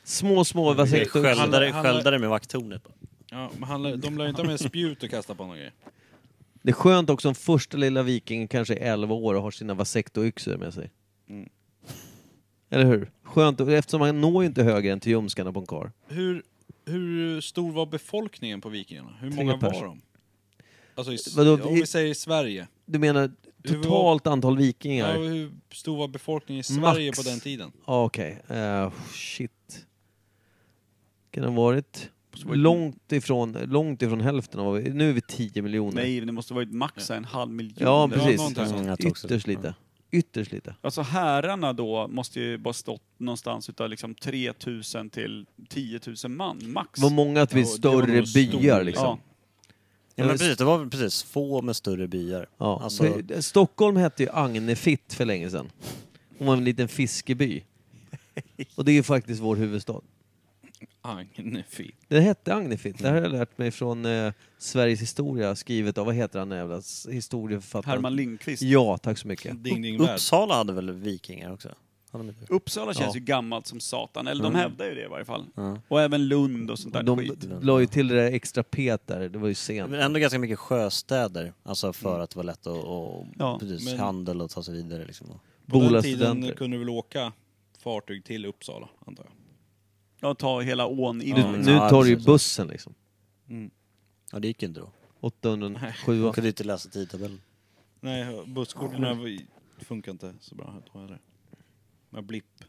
S4: små, små, vad säger du?
S1: Handlar-
S8: Sköldare,
S1: handlar-
S8: sköldare med vakttornet. bara.
S1: Ja, men han, lär- de lär ju inte ha med spjut och kasta på någon grej.
S4: Det är skönt också om första lilla vikingen kanske är 11 år och har sina vasektoyxor med sig.
S1: Mm.
S4: Eller hur? Skönt, och- eftersom han når ju inte högre än till ljumskarna på en kar.
S1: Hur, hur stor var befolkningen på vikingarna? Hur många
S4: pers.
S1: var de? Alltså i, s-
S4: Vadå,
S1: om
S4: i-
S1: vi säger Sverige.
S4: Du menar
S1: Hur var-
S4: totalt antal
S1: Ja,
S4: vikingar?
S1: hur stor var befolkningen i Sverige
S4: Max.
S1: på den tiden?
S4: Ja, Okej. Eh, shit. Kan det ha varit
S3: måste vara ett-
S4: Långt ifrån, långt ifrån hälften av vad vi- Nu är vi 10 miljoner.
S3: Nej, det måste varit max en halv miljon.
S4: ja,
S3: eller
S4: precis.
S3: någonting sånt.
S8: sånt.
S4: Ytterst lite. Ytterst lite.
S3: Alltså herrarna då måste ju bara stått någonstans utav liksom 3000 till 10 000 man max.
S4: Vad många att vi är
S1: Ja, det var
S4: större
S1: nog stor,
S4: byar
S3: Ja,
S4: liksom.
S8: Ja, men precis, det var väl precis få med större byar.
S4: Ja.
S8: Alltså,
S4: För Stockholm hette ju Agnefitt för länge sedan. Hon var en liten fiskeby. Och det är ju faktiskt vår huvudstad.
S1: Ah, Agnefitt.
S4: Det hette Agnefitt. Det här har jag lärt mig från eh, Sveriges historia skrivet av, vad heter han den jävla s- historieförfattaren?
S3: Herman Lindqvist.
S4: Ja, tack så mycket.
S1: Ding ding värld.
S8: Uppsala hade väl vikingar också? Hade de inte?
S3: Uppsala känns
S4: Ja. Mm.
S3: ju gammalt som satan, eller de hävdar ju det i varje fall. Och även Lund och sånt där
S4: De
S3: skit.
S4: la ju till det där extra pet där, det var ju sent.
S8: Men ändå ganska mycket sjöstäder, alltså för att det var lätt att, att
S3: Ja,
S8: precis,
S1: men-
S8: handel och ta sig vidare. Liksom.
S1: På den tiden
S4: Bolastudenter.
S1: kunde du väl åka fartyg till Uppsala, antar jag.
S3: Ja, ta hela ån in.
S4: Nu, nu tar du ju bussen liksom.
S8: Ja, det gick ju inte då.
S4: 807.
S8: Man kunde ju inte läsa tidtabellen.
S1: Nej, busskorten funkar inte så bra. Jag tror jag det. Med blipp.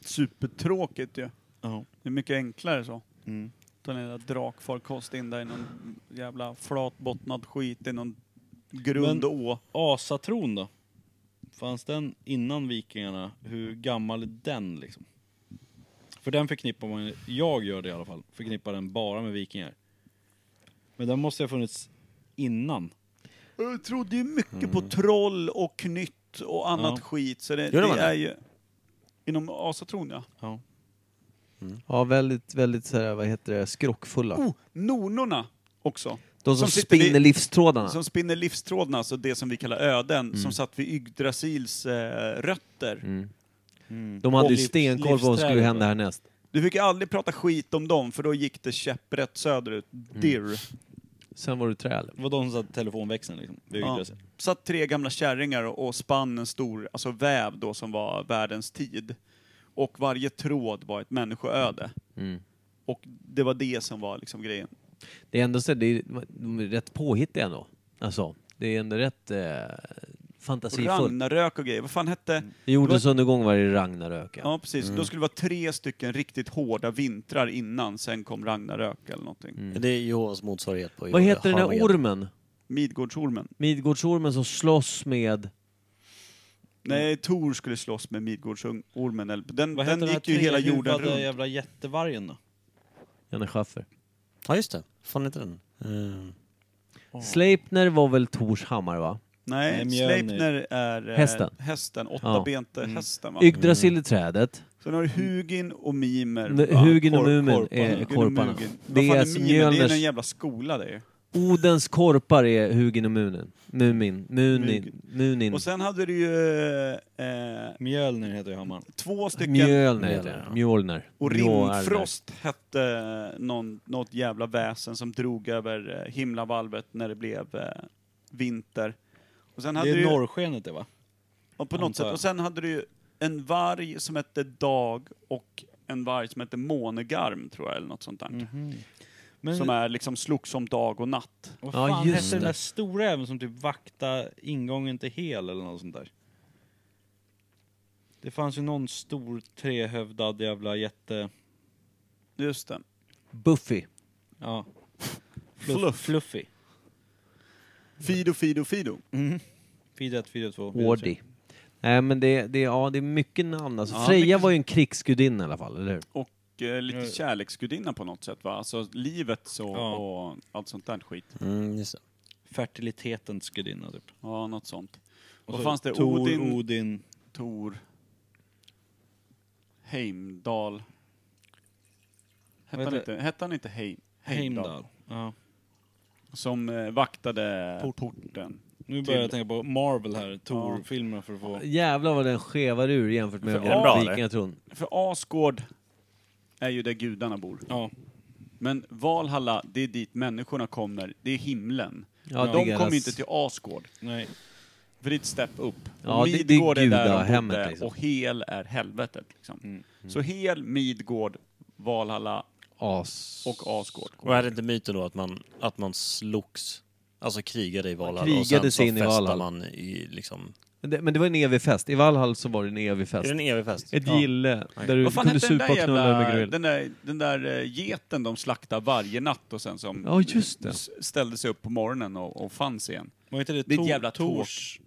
S3: Supertråkigt ju.
S1: Ja.
S3: Det är mycket enklare så.
S1: Mm.
S3: Ta en jävla drakfarkost in där i någon jävla flatbottnad skit i någon grund
S1: Men-
S3: å.
S1: Asatron då? Fanns den innan vikingarna? Hur gammal är den liksom? För den förknippar man, jag gör det i alla fall, förknippar den bara med vikingar. Men den måste ha funnits innan.
S3: Jag trodde ju mycket på troll och knytt och annat
S1: Ja.
S3: skit. Så det, det
S8: Gör de det?
S3: är ju... Inom asatron ja.
S1: Ja.
S4: Ja, väldigt, väldigt så här, vad heter det, skrockfulla.
S3: Oh, nornorna också.
S4: De som,
S3: som sitter
S4: spinner
S3: vid-
S4: livstrådarna.
S3: Som spinner livstråden, alltså det som vi kallar öden, som satt vid Yggdrasils eh, rötter.
S4: De hade ju
S1: livs-
S4: stenkoll på vad som skulle
S1: livsträdet,
S4: hända
S1: va?
S4: härnäst.
S3: Du fick ju aldrig prata skit om dem, för då gick det käpprätt söderut. Dirr.
S4: Sen var du träl.
S1: Det var de som satte telefonväxeln liksom. Det
S3: Ja.
S1: ja.
S3: Satt tre gamla kärringar och, och spann en stor alltså väv då som var världens tid. Och varje tråd var ett människoöde. Och det var det som var liksom grejen.
S4: Det är ändå så, det är, de är rätt påhittiga ändå. Alltså, det är ändå rätt eh,
S3: Och
S4: fantasifullt.
S3: Ragnarök och grejer. Vad fan hette...
S4: Det jordens undergång var i Ragnarök. Ja.
S3: Ja, precis. Då skulle det vara tre stycken riktigt hårda vintrar innan, sen kom Ragnarök eller någonting.
S4: Mm.
S8: Det är Jehovas motsvarighet på
S4: Vad heter den där
S8: Harmageddon.
S4: ormen?
S3: Midgårdsormen.
S4: Midgårdsormen som slåss med... Mm.
S3: Nej, Tor skulle slåss med Midgårdsormen. eller- Den,
S1: Vad hette
S3: den
S1: den här
S3: gick ju hela jorden
S1: trehuvudade
S3: runt.
S1: jävla jättevargen då?
S4: Janne Schaffer.
S8: Ja, just det. Fan heter den? Mm.
S4: Sleipner var väl Tors hammar va?
S3: Nej,
S1: Nej, Mjölnir.
S3: Sleipner är eh,
S4: Hästen.
S3: hästen
S4: Ja. Mm.
S3: åttabente hästen va?
S4: Yggdrasil är trädet.
S3: Sen har du Hugin och Mimer.
S4: N-
S3: va?
S4: Hugin och
S3: Korp-
S4: Mumin
S3: Korpan.
S4: är
S3: Hugin och
S4: korparna.
S3: Mugin. Vad
S4: Det
S3: fan
S4: är alltså
S3: är Mimer? Det är en
S4: Mjölners...
S3: jävla skola det är ju.
S4: Odens korpar är Hugin och Munin. Mumin. Munin.
S3: Mugin.
S4: Munin.
S3: Och sen hade du ju eh,
S1: Mjölnir heter ju hammaren.
S3: två stycken...
S4: Mjölner heter det.
S8: Mjölner, ja.
S4: Mjölner.
S3: Och
S4: Mjölner.
S3: Rimfrost hette någon, något jävla väsen som drog över eh, himlavalvet när det blev eh, vinter. Och sen hade
S1: det
S3: du
S1: är
S3: ju,
S1: norrskenet det va?
S3: och på något
S1: antar
S3: sätt,
S1: jag.
S3: och sen hade du ju en varg som hette Dag och en varg som hette Månegarm tror jag, eller något sånt där.
S1: Mhm. Men
S3: Som är liksom slogs om dag och natt.
S1: vad
S4: Ja,
S1: fan
S4: just
S1: hette den
S4: det.
S1: där stora även som typ vakta ingången till hel eller något sånt där? Det fanns ju någon stor trehövdad jävla jätte...
S3: Just det.
S4: Buffy.
S1: Ja. Fluff, Fluffy.
S3: Fido, Fido, Fido.
S1: Fid 1, Fid 2,
S4: Ordi. Nej men det, det, ja, det är mycket namn. Alltså,
S3: Ja,
S4: Freja
S3: mycket-
S4: var ju en krigsgudinna i alla fall, eller hur?
S3: Och eh, lite kärleksgudinna på något sätt va? Alltså livet så
S1: Ja.
S3: och allt sånt där skit.
S8: Mm, just det.
S1: Fertilitetens gudinna typ.
S3: Ja, något sånt. Och,
S1: så
S3: fanns det
S1: Tor,
S3: Odin,
S1: Odin.
S3: Tor, Heimdal. Hette
S1: Vad
S3: han,
S1: heter-
S3: inte, hette han inte Heim, Heimdal?
S1: Heimdall. Ja.
S3: Som eh, vaktade porten.
S1: Nu börjar jag
S3: Till-
S1: tänka på Marvel här, Tor-filmerna för att få...
S4: Jävlar vad den skevar ur jämfört med
S3: För- Är den bra,
S8: eller?
S4: vikingatron.
S3: För Asgård är ju där gudarna bor.
S1: Ja.
S3: Men Valhalla, det är dit människorna kommer. Det är himlen.
S4: Ja,
S3: De
S4: det är
S3: kommer
S4: deras-
S3: ju inte till Asgård.
S1: Nej.
S3: För det är ett step upp.
S4: Ja,
S3: Och
S4: det- det är
S3: Midgård är där de
S4: gudahemmet,
S3: bodde
S4: liksom. Mm,
S3: och Hel är helvetet. Liksom. Så Hel, Midgård, Valhalla
S4: As...
S3: och Asgård.
S8: Och är det inte myten då att man, att man slogs, alltså krigade i Valhall och
S4: krigade
S8: sen så
S4: sig in i
S8: festade
S4: Valhall.
S8: man i liksom...
S4: Det, men det var en evig fest. I Valhall så var det en evig
S8: Är
S4: fest.
S8: det en evig fest?
S4: Ett
S8: Ja.
S4: gille där du
S3: Vad fan
S4: kunde
S3: hette den
S4: supa
S3: där
S4: och knulla hur mycket du
S3: jävla...
S4: ville.
S3: Den där, den där eh, geten de slaktar varje natt och sen som
S4: Ja, just det.
S3: s- ställde sig upp på morgonen och, och fanns igen.
S1: Var inte det,
S3: Det är ett
S1: Tor-
S3: jävla tåk.
S1: Tors...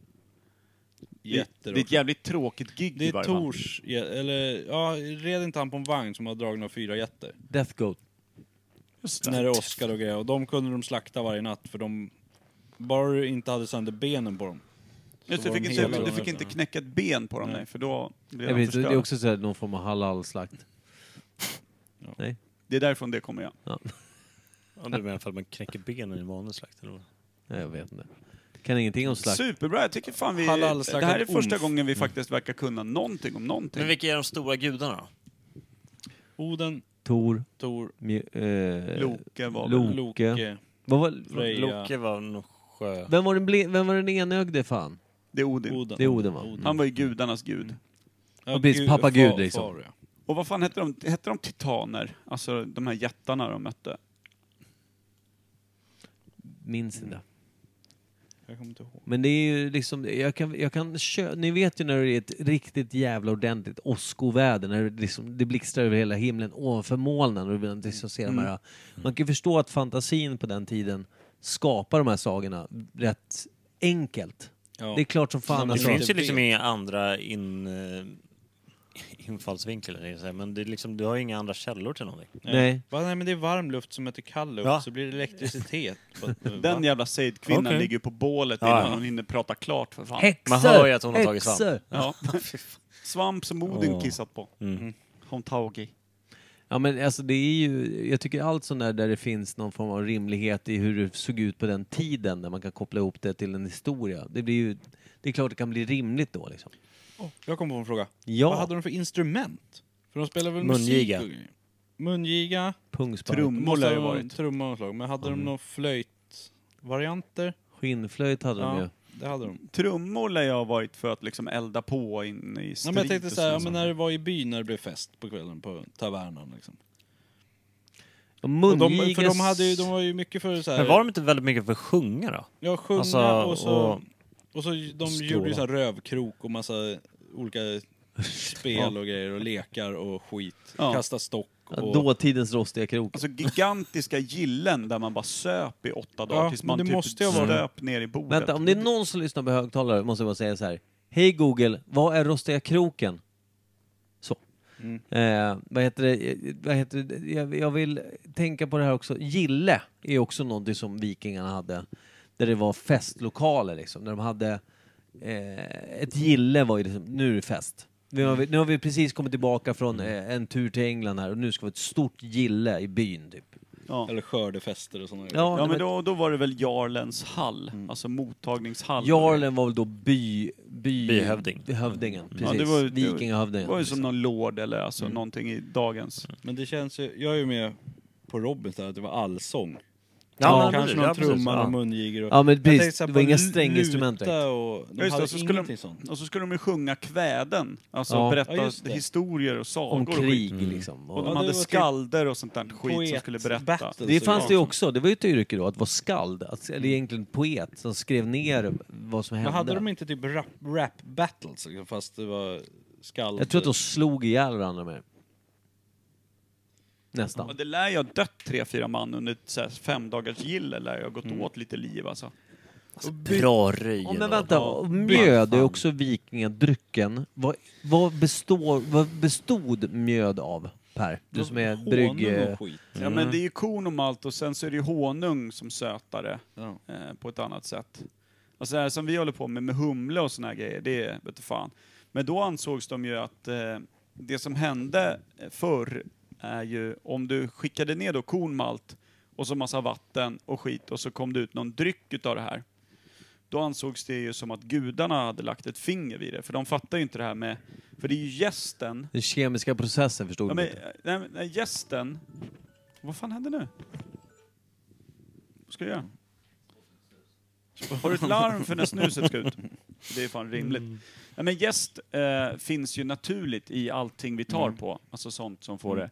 S3: Det, det
S1: Jätter
S3: är ett jävligt tråkigt gig
S1: Det
S3: i
S1: är
S3: varje fall.
S1: Tors... ja, Eller, ja, red inte han på en vagn som var dragen av fyra jätter?
S4: Death Goat.
S1: När det är Oscar och grejer. Och de kunde de slakta varje natt för de... Bara du inte hade sönder benen på dem.
S3: Just,
S1: Så
S3: du
S1: var
S3: fick,
S1: de
S3: inte,
S1: hela
S3: du
S1: dagen
S3: fick
S1: ute.
S3: inte knäcka ett ben på dem, nej, för då blev
S4: Jag
S3: de
S4: vet, det är
S3: förstörda.
S4: också så här, någon form av halal-slakt. Nej.
S3: Det är därifrån det kommer jag.
S8: Ja, det är i alla fall man knäcker benen i en vanlig slakt. Eller vad?
S4: Nej, jag vet inte. Kan ingenting om slakt.
S3: Superbra, jag tycker fan vi...
S1: Halalslaktat
S3: Det här är första
S1: omf.
S3: gången vi faktiskt verkar kunna någonting om någonting.
S8: Men vilka är de stora gudarna då?
S1: Oden,
S4: Tor,
S1: Tor,
S4: mj- eh,
S3: Loke var
S4: Lo-
S3: väl...
S4: Loke.
S1: Loke,
S4: vad var,
S1: Freja,
S8: Loke var nog sjö...
S4: vem, var den ble, vem var den enögde fan?
S3: Det är Odin.
S1: Oden.
S4: Det är Oden va?
S3: Han var ju gudarnas gud.
S1: Ja,
S4: Ja, precis,
S1: Gud-
S4: pappa Gud,
S1: far-
S4: liksom.
S1: far, ja.
S3: Och vad fan hette de? Hette de titaner? Alltså de här jättarna de mötte.
S4: Minns inte.
S1: Jag kommer inte ihåg.
S4: Men det är ju liksom, jag kan, jag kan kö- ni vet ju när det är ett riktigt jävla ordentligt åskoväder, när det, liksom, det blixtrar över hela himlen ovanför molnen och man liksom ser de här. Man kan ju förstå att fantasin på den tiden skapar de här sagorna rätt enkelt.
S1: Ja.
S4: Det är klart som fan
S1: men
S4: att
S8: Det
S1: Alltså-
S8: finns ju liksom inga andra in, eh, <laughs> infallsvinklar, tänkte jag säga, men det är liksom, du har ju inga andra källor till någonting.
S4: Nej.
S1: eh, Va, nej men det är varm luft som heter kall luft,
S8: Ja.
S1: så blir det elektricitet.
S4: <laughs>
S1: eh,
S3: Den jävla seidkvinnan
S8: Okej.
S3: ligger ju på bålet
S8: Ja,
S3: innan
S8: ja.
S3: hon hinner prata klart för fan.
S4: Häxor!
S8: Man hör ju att hon har tagit
S4: häxor!
S8: svamp.
S1: <laughs>
S3: Ja. Svamp som Odin
S8: Åh.
S3: kissat på.
S4: Mm.
S1: Mm.
S3: Hon tagit.
S4: Ja men alltså det är ju, jag tycker allt sånt där där det finns någon form av rimlighet i hur det såg ut på den tiden, när man kan koppla ihop det till en historia. Det blir ju, det är klart det kan bli rimligt då liksom.
S1: Jag kom på en fråga.
S4: Ja.
S1: Vad hade de för instrument? För de spelar väl
S8: Mungiga.
S1: musik? och- Mungiga.
S4: Pungspark,
S3: Trum. Trummor
S1: Måste
S3: lär det
S1: ha
S3: varit.
S1: en Trumma och slag. Men hade de några flöjtvarianter?
S4: skinnflöjt Mm. hade de ju.
S1: det hade de.
S3: Trummor lär jag ha varit för att liksom elda på in i
S1: Ja,
S3: strid.
S1: men jag tänkte
S3: och
S1: så här, ja,
S3: sånt.
S1: men när det var i byn när det blev fest på kvällen på tavernan liksom.
S4: Och
S1: Och de,
S4: mungigas-
S1: för de, hade ju, de var ju mycket för så här,
S8: Men var de inte väldigt mycket för att sjunga då?
S1: ja, sjunga
S8: alltså,
S1: och så...
S8: och-
S1: Och, så de
S8: Skråla.
S1: gjorde ju så här rövkrok och massa olika spel och grejer och lekar och skit.
S3: Ja.
S1: Kasta stock
S4: Ja,
S1: och...
S4: Dåtidens rostiga krok.
S3: Alltså gigantiska gillen där man bara söp i åtta dagar
S1: Ja,
S3: tills
S1: men
S3: man
S1: det
S3: typ
S1: måste ju ha varit-
S3: stöp ner i bordet.
S4: Vänta, om det är någon som lyssnar på högtalare måste jag bara säga så här. Hej Google, vad är rostiga kroken? Så. Eh, vad heter det? Eh, Vad heter det? Jag, jag vill tänka på det här också. Gille är också någonting som vikingarna hade. Där det var festlokaler liksom. Där de hade... Eh, ett gille var ju liksom, nu är det fest. Nu har, vi, nu har vi precis kommit tillbaka från eh, en tur till England här och nu ska vi ha ett stort gille i byn typ.
S3: Ja,
S1: Eller skördefester och sådana grejer.
S4: Ja,
S3: ja
S4: men-
S3: men då, då var det väl Jarlens hall,
S1: Mm.
S3: alltså mottagningshallen.
S4: Jarlen var väl då by, by,
S8: Byhövding.
S4: Hövdingen, precis.
S3: det var- det var-
S4: Vikingahövdingen.
S3: Det var ju som någon lord eller alltså
S1: Mm.
S3: någonting i dagens...
S1: Men det känns ju, jag är ju med på Robins där, att det var allsång.
S8: Ja,
S1: Ja, kanske
S8: precis.
S1: någon
S8: Ja, precis.
S1: trumma,
S8: Ja.
S1: någon mungigor och...
S4: Ja, men
S1: Jag
S4: precis.
S1: tänkte så här
S4: Det var
S1: på
S4: inga
S1: lu-
S4: stränginstrument direkt.
S1: luta och de
S3: Ja, just det,
S1: hade
S3: och, så skulle
S1: ingenting
S3: de,
S1: sånt.
S3: och så skulle de ju sjunga kväden, alltså
S4: Ja.
S3: berätta
S1: Ja, just det.
S3: historier och sagor
S4: Om
S3: och skit. Mm.
S4: krig liksom.
S3: Och
S4: Och
S3: de
S1: Ja, det
S3: hade
S1: var typ
S3: skalder och sånt där skit som skulle berätta.
S1: Poetbattles
S4: det fanns det ju
S1: och-
S4: också. Det var ju ett yrke då, att vara skald. Att, eller egentligen poet som skrev ner vad som hände.
S1: Men hade de inte typ rap, rap battles liksom, fast det var skall...
S4: Jag tror att de slog ihjäl varandra med det.
S3: Ja,
S4: Nästan.
S3: det lär jag ha dött tre, fyra man under ett så här fem dagars gille lär jag ha gått åt lite liv alltså.
S8: Bra röj.
S4: Ja, men
S8: ändå.
S4: vänta, och mjöd är också vikingadrycken. Vad, vad, består, vad bestod mjöd av, Per? Du som är
S1: Honung
S4: brygg... eh,
S1: och skit.
S3: Ja men det är ju korn och malt och sen så är det ju honung som sötare
S1: Ja.
S3: eh, på ett annat sätt. Och så här som vi håller på med, med humle och såna här grejer, det är- vet du fan. Men då ansågs de ju att eh, det som hände eh, förr är ju om du skickade ner då korn, malt och så massa vatten och skit och så kom det ut någon dryck utav det här. Då ansågs det ju som att gudarna hade lagt ett finger vid det, för de fattar ju inte det här med... För det är ju gästen
S4: Den kemiska processen förstod
S3: Ja,
S4: de
S3: men, eh,
S4: inte.
S3: nej, men, nej, gästen... Vad fan hände nu? Vad ska jag göra? Har du ett larm för när snuset ska ut? Det är fan rimligt. Nej, men gäst eh, finns ju naturligt i allting vi tar på, alltså sånt som får det.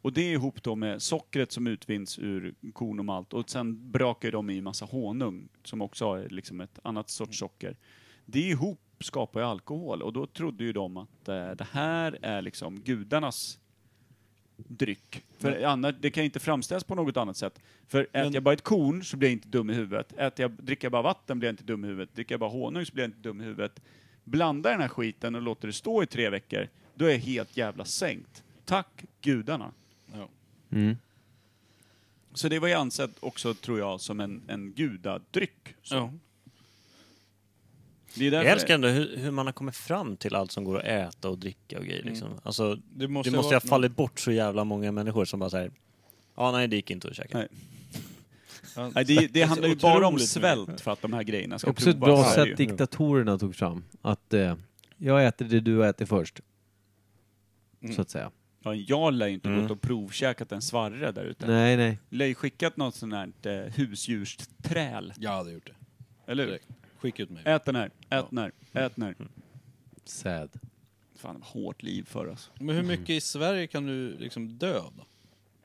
S3: Och det är ihop då med sockret som utvinns ur korn och malt och sen brakar de i massa honung som också är liksom ett annat sorts socker. Det är ihop skapar ju alkohol och då trodde ju de att eh, det här är liksom gudarnas dryck. För annars, det kan inte framställas på något annat sätt. För äter jag bara ett korn så blir jag inte dum i huvudet. Äter jag, dricker jag bara vatten blir jag inte dum i huvudet. Dricker jag bara honung så blir jag inte dum i huvudet. Blanda den här skiten och låter det stå i tre veckor, då är jag helt jävla sänkt. Tack gudarna.
S1: Ja.
S8: Mm.
S3: Så det var ju ansett också, tror jag, som en, en gudadryck. Så.
S1: Ja.
S3: Det är
S8: Jag
S3: därför-
S8: älskar ändå hur, hur man har kommit fram till allt som går att äta och dricka och grejer. Liksom. Alltså, det
S1: Det
S8: måste,
S1: måste
S8: det måste
S1: vara-
S8: ha fallit bort så jävla många människor som bara säger ja nej det gick inte att käka.
S3: Nej.
S1: Ja,
S3: Nej, det, det handlar ju bara om
S1: otroligt
S3: svält för att de här grejerna ska
S4: Också ett bra
S3: provas. Så är det
S4: sätt
S3: ju.
S4: diktatorerna tog fram. Att eh, jag äter det du äter först.
S3: Mm.
S4: Så att säga.
S3: Ja, jag lär ju inte
S1: Mm.
S3: gått och provkäkat en svarre där ute.
S4: Nej, nej.
S3: Lär ju skickat något sånt här eh, husdjursträl.
S1: Jag hade gjort det.
S3: Eller hur?
S1: Direkt. Skicka ut mig.
S3: Ät den här, ät den här, ät den här.
S4: Sad.
S3: Fan, det var hårt liv för oss.
S1: Men hur mycket i Sverige kan du liksom dö då?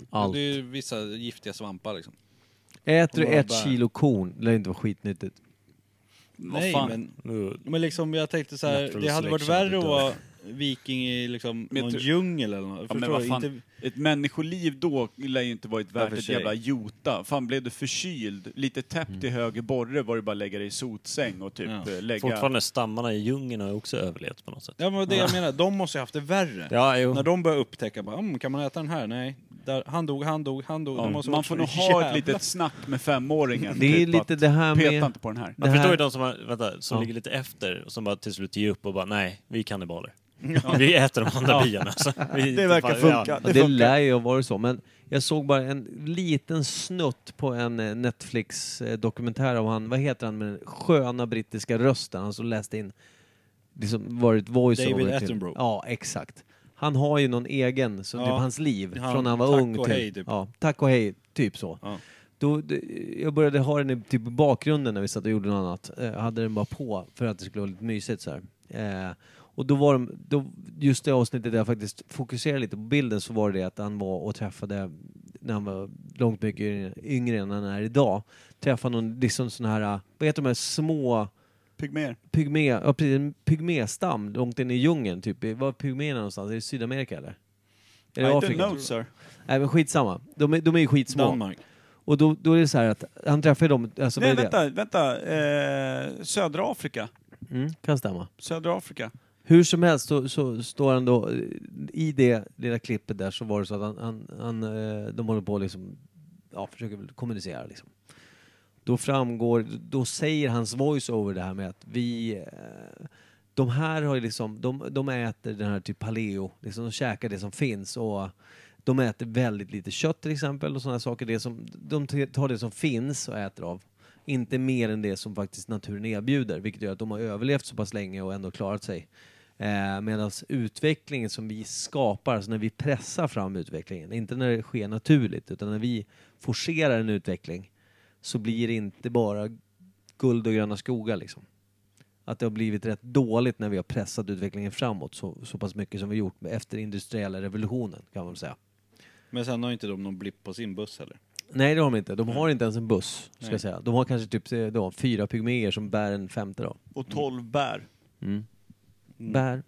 S4: Allt.
S1: Det är ju vissa giftiga svampar liksom.
S4: Äter du
S1: Bara
S4: ett
S1: bär.
S4: kilo korn, lär det inte vara skitnyttigt.
S3: Vad fan?
S1: men,
S8: Mm.
S1: men liksom jag tänkte så här,
S8: Natural
S1: det hade varit
S8: selection,
S1: värre
S4: typ,
S1: att
S8: du
S1: vara viking i liksom
S3: Men jag
S1: någon
S3: tror-
S1: djungel eller något.
S3: Ja, men
S1: Förstår
S3: vad
S1: du?
S3: fan,
S1: Inte...
S3: ett människoliv då lär ju inte varit värt
S4: för
S3: ett
S4: sig.
S3: jävla jota. Fan, blev du förkyld, lite täppt
S4: Mm.
S3: i höger borre var det bara att lägga dig i sotsäng och typ
S1: Ja.
S3: eh, lägga...
S8: Fortfarande stammarna i djungeln har ju också överlevt på något sätt.
S1: Ja men det jag menar, de måste ju haft det värre.
S8: Ja, jo.
S1: När de börjar upptäcka bara, mm, kan man äta den här? Nej. Där, han dog, han dog, han dog.
S3: Ja,
S1: Det måste
S3: man
S1: varit
S3: får
S1: så
S3: nog ha ett
S1: jävla-
S3: litet snack med femåringen.
S4: Det är
S3: typ
S4: lite
S3: att,
S4: det här med-
S3: Peta inte på den här.
S4: Det
S8: Man förstår
S4: här-
S8: ju de som, har, vänta, som
S4: Ja.
S8: ligger lite efter och som bara till slut ger upp och bara nej, vi är kannibaler. Vi äter de andra byarna. Alltså. Vi,
S3: Det verkar funka.
S8: Ja.
S4: Det,
S3: funkar.
S4: det lär ju ha varit så, men jag såg bara en liten snutt på en eh, Netflix-dokumentär av han, vad heter han med den sköna brittiska rösten, han som läste in, liksom varit voice-over.
S1: David
S4: till-
S1: Attenborough.
S4: Ja, exakt. Han har ju någon egen, så
S1: Ja.
S4: typ hans liv,
S1: Han-
S4: från när han var
S1: tack
S4: ung
S1: och
S4: till...
S1: hej, typ.
S4: Ja, tack och hej, typ så.
S1: Ja.
S4: Då, d- jag började ha den i typ i bakgrunden när vi satt och gjorde något annat. Eh, hade den bara på för att det skulle vara lite mysigt så här. Eh, och då var de, då, just det avsnittet där jag faktiskt fokuserade lite på bilden så var det det att han var och träffade, när han var långt mycket yngre- yngre än han är idag, träffade någon liksom sån här, eh, vad heter de här små
S3: Pygmer.
S4: pygmé, ja, precis, en pygméstam långt in i djungeln typ. Var är pygméerna någonstans? Är det Sydamerika eller?
S3: I
S4: Är det
S3: don't
S4: Afrika?
S3: know sir.
S4: Nej men skitsamma. De är, de är ju skitsmå.
S1: Danmark.
S4: Och då, då är det så här att han träffar ju dem, alltså vad
S3: Nej,
S4: är det?
S3: vänta, vänta. Eh, södra Afrika.
S4: Mm, kan stämma.
S3: Södra Afrika.
S4: Hur som helst så, så står han då, eh, i det lilla klippet där så var det så att han, han, han eh, de håller på och liksom, ja försöker väl kommunicera liksom. Då framgår, då säger hans voice-over det här med att vi, eh, de här har ju liksom, de, de äter den här typ paleo, liksom de käkar det som finns och de äter väldigt lite kött till exempel och sådana saker. Det som, de tar det som finns och äter av. Inte mer än det som faktiskt naturen erbjuder, vilket gör att de har överlevt så pass länge och ändå klarat sig. Eh, Medan utvecklingen som vi skapar, alltså när vi pressar fram utvecklingen, inte när det sker naturligt, utan när vi forcerar en utveckling, så blir det inte bara guld och gröna skogar liksom. Att det har blivit rätt dåligt när vi har pressat utvecklingen framåt så, så pass mycket som vi gjort med- efter industriella revolutionen, kan man säga.
S1: Men sen har inte de någon blipp på sin buss heller.
S4: Nej, det har de inte. De har inte ens en buss, ska
S1: Nej.
S4: jag säga. De har kanske typ eh, då, fyra pygméer som bär en femte då.
S3: Och 12 bär.
S4: Bär,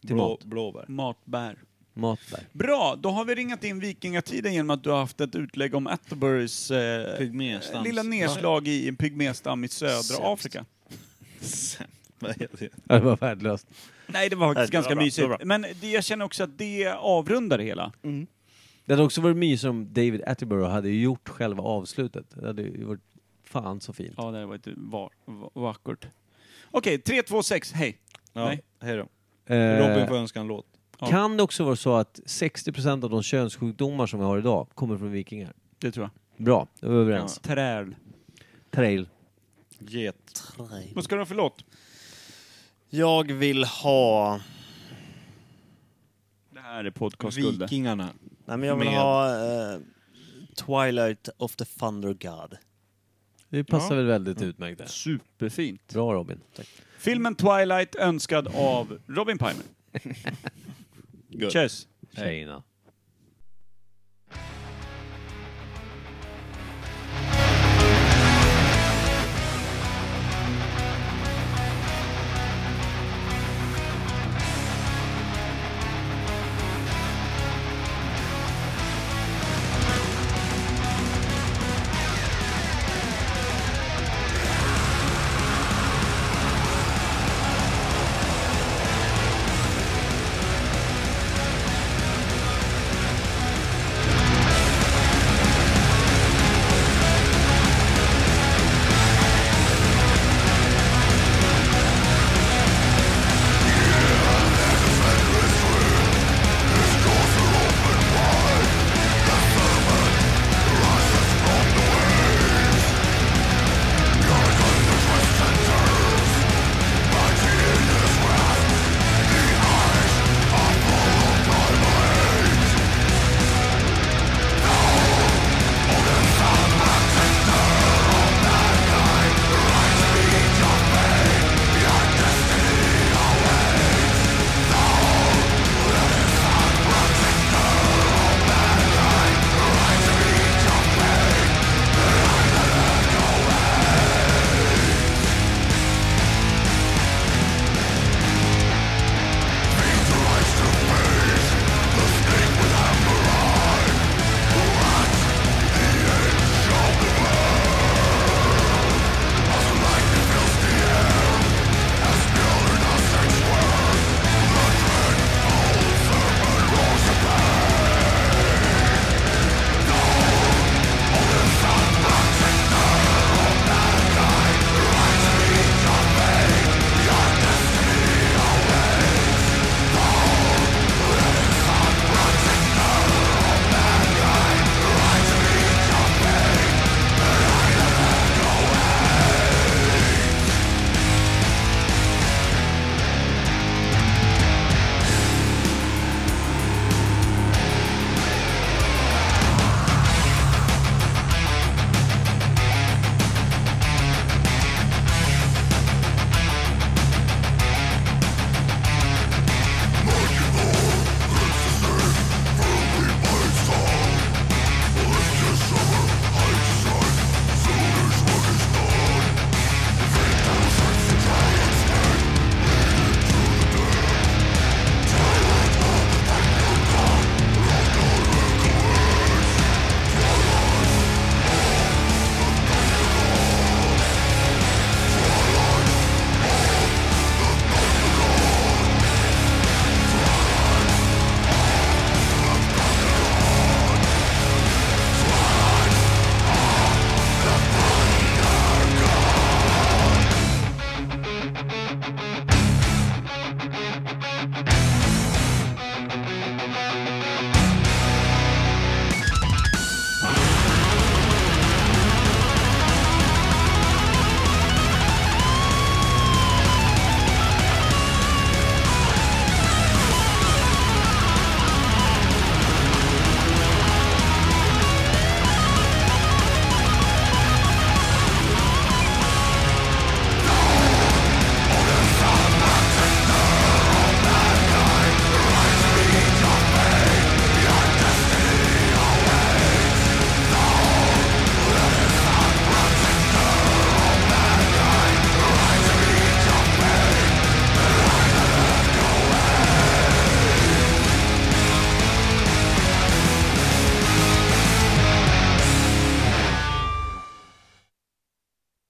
S4: Till
S1: Blå,
S4: mat.
S1: blåbär.
S3: Matbär.
S4: matbär.
S3: Bra, då har vi ringat in vikingatiden genom att du har haft ett utlägg om Atterburys eh,
S1: Pygméstams. <laughs>
S3: lilla nedslag i en pygméstam i södra Afrika.
S1: Vad heter det?
S4: Ja, Det var värdelöst.
S3: Nej, det var faktiskt
S8: det var
S3: ganska
S8: bra,
S3: mysigt.
S8: det var
S3: Men det, jag känner också att det avrundar det hela.
S4: Det hade också varit mysigt om David Attenborough hade gjort själva avslutet. Det hade ju varit fan så fint.
S3: Ja, det var ett va- va- vackert. Okej, 3, 2, 6, hej.
S1: Ja,
S3: Nej.
S1: hej då.
S4: Eh,
S1: Robin får önska en låt.
S3: Ja.
S4: Kan det också vara så att 60% av de könssjukdomar som vi har idag kommer från vikingar?
S3: Det tror jag.
S4: Bra, då är vi överens.
S3: Träl.
S4: Trail.
S1: Get.
S3: Vad ska du ha för låt?
S8: Jag vill ha...
S3: Det här är podcast Gulde.
S1: Vikingarna.
S8: Nej, men jag vill
S1: Med-
S8: ha eh, Twilight of the Thunder God.
S4: Det passar väl väldigt utmärkt där.
S3: Superfint.
S4: Bra Robin. Tack.
S3: Filmen Twilight önskad av Robin Pimer. Cheers.
S4: Tjejerna.